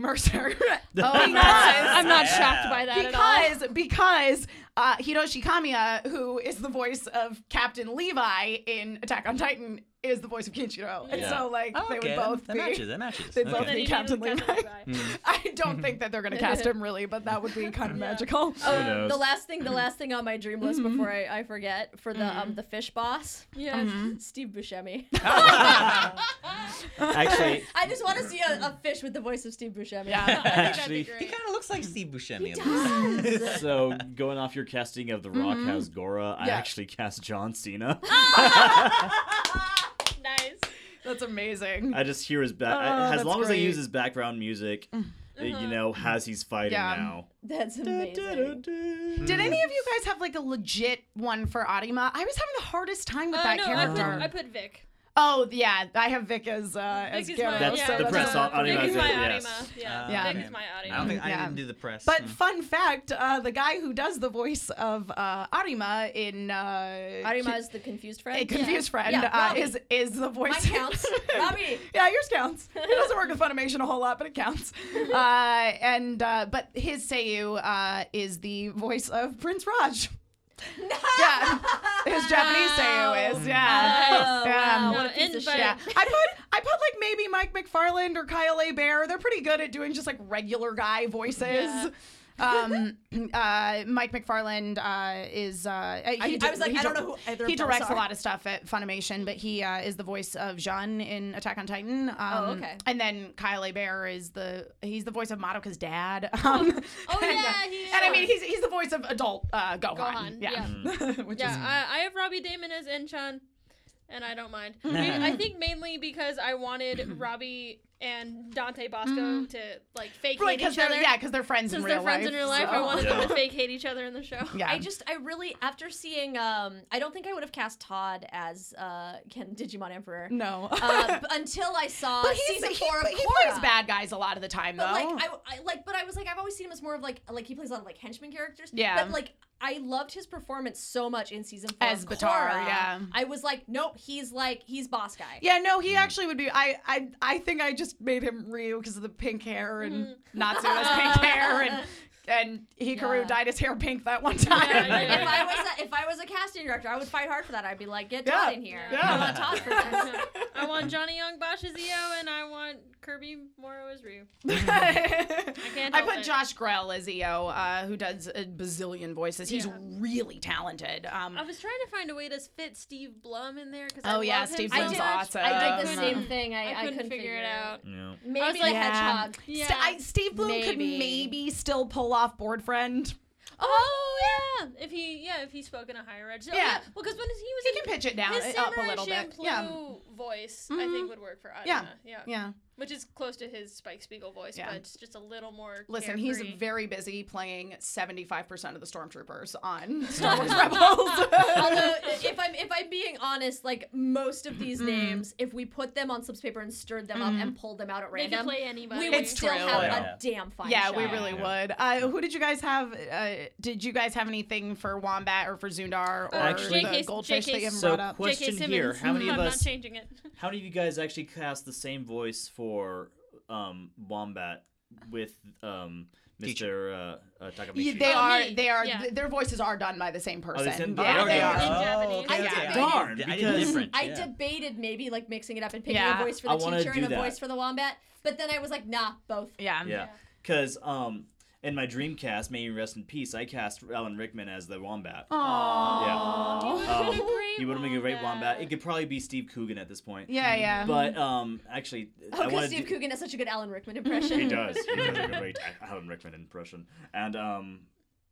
Speaker 5: Mercer. oh,
Speaker 3: I'm not
Speaker 7: Yeah.
Speaker 3: shocked by that at all.
Speaker 5: because because uh, Hiroshi Kamiya, who is the voice of Captain Levi in Attack on Titan, is the voice of Kinshiro, and
Speaker 7: Yeah.
Speaker 5: so like
Speaker 7: Oh,
Speaker 5: they
Speaker 7: okay.
Speaker 5: would both
Speaker 7: that
Speaker 5: be.
Speaker 7: matches. That matches.
Speaker 5: They'd both
Speaker 7: Okay.
Speaker 5: be
Speaker 3: he
Speaker 5: Captain
Speaker 3: needed
Speaker 5: Levi.
Speaker 3: Captain Levi.
Speaker 5: I don't think that they're going to cast him really, but that would be kind of magical.
Speaker 4: Uh,
Speaker 6: knows?
Speaker 4: the last thing, the
Speaker 7: Hmm.
Speaker 4: last thing on my dream list
Speaker 5: Hmm.
Speaker 4: before I, I forget for the um the fish boss,
Speaker 3: Yes.
Speaker 5: Hmm.
Speaker 4: Steve Buscemi.
Speaker 8: Actually,
Speaker 4: I just want to see a, a fish with the voice of Steve Buscemi.
Speaker 5: Yeah.
Speaker 3: I think that'd be
Speaker 6: Actually,
Speaker 7: He
Speaker 3: great.
Speaker 7: kind of looks like Steve Buscemi. a little bit.
Speaker 4: Yes.
Speaker 6: so going off your casting of The Rock has Gora, I
Speaker 5: Yeah.
Speaker 6: actually cast John Cena.
Speaker 3: Nice. Uh,
Speaker 5: That's amazing.
Speaker 6: I just hear his back.
Speaker 5: Oh,
Speaker 6: as
Speaker 5: that's
Speaker 6: long as I
Speaker 5: great.
Speaker 6: use his background music, uh, you know, as he's fighting
Speaker 5: Yeah.
Speaker 6: now.
Speaker 4: That's amazing.
Speaker 5: Did any of you guys have like a legit one for Arima? I was having the hardest time with
Speaker 3: Uh,
Speaker 5: that
Speaker 3: no, I put,
Speaker 5: character.
Speaker 3: I put Vic.
Speaker 5: oh yeah, I have Vic as uh,
Speaker 3: Vic
Speaker 5: as
Speaker 3: is my
Speaker 5: Gyaro,
Speaker 6: That's
Speaker 3: yeah,
Speaker 5: so
Speaker 6: the
Speaker 3: that's
Speaker 6: press
Speaker 3: my-
Speaker 6: on- on
Speaker 3: Vic
Speaker 6: him,
Speaker 3: is
Speaker 6: I
Speaker 3: my
Speaker 6: said,
Speaker 3: anima.
Speaker 6: yes.
Speaker 3: Yeah.
Speaker 5: Yeah.
Speaker 3: Vic is my
Speaker 7: I don't
Speaker 3: anima.
Speaker 7: think I
Speaker 5: Yeah.
Speaker 7: didn't do the press.
Speaker 5: But
Speaker 6: Hmm.
Speaker 7: Mm.
Speaker 5: fun fact, uh, the guy who does the voice of uh, Arima in uh,
Speaker 4: Arima is the confused friend.
Speaker 5: a confused friend
Speaker 4: Yeah,
Speaker 5: uh,
Speaker 4: Robbie.
Speaker 5: is is the voice.
Speaker 4: Mine counts. Robbie.
Speaker 5: yeah, yours counts. It doesn't work with Funimation a whole lot, but it counts. Uh, and uh, but his Seiyu uh, is the voice of Prince Raj. yeah, his Japanese Seiyu is yeah.
Speaker 4: Oh,
Speaker 5: Yeah.
Speaker 4: wow.
Speaker 5: No,
Speaker 4: What a piece of
Speaker 3: invite-
Speaker 4: shit.
Speaker 5: Yeah, I put I put like maybe Mike McFarland or Kyle A. Bear. They're pretty good at doing just like regular guy voices.
Speaker 3: Yeah.
Speaker 5: Um, uh, Mike McFarland uh, is. Uh,
Speaker 4: I- I was like, I don't
Speaker 5: dir-
Speaker 4: know who either of
Speaker 5: He
Speaker 4: them
Speaker 5: directs
Speaker 4: are.
Speaker 5: a lot of stuff at Funimation, but he uh, is the voice of Jean in Attack on Titan. Um,
Speaker 4: Oh, okay.
Speaker 5: And then Kyle A. Bear is the he's the voice of Madoka's dad. Um, oh and,
Speaker 3: yeah,
Speaker 5: uh,
Speaker 3: he
Speaker 5: And I
Speaker 3: is.
Speaker 5: mean, he's he's the voice of adult uh, Gohan.
Speaker 3: Gohan,
Speaker 5: Yeah. Which
Speaker 3: Yeah,
Speaker 5: is
Speaker 3: I, I have Robbie Damon as Enchan, and I don't mind. Ma- I think mainly because I wanted Robbie and Dante Bosco to like fake
Speaker 5: right
Speaker 3: hate
Speaker 5: because
Speaker 3: each
Speaker 5: they're
Speaker 3: other.
Speaker 5: yeah because they're friends
Speaker 3: since
Speaker 5: in
Speaker 3: they're
Speaker 5: real
Speaker 3: friends
Speaker 5: life.
Speaker 3: in real life, I
Speaker 5: so-
Speaker 3: wanted them
Speaker 6: Yeah.
Speaker 3: to fake hate each other in the show.
Speaker 5: Yeah.
Speaker 4: I just, I really, after seeing, um, I don't think I would have cast Todd as uh, Ken Digimon Emperor.
Speaker 5: no.
Speaker 4: Uh, b- until I saw
Speaker 5: But he's
Speaker 4: season
Speaker 5: he,
Speaker 4: four
Speaker 5: but
Speaker 4: of
Speaker 5: he
Speaker 4: Korra.
Speaker 5: plays bad guys a lot of the time,
Speaker 4: But
Speaker 5: though.
Speaker 4: like, I, I like, but I was like, I've always seen him as more of like, like he plays a lot of like henchman characters.
Speaker 5: Yeah.
Speaker 4: But like, I loved his performance so much in season four
Speaker 5: As
Speaker 4: of
Speaker 5: Batar,
Speaker 4: Korra.
Speaker 5: yeah.
Speaker 4: I was like, nope, he's like, he's boss guy.
Speaker 5: yeah, no, he actually would be. I, I,
Speaker 4: Mm-hmm.
Speaker 5: I think I just made him Ryu because of the pink hair and Natsu has pink hair and and Hikaru
Speaker 4: Yeah.
Speaker 5: dyed his hair pink that one time.
Speaker 3: yeah.
Speaker 4: if I was a, if I was a casting director, I would fight hard for that. I'd be like, get
Speaker 5: Yeah.
Speaker 4: Todd in here.
Speaker 5: Yeah.
Speaker 4: I want Todd for this.
Speaker 3: I want Johnny Young Bosch as EO, and I want Kirby Morrow as Ryu. can't
Speaker 5: I
Speaker 3: help
Speaker 5: put
Speaker 3: it.
Speaker 5: Josh Grell as EO, uh, who does a bazillion voices. He's
Speaker 3: Yeah.
Speaker 5: really talented. Um,
Speaker 3: I was trying to find a way to fit Steve Blum in there because
Speaker 5: Oh,
Speaker 3: I
Speaker 5: yeah,
Speaker 3: love him
Speaker 5: Steve
Speaker 3: so
Speaker 5: Blum's
Speaker 3: much.
Speaker 5: awesome.
Speaker 4: I
Speaker 3: I
Speaker 4: did the
Speaker 3: couldn't-
Speaker 4: same thing. I,
Speaker 3: I couldn't, figure, it out.
Speaker 9: Yeah.
Speaker 4: Maybe
Speaker 3: was like,
Speaker 4: a
Speaker 5: Yeah.
Speaker 4: hedgehog.
Speaker 3: Yeah.
Speaker 5: St- I- Steve Bloom could
Speaker 4: Maybe.
Speaker 5: maybe still pull off board friend.
Speaker 3: oh yeah, if he yeah if he spoke in a higher register. Oh,
Speaker 5: Yeah.
Speaker 3: yeah. Well, because when he was
Speaker 5: He
Speaker 3: in
Speaker 5: can pitch it down
Speaker 3: his
Speaker 5: it up a
Speaker 3: Samurai
Speaker 5: little bit.
Speaker 3: Champloo
Speaker 5: Yeah.
Speaker 3: voice, I
Speaker 5: Mhm.
Speaker 3: think would work for Adina.
Speaker 5: Yeah.
Speaker 3: Yeah. yeah.
Speaker 5: Yeah.
Speaker 3: Which is close to his Spike Spiegel voice,
Speaker 5: Yeah.
Speaker 3: but it's just a little more.
Speaker 5: Listen, he's
Speaker 3: carefree.
Speaker 5: very busy playing 75% of the stormtroopers on Star Wars Rebels.
Speaker 4: Although, if I'm if I'm being honest, like most of
Speaker 3: Mm-hmm.
Speaker 4: these names, if we put them on slips paper and stirred them up and pulled them out at
Speaker 3: They could
Speaker 4: random,
Speaker 3: Mm-hmm. play anybody.
Speaker 4: we would
Speaker 5: It's
Speaker 4: still
Speaker 5: true.
Speaker 4: have
Speaker 9: Yeah.
Speaker 4: a damn fine
Speaker 5: yeah,
Speaker 4: show.
Speaker 5: we really
Speaker 9: Yeah.
Speaker 5: would. Uh, who did you guys have? Uh, did you guys have anything for Wombat or for Zundar or
Speaker 3: Uh,
Speaker 6: Actually-
Speaker 5: the
Speaker 3: JK
Speaker 5: goldfish that you haven't
Speaker 6: So
Speaker 5: brought up?
Speaker 3: J.K.
Speaker 6: question
Speaker 3: Simmons.
Speaker 6: here: How many of
Speaker 3: I'm
Speaker 6: us?
Speaker 3: not changing it.
Speaker 6: How many of you guys actually cast the same voice for um, Wombat with um,
Speaker 7: Teacher.
Speaker 6: Mr. Uh, uh,
Speaker 5: Yeah,
Speaker 6: Takamichi?
Speaker 5: they
Speaker 3: Oh,
Speaker 5: are.
Speaker 3: me.
Speaker 5: They are.
Speaker 3: Yeah.
Speaker 5: th- their voices are done by the same person.
Speaker 6: same- Oh,
Speaker 5: yeah,
Speaker 6: okay.
Speaker 5: they
Speaker 3: In
Speaker 5: are.
Speaker 3: Japanese.
Speaker 4: I did-
Speaker 3: Yeah.
Speaker 6: Darn,
Speaker 7: I did
Speaker 6: because-
Speaker 7: different.
Speaker 4: I
Speaker 7: yeah.
Speaker 4: debated maybe like mixing it up and picking
Speaker 5: Yeah.
Speaker 4: a voice for
Speaker 6: I
Speaker 4: the
Speaker 6: wanna
Speaker 4: teacher
Speaker 6: do
Speaker 4: and a
Speaker 6: that.
Speaker 4: voice for the wombat, but then I was like, nah, both.
Speaker 5: Yeah.
Speaker 6: Yeah, because um, in my dream cast, may you rest in peace, I cast Alan Rickman as the Wombat. Yeah.
Speaker 5: Aww.
Speaker 3: He would've been a
Speaker 6: Um,
Speaker 3: great
Speaker 6: He would have been a great
Speaker 3: wombat.
Speaker 6: Wombat. It could probably be Steve Coogan at this point.
Speaker 5: Yeah. Yeah.
Speaker 6: But um, actually,
Speaker 4: Oh,
Speaker 6: I
Speaker 4: because
Speaker 6: want
Speaker 4: Steve
Speaker 6: do.
Speaker 4: Coogan has such a good Alan Rickman impression.
Speaker 6: He does. He does a great Alan Rickman impression. And um,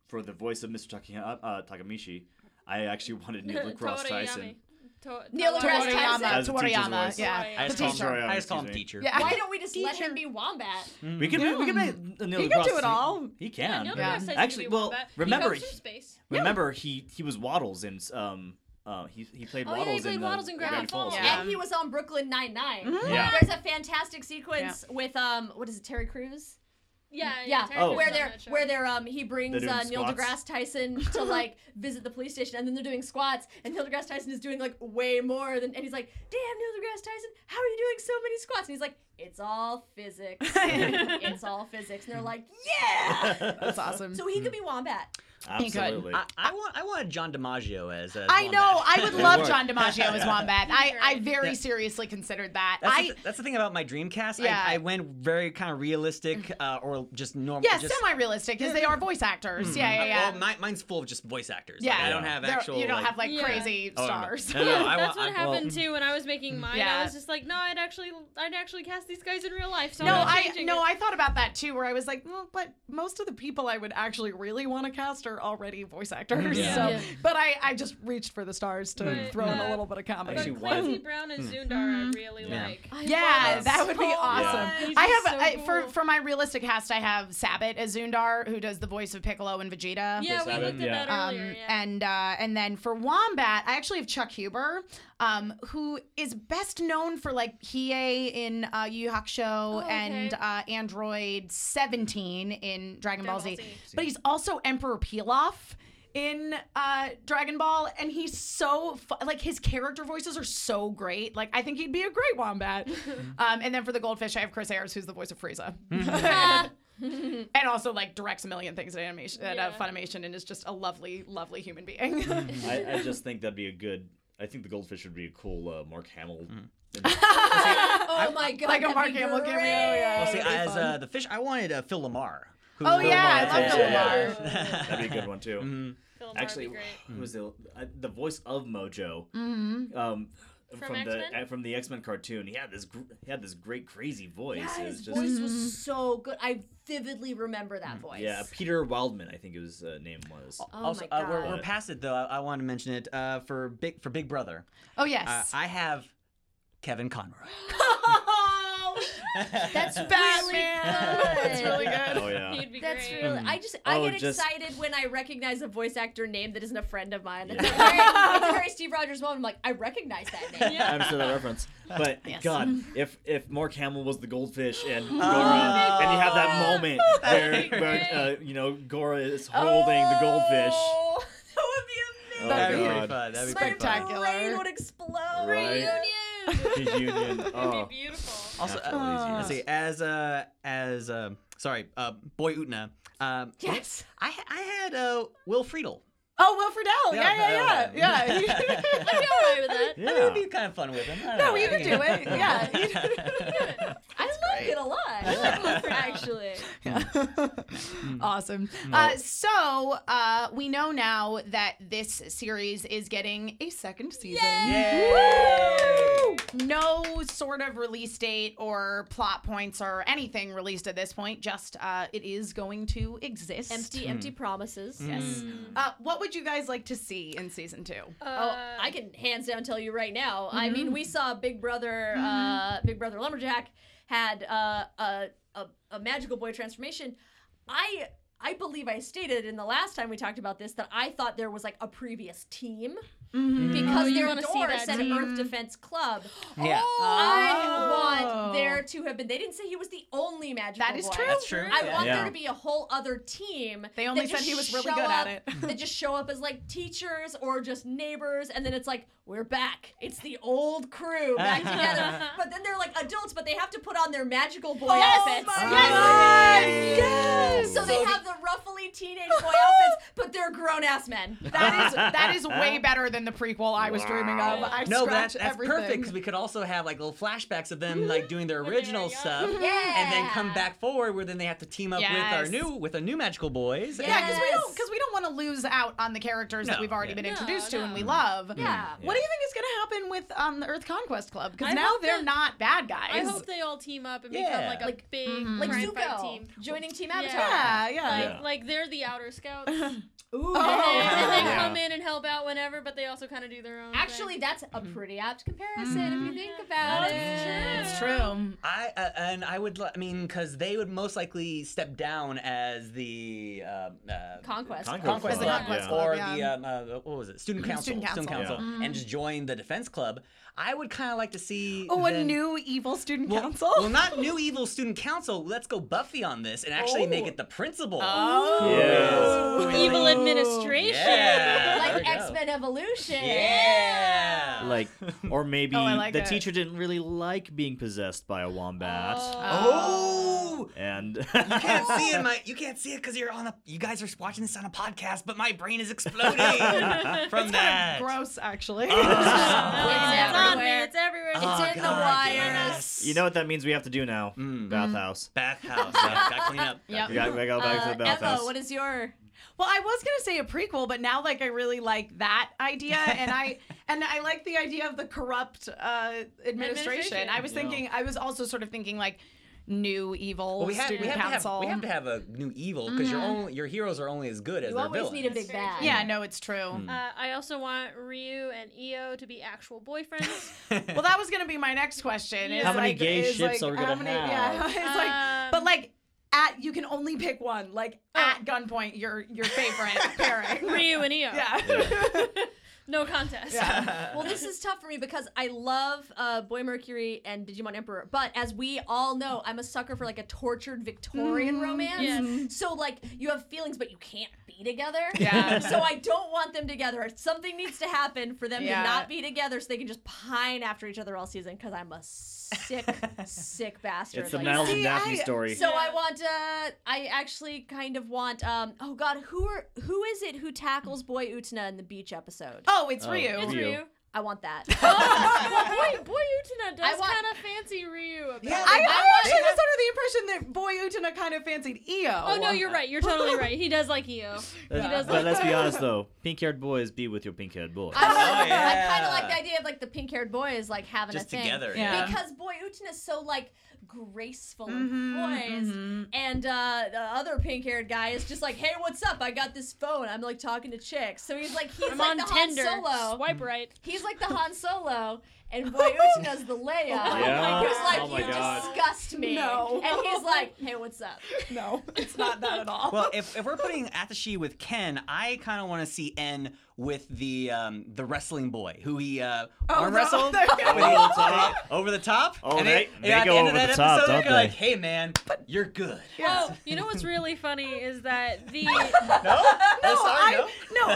Speaker 6: for the voice of Mr. Taki- uh, uh, Takamichi, I actually wanted Neil deGrasse Tyson.
Speaker 3: To-
Speaker 4: Neil deGrasse
Speaker 5: Toriyama.
Speaker 4: Tyson.
Speaker 6: As the teacher's
Speaker 5: Toriyama.
Speaker 6: voice.
Speaker 5: Yeah.
Speaker 7: I just
Speaker 5: The
Speaker 7: call him,
Speaker 6: teacher.
Speaker 7: I just call him
Speaker 6: Excuse me.
Speaker 7: teacher.
Speaker 5: Yeah.
Speaker 4: Why don't we just let him be wombat?
Speaker 6: We can we can make Neil
Speaker 5: He can do
Speaker 6: deGrasse
Speaker 5: it all.
Speaker 6: He can.
Speaker 3: Neil
Speaker 5: Yeah.
Speaker 3: deGrasse Tyson could
Speaker 6: Actually,
Speaker 3: be
Speaker 6: well,
Speaker 3: Wombat. He
Speaker 6: remember
Speaker 3: goes through
Speaker 6: he-
Speaker 3: space.
Speaker 6: Remember he he was Waddles in um uh he he played
Speaker 3: Oh, yeah, he
Speaker 6: Waddles
Speaker 3: played
Speaker 6: in
Speaker 3: Waddles
Speaker 6: uh,
Speaker 3: in Gravity Falls.
Speaker 5: Yeah.
Speaker 4: And he was on Brooklyn Nine Nine.
Speaker 5: Mm-hmm.
Speaker 6: Yeah.
Speaker 4: There's a fantastic sequence with um, what is it, Terry Crews?
Speaker 3: Yeah,
Speaker 5: Uh,
Speaker 4: Yeah,
Speaker 3: Terry
Speaker 5: Oh.
Speaker 3: Crews
Speaker 4: where
Speaker 3: on
Speaker 4: they're
Speaker 3: that show.
Speaker 4: where they're um, he brings
Speaker 6: doing
Speaker 4: uh, Neil
Speaker 6: squats.
Speaker 4: deGrasse Tyson to like visit the police station, and then they're doing squats, and Neil deGrasse Tyson is doing like way more than, and he's like, "Damn, Neil deGrasse Tyson, how are you doing so many squats?" And he's like, "It's all physics. it's all physics." And they're like, "Yeah."
Speaker 5: That's awesome.
Speaker 4: So he could be Wombat.
Speaker 6: Absolutely.
Speaker 7: I, I want I want John DiMaggio as. as
Speaker 5: I
Speaker 7: Wombat.
Speaker 5: know. I would
Speaker 7: That
Speaker 5: love
Speaker 7: works.
Speaker 5: John DiMaggio as Wombat. I, I very
Speaker 7: Yeah.
Speaker 5: seriously considered that.
Speaker 7: That's,
Speaker 5: I
Speaker 7: the, th- that's the thing about my Dreamcast.
Speaker 5: Yeah. Mm-hmm.
Speaker 7: I, I went very kind of realistic uh, or just normal.
Speaker 5: yeah,
Speaker 7: just, Hmm.
Speaker 5: semi-realistic because they are voice actors. Yeah, yeah, yeah.
Speaker 7: Well, my, mine's full of just voice actors.
Speaker 5: yeah,
Speaker 7: Like, I don't have
Speaker 5: They're-
Speaker 7: actual.
Speaker 5: You don't
Speaker 7: like,
Speaker 5: have like
Speaker 3: Yeah.
Speaker 5: crazy
Speaker 7: oh, no, no.
Speaker 5: stars.
Speaker 7: No, no, no, I,
Speaker 3: That's
Speaker 7: wa-
Speaker 3: what
Speaker 7: I- well,
Speaker 3: happened
Speaker 6: mm.
Speaker 3: too when I was making mine.
Speaker 5: Yeah.
Speaker 3: I was just like, no, I'd actually, I'd actually cast these guys in real life. So
Speaker 5: No,
Speaker 3: I'm not
Speaker 5: I
Speaker 3: changing
Speaker 5: no,
Speaker 3: it.
Speaker 5: I thought about that too, where I was like, well, but most of the people I would actually really want to cast are already voice actors.
Speaker 7: Mm-hmm. Yeah.
Speaker 5: So,
Speaker 3: Yeah.
Speaker 5: but I, I just reached for the stars to
Speaker 3: Right,
Speaker 5: throw in
Speaker 3: uh,
Speaker 5: a little bit of
Speaker 3: But
Speaker 5: comedy.
Speaker 6: Actually, why-
Speaker 3: Clancy Brown and Zundar, I really
Speaker 7: Yeah.
Speaker 3: like.
Speaker 5: yeah,
Speaker 4: love
Speaker 5: that would be
Speaker 4: so
Speaker 5: awesome.
Speaker 3: much. He's
Speaker 5: I
Speaker 3: just
Speaker 5: have
Speaker 3: so
Speaker 5: I, for
Speaker 3: cool.
Speaker 5: for my realistic cast, I have Sabat as Zundar, who does the voice of Piccolo and Vegeta.
Speaker 3: Yeah, we
Speaker 9: Adam,
Speaker 3: looked at
Speaker 9: yeah.
Speaker 3: that
Speaker 5: Um,
Speaker 3: earlier. Yeah.
Speaker 5: and uh, and then for Wombat, I actually have Chuck Huber, um, who is best known for like Hiei in uh, Yu Yu Hakusho
Speaker 3: Oh, okay.
Speaker 5: and uh, Android Seventeen in Dragon Ball,
Speaker 3: Dragon
Speaker 5: Z.
Speaker 3: Ball
Speaker 5: but he's also Emperor Pilaf in uh, Dragon Ball, and he's so fu- like his character voices are so great. Like I think he'd be a great Wombat. um, and then for the Goldfish, I have Chris Ayers, who's the voice of Frieza. And also, like, directs a million things at animation at uh,
Speaker 3: Yeah.
Speaker 5: Funimation, and is just a lovely, lovely human being.
Speaker 6: I, I just think that'd be a good. I think the goldfish would be a cool uh, Mark Hamill.
Speaker 4: Oh my god,
Speaker 5: like a
Speaker 4: that'd
Speaker 5: Mark
Speaker 4: be
Speaker 5: Hamill
Speaker 4: great.
Speaker 5: cameo. Yeah.
Speaker 7: well, see,
Speaker 5: it'd be
Speaker 7: as
Speaker 5: fun.
Speaker 7: uh, the fish, I wanted uh, Phil Lamar. who-
Speaker 5: Oh,
Speaker 7: Phil
Speaker 5: yeah,
Speaker 7: Lamar
Speaker 5: I love
Speaker 7: is,
Speaker 5: Phil
Speaker 7: uh,
Speaker 5: Lamar.
Speaker 6: That'd be a good one too.
Speaker 3: Phil Marr
Speaker 6: Actually,
Speaker 3: would be great.
Speaker 6: who was the uh, the voice of Mojo? Um, from, the
Speaker 3: X-Men?
Speaker 6: uh, from the X Men cartoon, he had this gr- he had this great crazy voice.
Speaker 4: Yeah,
Speaker 6: It
Speaker 4: his
Speaker 6: was just Mm,
Speaker 4: voice was so good. I vividly remember that voice.
Speaker 6: yeah, Peter Wildman, I think his uh, name was.
Speaker 4: Oh
Speaker 7: also,
Speaker 4: my
Speaker 7: uh,
Speaker 4: god.
Speaker 7: we're, we're past it though. I, I want to mention it uh, for big for Big Brother.
Speaker 5: oh
Speaker 7: Uh,
Speaker 5: yes,
Speaker 7: I have Kevin Conroy.
Speaker 4: That's
Speaker 5: Batman.
Speaker 4: really good.
Speaker 5: really good.
Speaker 6: Oh yeah.
Speaker 3: He'd be
Speaker 4: That's
Speaker 3: great.
Speaker 4: really. I just I
Speaker 6: Oh,
Speaker 4: get
Speaker 6: just-
Speaker 4: excited when I recognize a voice actor name that isn't a friend of mine. It's,
Speaker 6: Yeah.
Speaker 4: a very, it's a very Steve Rogers moment. I'm like, I recognize that name.
Speaker 6: I understand that reference. But God, if if Mark Hamill was the goldfish and Gora, and you have that moment where, where uh, you know Gora is holding the goldfish.
Speaker 4: Oh, that would be amazing.
Speaker 6: Oh, God.
Speaker 7: That'd be pretty fun. That'd be
Speaker 4: My
Speaker 7: pretty fun.
Speaker 5: Spectacular.
Speaker 4: brain would explode.
Speaker 6: Right.
Speaker 4: Reunion.
Speaker 6: The union.
Speaker 3: It'd
Speaker 6: Oh.
Speaker 3: be beautiful.
Speaker 7: Also, uh,
Speaker 6: Absolutely, yes.
Speaker 7: let's see. As uh, as um sorry, uh, Boy Utna. Um,
Speaker 5: Yes.
Speaker 7: I, I had uh, Will Friedle.
Speaker 5: Oh, Will Friedle. Yeah,
Speaker 7: Yeah,
Speaker 5: yeah, yeah, yeah.
Speaker 4: I'd be all right with that.
Speaker 7: I mean, it'd be kind of fun with him. I don't
Speaker 5: no,
Speaker 7: know.
Speaker 5: you can do it. Yeah.
Speaker 4: I like it a lot. I like Will Friedle, actually.
Speaker 5: awesome. Uh, so uh, we know now that this series is getting a second season. Woo! No sort of release date or plot points or anything released at this point. Just uh, it is going to exist.
Speaker 4: Empty, empty promises.
Speaker 5: Yes.
Speaker 7: Mm.
Speaker 5: Uh, what would you guys like to see in season two?
Speaker 4: oh, I can hands down tell you right now. I
Speaker 3: Hmm.
Speaker 4: mean, we saw Big Brother, uh, Big Brother Lumberjack had uh, a, a a magical boy transformation. I I believe I stated in the last time we talked about this that I thought there was like a previous team because
Speaker 3: Oh, you
Speaker 4: their
Speaker 3: wanna see
Speaker 4: door
Speaker 3: that
Speaker 4: said
Speaker 3: team.
Speaker 4: Earth Defense Club.
Speaker 7: Yeah.
Speaker 4: I
Speaker 5: Oh.
Speaker 4: want there to have been. They didn't say he was the only magical.
Speaker 5: That is
Speaker 4: boy.
Speaker 5: true.
Speaker 7: That's true.
Speaker 4: I want
Speaker 7: Yeah.
Speaker 4: there to be a whole other team.
Speaker 5: They only
Speaker 4: that
Speaker 5: said
Speaker 4: just
Speaker 5: he was really
Speaker 4: show
Speaker 5: good at
Speaker 4: up-
Speaker 5: it.
Speaker 4: that just show up as like teachers or just neighbors, and then it's like we're back. It's the old crew back together. But then they're like adults, but they have to put on their magical boy
Speaker 5: Oh
Speaker 4: outfits.
Speaker 5: Yes!
Speaker 4: Uh, So they have the ruffly teenage boy outfits, but they're grown ass men.
Speaker 5: That is that is way better than the prequel I was dreaming of. I
Speaker 7: No, but
Speaker 5: scratch
Speaker 7: that's, that's
Speaker 5: everything.
Speaker 7: perfect because we could also have like little flashbacks of them like doing their
Speaker 3: When they were
Speaker 7: original
Speaker 3: young.
Speaker 7: stuff, and then come back forward where then they have to team up
Speaker 5: Yes.
Speaker 7: with our new with our new magical boys.
Speaker 5: Yeah, because we don't
Speaker 4: Yes.
Speaker 5: because we don't want to lose out on the characters that
Speaker 7: No,
Speaker 5: we've already
Speaker 7: yeah. Mm,
Speaker 5: been
Speaker 3: No,
Speaker 5: introduced to and
Speaker 3: no.
Speaker 5: we love.
Speaker 4: Yeah.
Speaker 5: What do you think is going to happen with um, the Earth Conquest Club? Because
Speaker 3: I
Speaker 5: now
Speaker 3: hope
Speaker 5: they're
Speaker 3: that-
Speaker 5: not bad guys.
Speaker 3: I hope they all team up and
Speaker 7: Yeah.
Speaker 3: become like a
Speaker 4: Like- mm-hmm.
Speaker 3: big
Speaker 4: Like
Speaker 3: crime fight
Speaker 4: Zuko
Speaker 3: team.
Speaker 4: joining Team
Speaker 3: Yeah.
Speaker 4: Avatar.
Speaker 5: yeah, Uh, yeah.
Speaker 3: Like,
Speaker 8: Yeah.
Speaker 3: like they're the outer scouts.
Speaker 4: Ooh.
Speaker 3: And they, and they
Speaker 8: Yeah.
Speaker 3: come in and help out whenever, but they also kind of do their own.
Speaker 4: Actually,
Speaker 3: thing.
Speaker 4: that's a pretty apt comparison if you
Speaker 5: Mm.
Speaker 4: think about
Speaker 3: That's
Speaker 4: it.
Speaker 3: true.
Speaker 5: It's true.
Speaker 7: I uh, and I would li- I mean because they would most likely step down as the um, uh,
Speaker 4: Conquest.
Speaker 8: Conquest.
Speaker 7: Conquest
Speaker 8: As the
Speaker 7: Club,
Speaker 5: Conquest
Speaker 7: yeah.
Speaker 5: Club,
Speaker 7: or
Speaker 5: yeah.
Speaker 7: the um, uh, what was it? Student Council,
Speaker 5: Student Council.
Speaker 7: Council, and just join the Defense Club. I would kind of like to see
Speaker 5: Oh, a
Speaker 7: them-
Speaker 5: new evil student
Speaker 7: well,
Speaker 5: council.
Speaker 7: Well, not new evil student council. Let's go Buffy on this and actually make it the principal.
Speaker 5: Oh.
Speaker 7: Yes.
Speaker 3: that's evil administration.
Speaker 7: Yeah. There
Speaker 4: Like
Speaker 7: we go.
Speaker 4: X Men Evolution.
Speaker 7: Yeah.
Speaker 8: Like, or maybe
Speaker 5: Oh, I like
Speaker 8: the
Speaker 5: that.
Speaker 8: teacher didn't really like being possessed by a wombat,
Speaker 7: oh.
Speaker 8: and
Speaker 7: You can't see it, my. You can't see it because you're on a. You guys are watching this on a podcast, but my brain is exploding from that.
Speaker 5: Gross, actually.
Speaker 3: Oh. it's,
Speaker 4: It's
Speaker 3: on me.
Speaker 4: everywhere.
Speaker 3: It's everywhere.
Speaker 7: Oh,
Speaker 4: It's in the
Speaker 7: God,
Speaker 4: wires.
Speaker 8: you know what that means. We have to do now.
Speaker 7: Mm-hmm.
Speaker 8: Bathhouse.
Speaker 7: Bathhouse. Yeah, gotta clean up.
Speaker 5: Yep.
Speaker 8: We got to go back to the bathhouse.
Speaker 4: Uh, Emma, what is your?
Speaker 5: Well, I was gonna say a prequel, but now like I really like that idea, and I and I like the idea of the corrupt uh, administration.
Speaker 3: Administration.
Speaker 5: I was thinking, I was also sort of thinking like new evil
Speaker 7: Well, we have, we, have
Speaker 5: student
Speaker 7: to
Speaker 5: council.
Speaker 7: have, we have to have a new evil because your only your heroes are only as good as
Speaker 4: You
Speaker 7: their
Speaker 4: always
Speaker 7: villains.
Speaker 4: need a big bag.
Speaker 5: yeah, no, it's true.
Speaker 7: Hmm.
Speaker 3: Uh, I also want Ryu and Io to be actual boyfriends.
Speaker 5: Well, that was gonna be my next question. is,
Speaker 3: How
Speaker 8: many
Speaker 5: like-
Speaker 8: gay
Speaker 5: is,
Speaker 8: ships
Speaker 5: like,
Speaker 8: are we gonna
Speaker 5: how many- Yeah,
Speaker 8: have?
Speaker 5: it's like, but
Speaker 3: Um,
Speaker 5: like at you can only pick one. Like at gunpoint, your your favorite pairing.
Speaker 3: Ryu and Io.
Speaker 5: Yeah.
Speaker 3: No contest.
Speaker 4: Well, this is tough for me because I love uh, Boy Mercury and Digimon Emperor, but as we all know, I'm a sucker for like a tortured
Speaker 5: Mm-hmm.
Speaker 4: Victorian romance.
Speaker 3: Yes.
Speaker 4: So like you have feelings, but you can't be together.
Speaker 5: Yeah.
Speaker 4: so I don't want them together. Something needs to happen for them
Speaker 5: Yeah.
Speaker 4: to not be together, so they can just pine after each other all season. Because I'm a sick, sick bastard.
Speaker 8: It's the
Speaker 4: like
Speaker 8: Niles
Speaker 5: See,
Speaker 8: and Daphne
Speaker 5: I-
Speaker 8: story.
Speaker 4: so I
Speaker 3: Yeah.
Speaker 4: want. Uh, I actually kind of want. Um, oh God, who are who is it who tackles Boy Utna in the beach episode?
Speaker 5: Oh, it's Ryu.
Speaker 3: It's
Speaker 8: Ryu.
Speaker 3: Ryu.
Speaker 4: I want that.
Speaker 3: Boy, boy
Speaker 4: I
Speaker 3: Utena does
Speaker 4: want-
Speaker 3: kind of fancy Ryu. About
Speaker 7: Yeah,
Speaker 3: it.
Speaker 5: I, I
Speaker 4: want-
Speaker 5: actually was under the impression that Boy Utena kind of fancied Io.
Speaker 3: Oh no, you're right. You're totally right. He does like Io. He does
Speaker 8: but
Speaker 3: like.
Speaker 8: let's be honest though, pink-haired boys be with your pink-haired boys.
Speaker 4: I,
Speaker 7: Oh, yeah.
Speaker 4: kind of like the idea of like the pink haired boys like having
Speaker 7: Just
Speaker 4: a thing
Speaker 7: together.
Speaker 5: Yeah.
Speaker 4: because boy Utin is so like graceful
Speaker 3: Mm-hmm,
Speaker 4: and poised, and uh, the other pink haired guy is just like, hey, what's up? I got this phone. I'm like talking to chicks. So he's like, he's
Speaker 3: I'm
Speaker 4: like
Speaker 3: on
Speaker 4: the
Speaker 3: Tinder.
Speaker 4: Han Solo.
Speaker 3: Swipe right.
Speaker 4: He's like the Han Solo, and boy Utina's the Leia.
Speaker 8: Yeah.
Speaker 4: Who's like,
Speaker 8: Oh my
Speaker 4: you
Speaker 8: God.
Speaker 4: disgust me.
Speaker 5: No.
Speaker 4: And he's like, hey, what's up?
Speaker 5: No, it's not that at all.
Speaker 7: Well, if, if we're putting Atashi with Ken, I kind of want to see N with the um, the wrestling boy who he uh, arm
Speaker 5: Oh, no.
Speaker 7: wrestled
Speaker 5: There you go.
Speaker 7: when he was uh, over the top.
Speaker 8: Oh,
Speaker 7: and
Speaker 8: they- they
Speaker 7: yeah, at
Speaker 8: go
Speaker 7: the end
Speaker 8: over
Speaker 7: of
Speaker 8: the
Speaker 7: that
Speaker 8: top,
Speaker 7: episode,
Speaker 8: don't
Speaker 7: you're like,
Speaker 8: they?
Speaker 7: hey man, you're good.
Speaker 3: Oh, you know what's really funny is that the
Speaker 7: No,
Speaker 5: no,
Speaker 7: oh, sorry,
Speaker 5: I,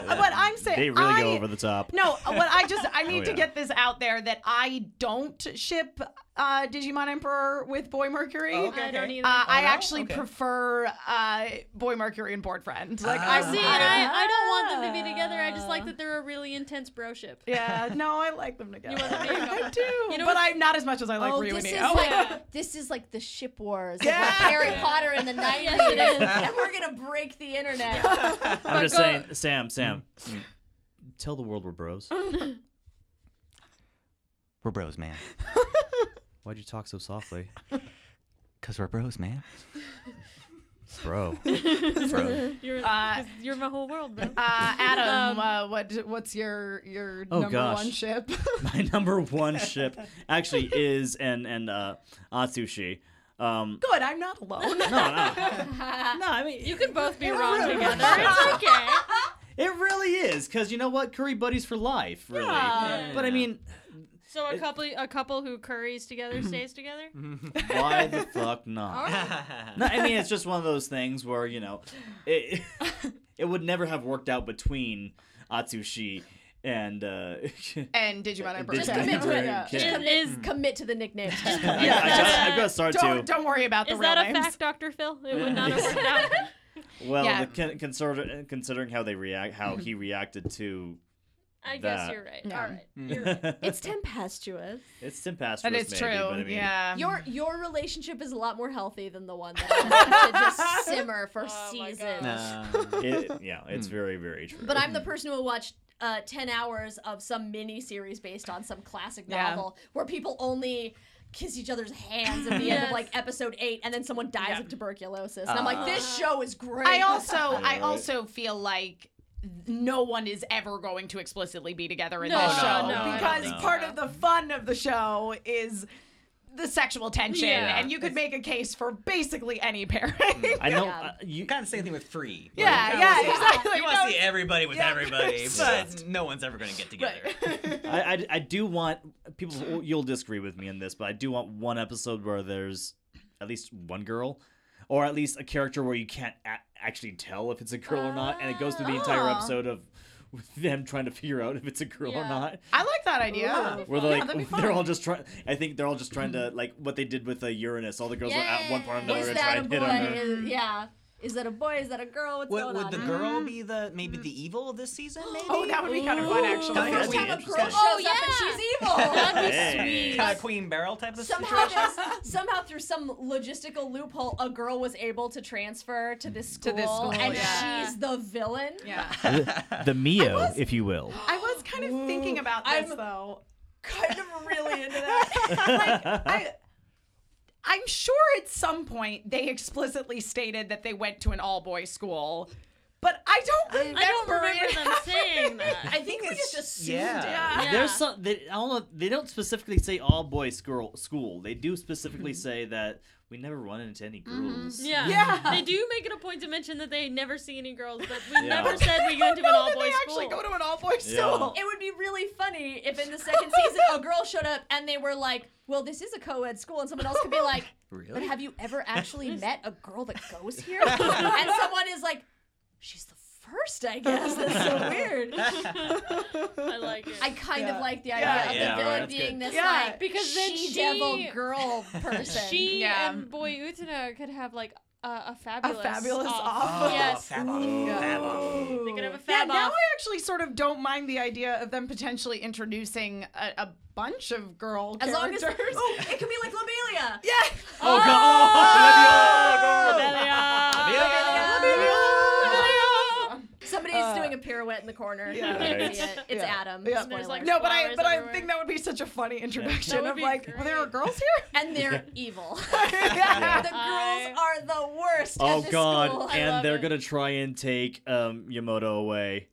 Speaker 5: no. what I'm saying,
Speaker 8: they really
Speaker 5: I,
Speaker 8: go over the top.
Speaker 5: No, what I just I need
Speaker 8: Oh,
Speaker 5: to
Speaker 8: yeah.
Speaker 5: get this out there that that I don't ship uh, Digimon Emperor with Boy Mercury.
Speaker 6: Oh,
Speaker 7: Okay,
Speaker 3: I don't
Speaker 7: okay.
Speaker 3: either.
Speaker 5: Uh, I
Speaker 7: no?
Speaker 5: actually
Speaker 7: Okay.
Speaker 5: prefer uh, Boy Mercury and Board Friend.
Speaker 6: uh,
Speaker 5: Like
Speaker 7: Ah.
Speaker 5: I
Speaker 3: See, and
Speaker 5: I-
Speaker 3: I, I don't want them to be together. I just like that they're a really intense broship.
Speaker 5: yeah, no, I like them together.
Speaker 3: want them to go
Speaker 5: I
Speaker 3: back.
Speaker 5: do,
Speaker 3: You know
Speaker 5: but
Speaker 3: what-
Speaker 5: I'm not as much as I like
Speaker 4: oh,
Speaker 5: Ryu and
Speaker 4: this is
Speaker 5: Neo.
Speaker 4: like
Speaker 3: Yeah.
Speaker 4: this is like the ship wars,
Speaker 5: Yeah.
Speaker 4: yeah. Harry Potter in the nineties,
Speaker 3: it is.
Speaker 4: and we're gonna break the internet.
Speaker 6: I'm just
Speaker 3: go-
Speaker 6: saying, Sam, Sam, mm, tell the world we're bros.
Speaker 5: Mm.
Speaker 7: We're bros, man.
Speaker 6: Why'd you talk so softly,
Speaker 7: Cause we're bros, man.
Speaker 6: bro?
Speaker 7: Bro.
Speaker 3: You're,
Speaker 5: Uh,
Speaker 3: you're my whole world, bro.
Speaker 5: Uh, Adam, uh, what what's your your
Speaker 6: Oh,
Speaker 5: number
Speaker 6: gosh.
Speaker 5: one ship?
Speaker 6: My number one ship actually is and and uh, Atsushi. Um,
Speaker 5: Good, I'm not alone.
Speaker 6: no, no, no. I mean,
Speaker 3: You could both be wrong
Speaker 6: really-
Speaker 3: together. It's okay.
Speaker 6: It really is, because you know what? Curry buddies for life, really.
Speaker 5: Yeah.
Speaker 6: But I mean,
Speaker 3: So a couple, a couple who curries together stays together.
Speaker 6: why the fuck not? No, I mean, it's just one of those things where, you know, it, it would never have worked out between Atsushi and. Uh,
Speaker 5: and Digimon Emperor.
Speaker 6: Digimon
Speaker 4: Just
Speaker 5: Ted.
Speaker 4: commit to it.
Speaker 6: Yeah.
Speaker 4: Just commit,
Speaker 3: Is
Speaker 4: commit to the nickname. Just
Speaker 6: I,
Speaker 4: commit.
Speaker 6: I gotta, I've got to start
Speaker 5: Don't,
Speaker 6: to.
Speaker 5: don't worry about the
Speaker 3: is
Speaker 5: real
Speaker 3: that a
Speaker 5: names.
Speaker 3: fact, Doctor Phil? It would not have worked out.
Speaker 6: Well,
Speaker 5: Yeah.
Speaker 6: the, con- consider- considering how they react, how he reacted to.
Speaker 3: I guess
Speaker 6: That.
Speaker 3: you're right.
Speaker 5: Yeah.
Speaker 3: All right. You're right.
Speaker 4: It's tempestuous.
Speaker 6: it's tempestuous.
Speaker 5: That is
Speaker 6: maybe,
Speaker 5: true.
Speaker 6: But I mean,
Speaker 5: yeah.
Speaker 4: Um, Your your relationship is a lot more healthy than the one that I had to just simmer for
Speaker 3: Oh my
Speaker 4: seasons.
Speaker 3: gosh.
Speaker 6: It, yeah, it's very, very true.
Speaker 4: But I'm the person who will watch uh, 10 hours of some mini series based on some classic
Speaker 5: Yeah.
Speaker 4: novel where people only kiss each other's hands at the end of
Speaker 3: Yes.
Speaker 4: like episode 8 and then someone dies of tuberculosis. And I'm like, this show is great.
Speaker 5: I also I
Speaker 6: right.
Speaker 5: also feel like no one is ever going to explicitly be together in
Speaker 3: No,
Speaker 5: this
Speaker 3: no, no,
Speaker 5: show
Speaker 3: I don't
Speaker 5: because
Speaker 3: think
Speaker 5: part
Speaker 3: so.
Speaker 5: of the fun of the show is the sexual tension
Speaker 3: Yeah.
Speaker 5: and you could make a case for basically any pairing.
Speaker 6: I know.
Speaker 4: Yeah.
Speaker 6: Uh, you,
Speaker 7: kind of same thing with free.
Speaker 5: yeah,
Speaker 7: Like,
Speaker 5: yeah,
Speaker 7: you kinda
Speaker 5: exactly.
Speaker 7: wanna see- You want
Speaker 5: No,
Speaker 7: to see everybody with
Speaker 5: yeah.
Speaker 7: everybody, but no one's ever going to get together.
Speaker 6: I, I, I do want people. You'll disagree with me on this, but I do want one episode where there's at least one girl, or at least a character where you can't a- actually tell if it's a girl or not, and it goes through the entire
Speaker 5: Ah.
Speaker 6: episode of them trying to figure out if it's a girl or
Speaker 3: Yeah.
Speaker 6: not.
Speaker 5: I like that idea.
Speaker 6: Where they're
Speaker 5: Yeah,
Speaker 6: like,
Speaker 5: that'd be
Speaker 6: they're
Speaker 5: fun. Mm-hmm.
Speaker 6: all just trying. I think they're all just trying to like what they did with uh, Uranus. All the girls were at one part or another
Speaker 4: Is
Speaker 6: and try
Speaker 4: that a
Speaker 6: and hit
Speaker 4: boy?
Speaker 6: on her.
Speaker 4: Is- yeah. Is that a boy? Is that a girl? What's
Speaker 7: Would,
Speaker 4: going
Speaker 7: would
Speaker 4: on?
Speaker 7: the girl be the maybe the evil of this season? Maybe.
Speaker 5: Mm-hmm. Oh, that would be kind of fun
Speaker 7: Kinda
Speaker 5: actually.
Speaker 4: First
Speaker 7: That'd be
Speaker 4: time a girl
Speaker 7: interesting.
Speaker 4: shows
Speaker 3: Oh,
Speaker 4: up and
Speaker 3: yeah.
Speaker 4: she's evil.
Speaker 6: Hey.
Speaker 7: kind of Queen Barrel type of
Speaker 4: somehow,
Speaker 7: situation.
Speaker 4: there's, somehow through some logistical loophole, a girl was able to transfer to this school,
Speaker 5: To this school,
Speaker 4: and
Speaker 3: yeah.
Speaker 4: she's the villain.
Speaker 5: Yeah.
Speaker 6: The Mio, if you will.
Speaker 5: I was kind of thinking about this
Speaker 4: I'm-
Speaker 5: though.
Speaker 4: Kind of really into that.
Speaker 5: like I I'm sure at some point they explicitly stated that they went to an all boys school, but I don't remember,
Speaker 3: I don't
Speaker 5: it
Speaker 3: remember them
Speaker 5: happening.
Speaker 3: saying that.
Speaker 4: I think we just assumed
Speaker 7: yeah.
Speaker 3: Yeah.
Speaker 6: There's some. They, I don't know. They don't specifically say all boys school. School. They do specifically say that we never run into any girls.
Speaker 3: Yeah.
Speaker 5: Yeah.
Speaker 3: They do make it a point to mention that they never see any girls, but we
Speaker 6: Yeah.
Speaker 3: never said we went to an
Speaker 5: No,
Speaker 3: all
Speaker 5: that
Speaker 3: boys
Speaker 5: they
Speaker 3: school.
Speaker 5: actually go to an all boys
Speaker 6: Yeah.
Speaker 5: school.
Speaker 4: It would be really funny if in the second season a girl showed up and they were like, "Well, this is a co-ed school," and someone else could be like, "But
Speaker 7: Really?
Speaker 4: have you ever actually met a girl that goes here?" and someone is like, "She's the first, I guess." That's so weird.
Speaker 3: I like it.
Speaker 4: I kind
Speaker 5: Yeah.
Speaker 4: of like the idea
Speaker 5: Yeah.
Speaker 4: of the
Speaker 7: Yeah,
Speaker 4: villain
Speaker 7: right, that's
Speaker 4: being
Speaker 7: good.
Speaker 4: this
Speaker 5: Yeah.
Speaker 4: like
Speaker 3: Because then
Speaker 4: she
Speaker 3: she-
Speaker 4: devil girl person.
Speaker 3: she
Speaker 5: Yeah.
Speaker 3: and Boy Utena could have like a, a
Speaker 5: A
Speaker 3: fabulous,
Speaker 5: fabulous
Speaker 3: off.
Speaker 5: off.
Speaker 7: Oh,
Speaker 3: Yes.
Speaker 7: fab off, fab off.
Speaker 3: They could have a fab
Speaker 5: Yeah, now
Speaker 3: off.
Speaker 5: I actually sort of don't mind the idea of them potentially introducing a, a bunch of girl
Speaker 4: as long as
Speaker 5: characters.
Speaker 4: oh, it could be like Lobelia.
Speaker 5: yeah.
Speaker 7: Oh, God. Oh,
Speaker 4: Somebody is doing a pirouette in the corner.
Speaker 5: Yeah.
Speaker 4: You can
Speaker 6: Right.
Speaker 4: see it. It's
Speaker 5: Yeah.
Speaker 4: Adam.
Speaker 5: Yeah.
Speaker 4: Spoiler.
Speaker 3: There's, like,
Speaker 5: No, but I
Speaker 3: flowers
Speaker 5: but I
Speaker 3: everywhere.
Speaker 5: think that would be such a funny introduction
Speaker 3: That would
Speaker 5: of
Speaker 3: be
Speaker 5: like, well, there are
Speaker 3: great.
Speaker 5: girls here.
Speaker 4: and they're evil.
Speaker 5: Yeah.
Speaker 4: The girls
Speaker 3: I-
Speaker 4: are the worst.
Speaker 6: Oh
Speaker 4: at this
Speaker 6: God!
Speaker 4: School.
Speaker 6: And
Speaker 3: love
Speaker 6: they're
Speaker 3: it.
Speaker 6: gonna try and take um, Yamoto away.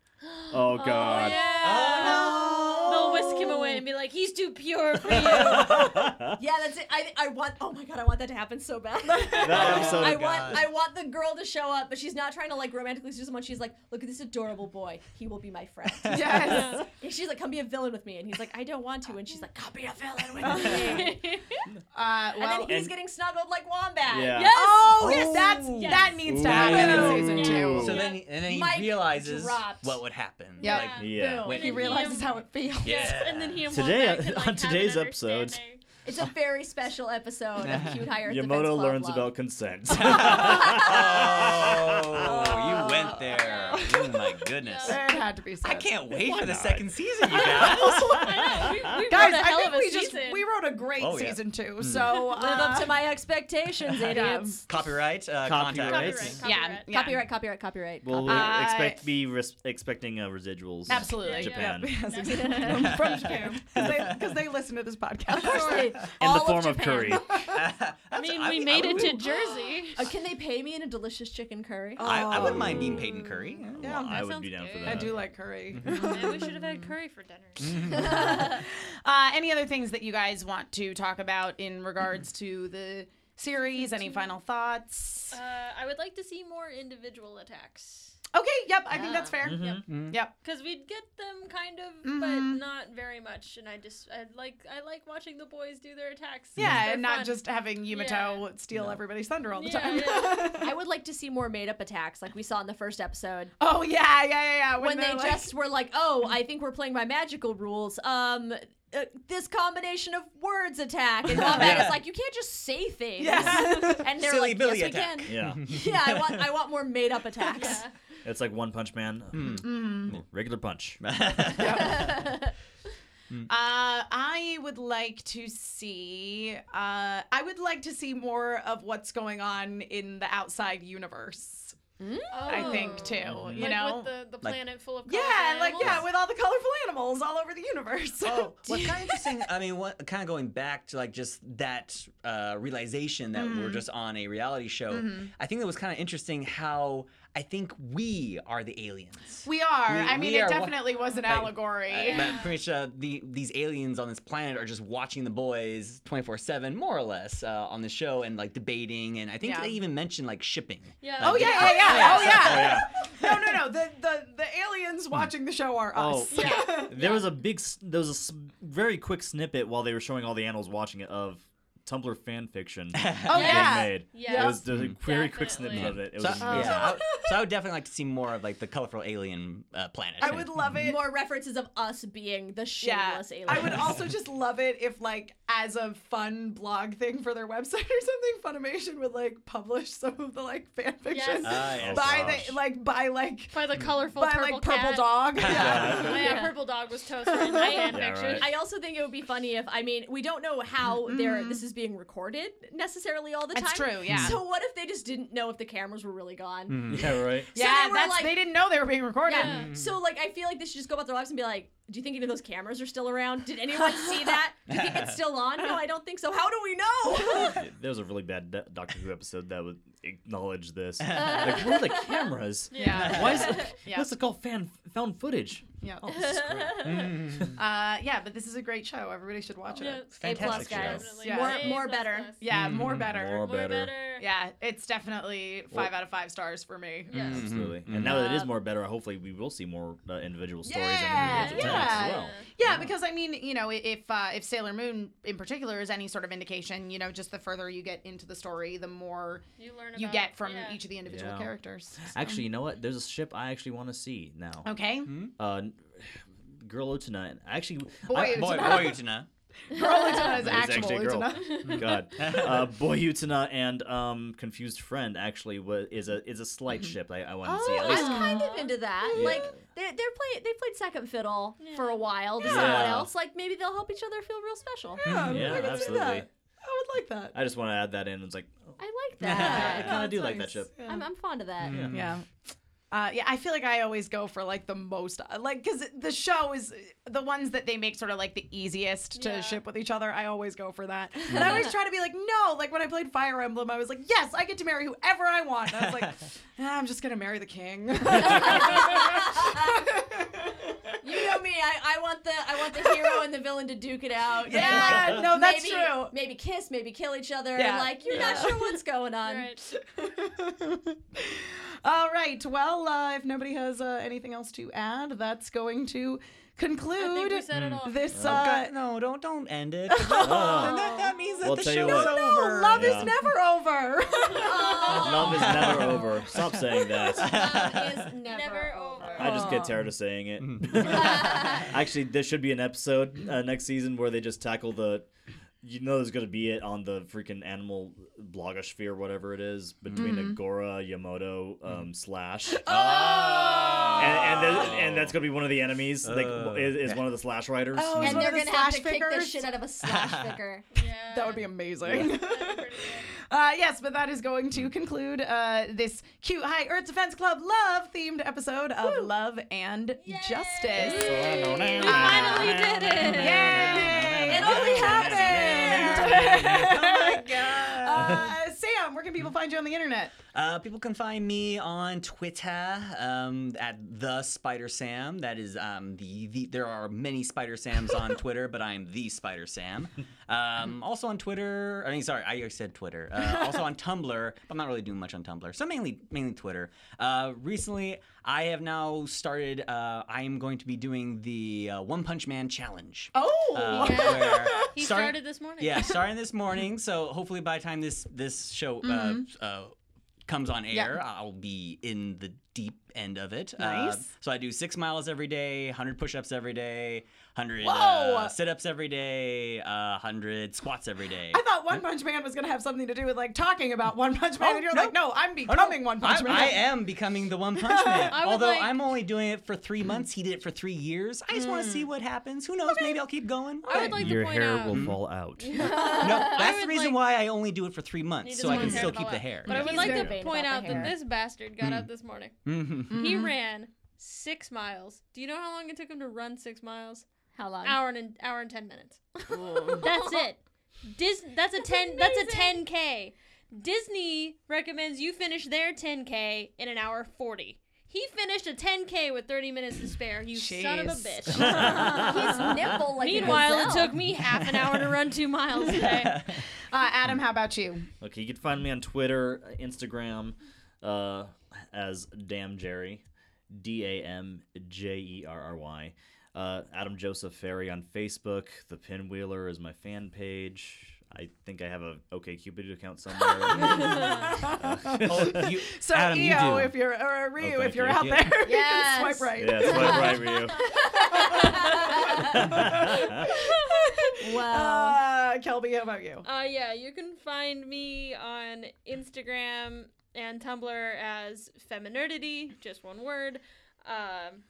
Speaker 6: Oh God!
Speaker 3: Yeah.
Speaker 5: Oh.
Speaker 3: They'll whisk him away and be like, he's too pure for you.
Speaker 4: Yeah, that's it. I, I want. Oh my god, I want that to happen so bad.
Speaker 6: That episode.
Speaker 4: I
Speaker 7: God.
Speaker 4: want I want the girl to show up, but she's not trying to like romantically seduce someone. She's like, look at this adorable boy. He will be my friend.
Speaker 5: Yes.
Speaker 4: And she's like, come be a villain with me, and he's like, I don't want to, and she's like, come be a villain with me.
Speaker 5: Uh,
Speaker 4: and
Speaker 5: well,
Speaker 4: then he's
Speaker 6: And-
Speaker 4: getting snuggled like wombat.
Speaker 6: Yeah.
Speaker 5: Oh,
Speaker 7: Yes.
Speaker 5: that's
Speaker 7: Yes.
Speaker 5: that needs to happen
Speaker 6: Ooh.
Speaker 5: in season
Speaker 6: Yeah.
Speaker 5: two.
Speaker 7: So then, and then he
Speaker 4: Mike
Speaker 7: realizes
Speaker 4: dropped.
Speaker 7: what would happen.
Speaker 5: Yeah.
Speaker 7: Like,
Speaker 6: yeah.
Speaker 7: when
Speaker 3: he
Speaker 5: he realizes how it feels.
Speaker 7: Yeah.
Speaker 3: And then he and hold
Speaker 6: Today-
Speaker 3: back and, like,
Speaker 6: on
Speaker 3: have an
Speaker 6: today's episode-
Speaker 3: understanding.
Speaker 4: It's a very special episode of Cute Hire. at the Fence
Speaker 6: Yamoto
Speaker 4: Club
Speaker 6: learns
Speaker 4: Love.
Speaker 6: about consent.
Speaker 7: Oh, you went there. Oh my goodness.
Speaker 5: There had to be said.
Speaker 7: I can't wait for the second season, you guys.
Speaker 3: I know. We, we
Speaker 5: Guys,
Speaker 3: wrote a
Speaker 5: I
Speaker 3: hell
Speaker 5: think
Speaker 3: of a
Speaker 5: we just
Speaker 3: season.
Speaker 5: we wrote a great
Speaker 7: Oh, yeah.
Speaker 5: season two. So
Speaker 4: Live
Speaker 5: uh,
Speaker 4: up to my expectations, idiots.
Speaker 7: Copyright, uh, contact.
Speaker 6: Copyright.
Speaker 3: Copyright,
Speaker 6: Yeah.
Speaker 3: copyright.
Speaker 1: Yeah.
Speaker 4: Copyright, copyright, copyright.
Speaker 6: Well, we
Speaker 4: copyright.
Speaker 5: Uh,
Speaker 6: expect be res- expecting uh, residuals.
Speaker 5: absolutely
Speaker 6: Japan.
Speaker 5: Yep. Yes, exactly. from Japan because they, listen to this podcast.
Speaker 4: Sorry.
Speaker 6: In
Speaker 4: All
Speaker 6: the form
Speaker 4: Japan.
Speaker 6: of, curry.
Speaker 3: I mean, we made it to Jersey.
Speaker 4: Uh, can they pay me in a delicious chicken curry?
Speaker 7: I, I wouldn't mind being paid in curry.
Speaker 5: Yeah,
Speaker 6: I would
Speaker 3: sounds
Speaker 6: be down for
Speaker 3: good.
Speaker 6: that.
Speaker 5: I do like curry.
Speaker 3: Man, we should have had curry for dinner.
Speaker 5: Uh, any other things that you guys want to talk about in regards to the series? Any final thoughts?
Speaker 3: Uh, I would like to see more individual attacks.
Speaker 5: Okay, yep, I think that's fair.
Speaker 3: Yep.
Speaker 5: Yep.
Speaker 3: Because we'd get them kind of, but
Speaker 5: Mm-hmm.
Speaker 3: not very much. And I just, I like, I like watching the boys do their attacks.
Speaker 5: Yeah,
Speaker 3: They're
Speaker 5: and not
Speaker 3: fun.
Speaker 5: just having Yamato steal everybody's thunder all the
Speaker 3: Yeah,
Speaker 5: time.
Speaker 3: yeah.
Speaker 4: I would like to see more made up attacks like we saw in the first episode.
Speaker 5: oh yeah, yeah, yeah, yeah.
Speaker 4: When,
Speaker 5: they're
Speaker 4: they
Speaker 5: like-
Speaker 4: just were like, oh, I think we're playing by magical rules. Um, uh, this combination of words attack. And Wombat
Speaker 7: Yeah.
Speaker 4: is like, you can't just say things.
Speaker 5: Yeah.
Speaker 4: And they're
Speaker 7: Silly
Speaker 4: like,
Speaker 7: Billy
Speaker 4: yes,
Speaker 7: attack.
Speaker 4: we can.
Speaker 6: Yeah,
Speaker 4: Yeah, I want, I want more made up attacks.
Speaker 3: Yeah.
Speaker 6: it's like One Punch Man.
Speaker 5: Mm-hmm.
Speaker 6: Mm-hmm. Regular punch.
Speaker 5: Uh, I would like to see. Uh, I would like to see more of what's going on in the outside universe. I think too. You
Speaker 3: Oh. like
Speaker 5: know.
Speaker 3: with the, the
Speaker 7: Like-
Speaker 3: planet full of
Speaker 5: yeah,
Speaker 3: colorful
Speaker 5: like yeah,
Speaker 3: animals.
Speaker 5: with all the colorful animals all over the universe.
Speaker 7: Oh, what's kind of interesting, I mean, what, kind of going back to like just that uh, realization that
Speaker 3: Mm-hmm.
Speaker 7: we're just on a reality show, I think it was kind of interesting how I think we are the aliens.
Speaker 5: we are.
Speaker 7: We-
Speaker 5: I mean,
Speaker 7: we
Speaker 5: it
Speaker 7: are wa-
Speaker 5: definitely was an
Speaker 7: like,
Speaker 5: allegory.
Speaker 7: Uh, but pretty much uh, the, these aliens on this planet are just watching the boys 24 7, more or less, uh, on the show and like debating. And I think
Speaker 5: Yeah.
Speaker 7: they even mentioned like shipping.
Speaker 3: Yeah.
Speaker 7: Like,
Speaker 5: Oh yeah, yeah,
Speaker 7: different-
Speaker 5: yeah. Oh yeah. No, no, no. The the the
Speaker 7: Hmm.
Speaker 5: aliens watching the show are
Speaker 6: Oh,
Speaker 5: us.
Speaker 3: Yeah.
Speaker 6: there was a big, s- there was a s- very quick snippet while they were showing all the animals watching it of Tumblr fan fiction.
Speaker 5: Oh
Speaker 6: that
Speaker 5: yeah.
Speaker 6: they made.
Speaker 3: Yeah.
Speaker 6: It was the very quick
Speaker 3: Definitely.
Speaker 6: snippet of it. It was
Speaker 7: So,
Speaker 6: amazing.
Speaker 7: yeah, I, so I would definitely like to see more of like the colorful alien uh, planet.
Speaker 5: I would love it.
Speaker 4: More references of us being the
Speaker 5: Yeah.
Speaker 4: shameless aliens.
Speaker 5: I would also just love it if, like, as a fun blog thing for their website or something, Funimation would like publish some of the like fan fiction
Speaker 7: Ah, yes.
Speaker 5: by
Speaker 6: Oh, gosh.
Speaker 5: the like by like
Speaker 3: By the colorful
Speaker 5: by
Speaker 3: purple
Speaker 5: like purple
Speaker 3: cat.
Speaker 5: dog. Yeah.
Speaker 3: Oh, yeah, purple dog was toast in my fanfiction.
Speaker 6: right.
Speaker 4: I also think it would be funny if I mean we don't know how they're this is being recorded necessarily all the
Speaker 5: That's
Speaker 4: time.
Speaker 5: true, yeah.
Speaker 4: So what if they just didn't know if the cameras were really gone?
Speaker 6: yeah, right.
Speaker 4: So they were
Speaker 5: that's,
Speaker 4: like,
Speaker 5: they didn't know they were being recorded.
Speaker 4: yeah. So like I feel like they should just go about their lives and be like, do you think any of those cameras are still around? Did anyone see that? Do you think it's still on? No, I don't think so. How do we know?
Speaker 6: Yeah, there was a really bad Do- Doctor Who episode that would acknowledge this. like, where are the cameras?
Speaker 5: Yeah.
Speaker 6: Why is it,
Speaker 5: Yeah.
Speaker 6: what's it called? Fan found footage.
Speaker 5: Yeah.
Speaker 6: Oh, this is crap.
Speaker 5: Uh, yeah, but this is a great show. Everybody should watch
Speaker 3: Yeah.
Speaker 5: it.
Speaker 4: A plus,
Speaker 7: Fantastic show.
Speaker 4: guys.
Speaker 3: Definitely.
Speaker 5: Yeah.
Speaker 4: More,
Speaker 3: A
Speaker 4: more
Speaker 3: plus
Speaker 4: better.
Speaker 3: plus.
Speaker 5: Yeah, more better.
Speaker 6: More
Speaker 3: More
Speaker 6: better.
Speaker 3: better.
Speaker 5: Yeah, it's definitely five out of five stars for me.
Speaker 3: Yes.
Speaker 6: Absolutely. And now that it is more better, hopefully we will see more uh, individual stories
Speaker 5: Yeah,
Speaker 6: and individual attacks as
Speaker 5: yeah.
Speaker 6: well.
Speaker 5: Yeah, because I mean, you know, i- if uh, if Sailor Moon in particular is any sort of indication, you know, just the further you get into the story, the more
Speaker 3: You learn about
Speaker 5: you get from
Speaker 3: yeah.
Speaker 5: each of the individual
Speaker 6: Yeah.
Speaker 5: characters.
Speaker 6: Actually, you know what? There's a ship I actually want to see now.
Speaker 5: Okay,
Speaker 6: Uh, Girl Utena. Actually,
Speaker 5: Boy
Speaker 6: I,
Speaker 7: Boy, boy, Utena.
Speaker 5: Girl Utena is
Speaker 6: It's
Speaker 5: actual
Speaker 6: actually a girl.
Speaker 5: Utena.
Speaker 6: God, uh, Boy Utena and um, Confused Friend actually wa is a is a slight
Speaker 5: Mm-hmm.
Speaker 6: ship I, I want to
Speaker 5: Oh,
Speaker 6: see.
Speaker 4: Oh,
Speaker 6: At
Speaker 4: I'm
Speaker 6: least
Speaker 4: kind of into that.
Speaker 6: Yeah.
Speaker 4: Like they they're play they played second fiddle for a while to
Speaker 6: Yeah.
Speaker 4: someone
Speaker 6: Yeah.
Speaker 4: else. Like maybe they'll help each other feel real special.
Speaker 5: Yeah,
Speaker 6: Yeah,
Speaker 5: I can see
Speaker 6: absolutely.
Speaker 5: that. I would like that.
Speaker 6: I just want to add that in. It's like oh,
Speaker 4: I like
Speaker 6: I
Speaker 4: that.
Speaker 6: kind of do like that
Speaker 5: nice.
Speaker 6: ship.
Speaker 4: I'm, I'm fond of that.
Speaker 3: Um,
Speaker 5: Yeah. Uh, yeah, I feel like I always go for like the most, uh, like, because the show is the ones that they make sort of like the easiest to
Speaker 3: Yeah.
Speaker 5: ship with each other. I always go for that. And I always try to be like, no, like when I played Fire Emblem, I was like, yes, I get to marry whoever I want. And I was like, "Ah, I'm just going to marry the king.
Speaker 4: You know me. I, I want the I want the hero and the villain to duke it out.
Speaker 5: Yeah,
Speaker 4: And,
Speaker 5: no, that's
Speaker 4: maybe,
Speaker 5: true.
Speaker 4: Maybe kiss, maybe kill each other.
Speaker 5: Yeah.
Speaker 4: Like you're not sure what's going on.
Speaker 3: Right.
Speaker 5: All right. Well, uh, if nobody has uh, anything else to add, that's going to
Speaker 3: I think
Speaker 5: conclude
Speaker 3: we said it all.
Speaker 5: this.
Speaker 6: Oh,
Speaker 5: Uh,
Speaker 7: God, no, don't don't end it. that, that means that
Speaker 6: Well,
Speaker 7: the
Speaker 6: tell you
Speaker 7: show's
Speaker 6: what.
Speaker 7: over.
Speaker 5: love
Speaker 6: Yeah.
Speaker 5: is never over.
Speaker 6: Love is never over. Stop saying that.
Speaker 4: Love is never,
Speaker 5: Oh.
Speaker 3: Never
Speaker 4: over.
Speaker 3: over.
Speaker 6: I just get tired of saying it.
Speaker 8: Mm.
Speaker 6: Actually, there should be an episode uh, next season where they just tackle the. You know, there's gonna be it on the freaking animal blogosphere, whatever it is, between Agora, Yamoto,
Speaker 8: Mm.
Speaker 6: um, Slash,
Speaker 5: Oh.
Speaker 6: and and, there's- and that's gonna be one of the enemies. like,
Speaker 8: Uh.
Speaker 7: Oh.
Speaker 6: is, is one of the Slash writers.
Speaker 5: Oh,
Speaker 4: and
Speaker 5: one
Speaker 4: they're
Speaker 5: of the
Speaker 4: gonna have to
Speaker 5: slash
Speaker 4: kick the
Speaker 5: figures?
Speaker 4: shit out of a slash figure.
Speaker 3: Yeah.
Speaker 5: That would be amazing.
Speaker 3: That'd be pretty good.
Speaker 5: Uh, yes, but that is going to conclude uh, this cute High Earth Defense Club love themed episode of Love and Justice.
Speaker 3: We finally did it.
Speaker 5: Yay! It
Speaker 4: only
Speaker 5: happened!
Speaker 7: my god.
Speaker 5: uh, Sam, where can people find you on the internet?
Speaker 7: Uh, people can find me on Twitter um, at the Spider Sam. That is um, the, the there are many Spider Sams on Twitter, but I am the Spider Sam. Um, also on Twitter, I mean, sorry, I said Twitter. Uh, also on Tumblr. but I'm not really doing much on Tumblr, so mainly mainly Twitter. Uh, recently, I have now started. Uh, I am going to be doing the uh, One Punch Man challenge.
Speaker 5: Oh!
Speaker 7: Uh, where
Speaker 3: He
Speaker 7: start-
Speaker 3: started this morning.
Speaker 7: yeah, starting this morning. So hopefully by the time this this show
Speaker 3: Mm-hmm.
Speaker 7: uh, uh, comes on air, I'll be in the deep end of it. Uh,
Speaker 5: Nice.
Speaker 7: so I do six miles every day, 100 push-ups every day, 100
Speaker 5: Whoa!
Speaker 7: uh, sit-ups every day, uh, 100 squats every day.
Speaker 5: I thought One Punch Man was going to have something to do with like talking about One Punch
Speaker 7: Oh,
Speaker 5: Man, and you're like, no, I'm becoming One Punch
Speaker 7: I,
Speaker 5: Man.
Speaker 7: I am becoming the One Punch Man.
Speaker 3: I would
Speaker 7: Although
Speaker 3: like-
Speaker 7: I'm only doing it for three months. He did it for three years. I just want
Speaker 3: Hmm.
Speaker 7: to see what happens. Who knows? Maybe I'll keep going.
Speaker 3: I would like
Speaker 8: Your
Speaker 3: to point
Speaker 8: hair
Speaker 3: out.
Speaker 8: will fall out.
Speaker 7: no, that's the
Speaker 3: would
Speaker 7: reason
Speaker 3: like-
Speaker 7: why I only do it for three
Speaker 3: He
Speaker 7: months, so
Speaker 3: doesn't
Speaker 7: I
Speaker 3: want
Speaker 7: can
Speaker 3: his hair
Speaker 7: still
Speaker 3: to
Speaker 7: keep
Speaker 3: fall
Speaker 7: the
Speaker 3: out.
Speaker 7: hair. Mm-hmm.
Speaker 3: But I
Speaker 7: Yeah.
Speaker 3: would
Speaker 4: He's
Speaker 3: like
Speaker 4: very
Speaker 3: to
Speaker 4: vain
Speaker 3: point
Speaker 4: about
Speaker 3: out
Speaker 4: the
Speaker 3: that
Speaker 4: hair.
Speaker 3: this bastard got up this morning.
Speaker 7: Mhm.
Speaker 3: He ran six miles. Do you know how long it took him to run six miles?
Speaker 4: How long?
Speaker 3: Hour and an hour and ten minutes. that's it. Dis- that's a ten. That's a ten k. Disney recommends you finish their ten k in an hour forty. He finished a ten k with thirty minutes to spare. You son of a
Speaker 5: Jeez.
Speaker 3: bitch.
Speaker 4: He's nimble like a
Speaker 3: Meanwhile, it
Speaker 4: gazelle.
Speaker 3: took me half an hour to run two miles today.
Speaker 5: Uh, Adam, how about you?
Speaker 6: Okay, you can find me on Twitter, Instagram, uh, as Damn Jerry, D A M J E R R Y. Uh, Adam Joseph Ferry on Facebook. The Pinwheeler is my fan page. I think I have a OKCupid account somewhere.
Speaker 7: Oh, you,
Speaker 5: So,
Speaker 7: Adam, you
Speaker 5: Eo,
Speaker 7: do.
Speaker 5: if you're, or uh, Ryu,
Speaker 6: Oh,
Speaker 5: if
Speaker 6: thank
Speaker 5: you're
Speaker 6: you.
Speaker 5: out
Speaker 7: Yeah.
Speaker 5: there, you can
Speaker 4: Yes.
Speaker 5: swipe right.
Speaker 6: yeah, swipe right, Ryu.
Speaker 3: Uh,
Speaker 4: wow.
Speaker 5: Uh, Kelby, how about you?
Speaker 3: Uh, yeah, you can find me on Instagram and Tumblr as Feminerdity, just one word. Um,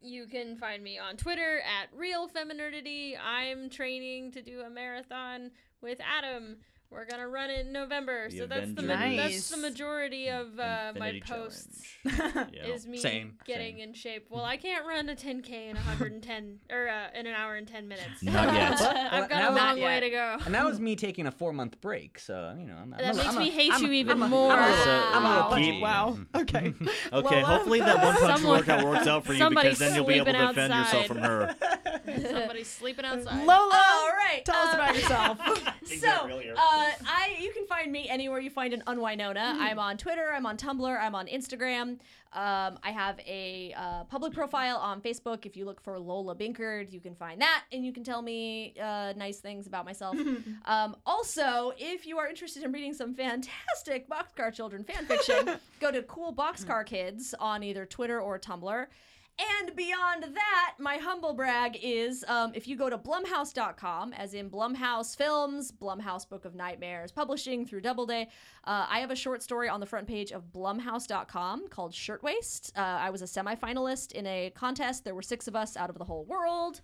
Speaker 3: you can find me on Twitter at Real Feminerdity. I'm training to do a marathon with Adam. We're gonna run it in November,
Speaker 6: The
Speaker 3: so that's the ma-
Speaker 6: Avengers
Speaker 5: Nice.
Speaker 3: that's the majority of uh, my
Speaker 6: Infinity
Speaker 3: posts
Speaker 6: Challenge. Yeah.
Speaker 3: is me
Speaker 7: Same,
Speaker 3: getting in shape. Well, I can't run a 10k in 110 or uh, in an hour and 10 minutes.
Speaker 6: Not yet.
Speaker 3: I've
Speaker 7: Not
Speaker 3: got a long
Speaker 5: yet.
Speaker 3: way to go.
Speaker 7: And that was me taking a four month break. So, you know, I'm,
Speaker 3: That
Speaker 7: I'm,
Speaker 3: makes
Speaker 7: I'm
Speaker 3: me
Speaker 7: a,
Speaker 3: hate
Speaker 7: I'm
Speaker 3: you
Speaker 7: a,
Speaker 3: even
Speaker 7: I'm
Speaker 3: more.
Speaker 7: A, I'm a little, I'm a little
Speaker 5: Wow.
Speaker 7: pudgy.
Speaker 5: Wow. Okay.
Speaker 6: Okay,
Speaker 5: Lola?
Speaker 6: hopefully that one punch workout works out for you
Speaker 3: uh,
Speaker 6: because
Speaker 3: Somebody's
Speaker 6: then you'll be able to
Speaker 3: sleeping
Speaker 6: defend yourself
Speaker 3: outside.
Speaker 6: from her.
Speaker 3: Somebody's sleeping outside.
Speaker 5: Lola,
Speaker 4: All right,
Speaker 5: tell us
Speaker 4: uh,
Speaker 5: about yourself.
Speaker 4: So, uh, I you can find me anywhere you find an unwinona. I'm on Twitter, I'm on Tumblr, I'm on Instagram. Um, I have a uh, public profile on Facebook. If you look for Lola Binkard, you can find that, and you can tell me uh, nice things about myself. um, also, if you are interested in reading some fantastic Boxcar Children fan fiction, go to Cool Boxcar Kids on either Twitter or Tumblr. And beyond that, my humble brag is um, if you go to Blumhouse.com, as in Blumhouse Films, Blumhouse Book of Nightmares Publishing through Doubleday, uh, I have a short story on the front page of Blumhouse.com called Shirtwaist. Uh, I was a semifinalist in a contest. There were six of us out of the whole world.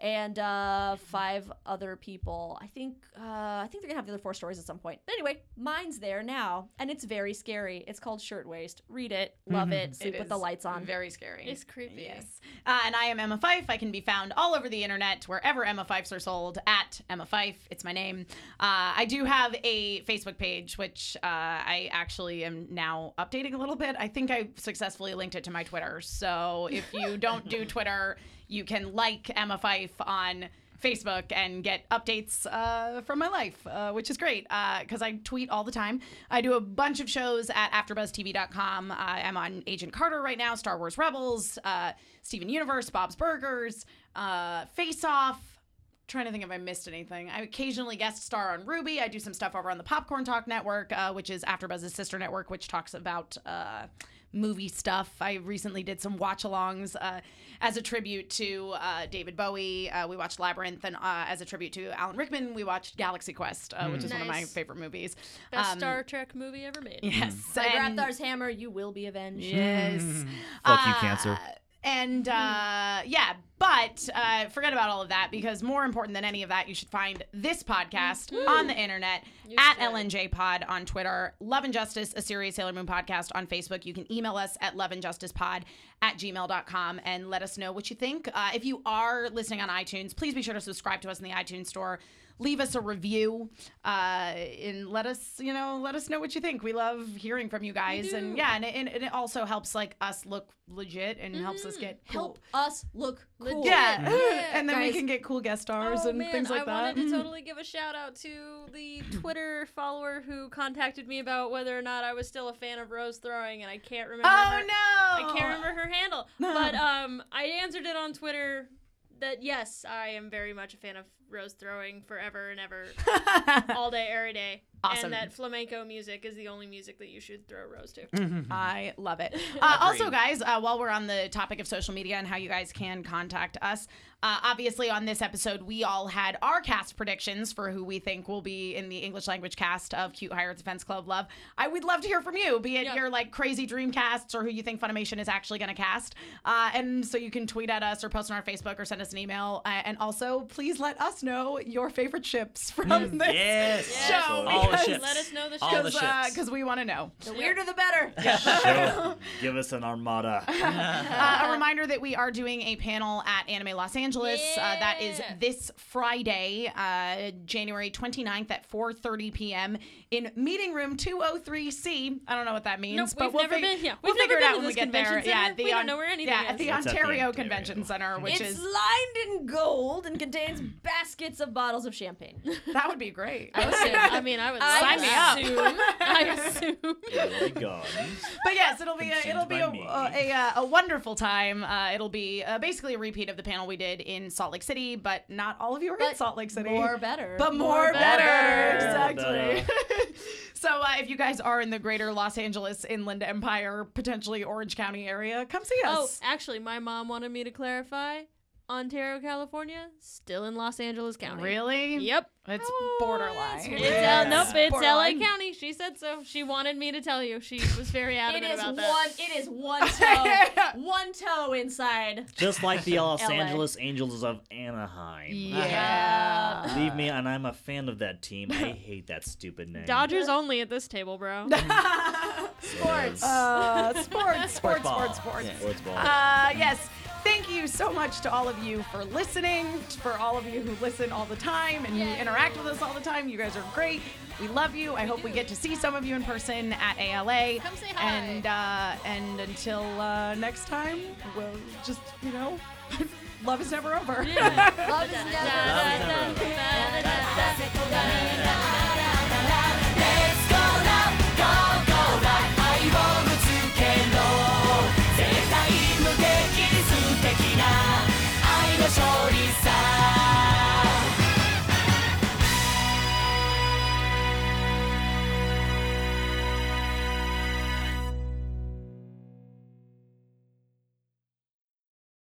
Speaker 4: And uh, five other people. I think uh, I think they're gonna have the other four stories at some point. But anyway, mine's there now, and it's very scary. It's called Shirtwaist. Read it, love it, sleep with the lights on.
Speaker 5: Very scary.
Speaker 3: It's creepy.
Speaker 5: Yes. Uh, and I am Emma Fife. I can be found all over the internet wherever Emma Fifes are sold at Emma Fife. It's my name. Uh, I do have a Facebook page, which uh, I actually am now updating a little bit. I think I successfully linked it to my Twitter. So if you don't do Twitter, you can like Emma Fife on. Facebook and get updates uh, from my life, uh, which is great because I tweet all the time. I do a bunch of shows at AfterBuzzTV.com. Uh, I'm on Agent Carter right now, Star Wars Rebels, uh, Steven Universe, Bob's Burgers, uh, Face Off. trying to think if I missed anything. I occasionally guest star on Ruby. I do some stuff over on the Popcorn Talk Network, uh, which is AfterBuzz's sister network, which talks about uh, movie stuff. I recently did some watch-alongs uh, as a tribute to uh, David Bowie. Uh, we watched Labyrinth, and uh, as a tribute to Alan Rickman, we watched Galaxy Quest, uh, which is one of my
Speaker 3: Nice.
Speaker 5: favorite movies.
Speaker 3: Best
Speaker 5: Um,
Speaker 3: Star Trek movie ever made.
Speaker 5: Yes,
Speaker 4: By
Speaker 5: and-
Speaker 4: Rathar's hammer, you will be avenged.
Speaker 5: Yes.
Speaker 8: Fuck
Speaker 3: uh,
Speaker 8: you, cancer.
Speaker 5: And uh, yeah, but uh, forget about all of that because more important than any of that, you should find this podcast on the internet at LNJ Pod on Twitter, Love and Justice, a serious Sailor Moon podcast on Facebook. You can email us at loveandjusticepod at gmail.com and let us know what you think. Uh, if you are listening on iTunes, please be sure to subscribe to us in the iTunes store. Leave us a review uh, and let us, you know, let us know what you think. We love hearing from you guys, and yeah, and it, and it also helps like us look legit and helps
Speaker 3: Mm-hmm.
Speaker 5: us get cool.
Speaker 4: Help us look cool.
Speaker 5: Yeah. and then we
Speaker 4: guys.
Speaker 5: can get cool guest stars
Speaker 3: Oh
Speaker 5: and
Speaker 3: man,
Speaker 5: things like
Speaker 3: I
Speaker 5: that.
Speaker 3: wanted to totally give a shout out to the Twitter follower who contacted me about whether or not I was still a fan of rose throwing, and I can't remember.
Speaker 5: oh
Speaker 3: her-
Speaker 5: no!
Speaker 3: I can't remember her handle. But um, I answered it on Twitter that yes, I am very much a fan of rose throwing forever and ever, all day, every day.
Speaker 5: Awesome.
Speaker 3: And that flamenco music is the only music that you should throw rose to.
Speaker 5: I love it. Uh, also, guys, uh, while we're on the topic of social media and how you guys can contact us, uh, obviously on this episode, we all had our cast predictions for who we think will be in the English language cast of Cute Higher Defense Club Love. I would love to hear from you, be it
Speaker 3: Yeah.
Speaker 5: your like crazy dream casts or who you think Funimation is actually going to cast. Uh, and so you can tweet at us or post on our Facebook or send us an email. Uh, and also, please let us know your favorite ships from this
Speaker 7: Yes.
Speaker 5: show.
Speaker 7: All the
Speaker 5: because-
Speaker 7: ships.
Speaker 3: Let us know the
Speaker 7: All
Speaker 3: show.
Speaker 7: the
Speaker 5: because uh,
Speaker 7: ships.
Speaker 5: 'cause we want to know.
Speaker 4: The weirder the better.
Speaker 8: Show- Oh, give us an armada.
Speaker 5: uh, a reminder that we are doing a panel at Anime Los Angeles. Uh, that is
Speaker 3: Yeah.
Speaker 5: this Friday, uh, January 29th at 4:30 p.m. in Meeting Room 203C. I don't know what that means,
Speaker 3: Nope,
Speaker 5: but
Speaker 3: we've
Speaker 5: we'll
Speaker 3: never
Speaker 5: fig-
Speaker 3: been- yeah,
Speaker 5: we'll
Speaker 3: we've never
Speaker 5: figure it
Speaker 3: been
Speaker 5: out
Speaker 3: to
Speaker 5: when we
Speaker 3: this
Speaker 5: get there.
Speaker 3: convention
Speaker 5: Yeah,
Speaker 3: center.
Speaker 5: at the
Speaker 3: We don't
Speaker 5: on-
Speaker 3: know where anything
Speaker 5: yeah, at
Speaker 3: is.
Speaker 5: the
Speaker 8: It's at the
Speaker 5: Ontario
Speaker 8: Ontario.
Speaker 5: Convention Center, which
Speaker 4: it's
Speaker 5: is
Speaker 4: lined in gold and contains baskets of bottles of champagne.
Speaker 5: that would be great.
Speaker 3: Listen, I mean, I would
Speaker 4: Sign
Speaker 3: me up. I assume.
Speaker 8: It'll be gone.
Speaker 5: but yes, it'll be a,
Speaker 8: Consumed
Speaker 5: it'll be
Speaker 8: by
Speaker 5: a,
Speaker 8: me.
Speaker 5: uh, a, uh, a wonderful time. Uh, it'll be uh, basically a repeat of the panel we did in Salt Lake City, but not all of you are in
Speaker 4: But
Speaker 5: Salt Lake City.
Speaker 4: More better.
Speaker 5: but more, better.
Speaker 8: better.
Speaker 5: Exactly. so uh, if you guys are in the greater Los Angeles Inland Empire, potentially Orange County area, come see
Speaker 3: Oh,
Speaker 5: us.
Speaker 3: actually, my mom wanted me to clarify. Ontario, California, still in Los Angeles County.
Speaker 5: really?
Speaker 3: Yep. Oh,
Speaker 5: It's borderline.
Speaker 3: It's L- nope, it's LA County. She said so. She wanted me to tell you. She was very
Speaker 4: It
Speaker 3: adamant
Speaker 4: is
Speaker 3: about
Speaker 4: one.
Speaker 3: that.
Speaker 4: It is one toe. one toe inside.
Speaker 8: Just like the Los
Speaker 4: LA.
Speaker 8: Angeles Angels of Anaheim.
Speaker 5: Yeah.
Speaker 8: Leave me, and I'm a fan of that team. I hate that stupid name.
Speaker 3: Dodgers only at this table, bro.
Speaker 8: sports.
Speaker 5: Uh, sports, sports, sports, sports.
Speaker 8: sports ball.
Speaker 5: Uh, yes. Thank you so much to all of you for listening, for all of you who listen all the time and who interact with us all the time. You guys are great. We love you. I hope we get to see some of you in person at ALA.
Speaker 4: Come say hi.
Speaker 5: And, uh, and until uh, next time, we'll just, you know, love is never over.
Speaker 4: Love is
Speaker 2: 「
Speaker 4: never.
Speaker 2: だせこがみんな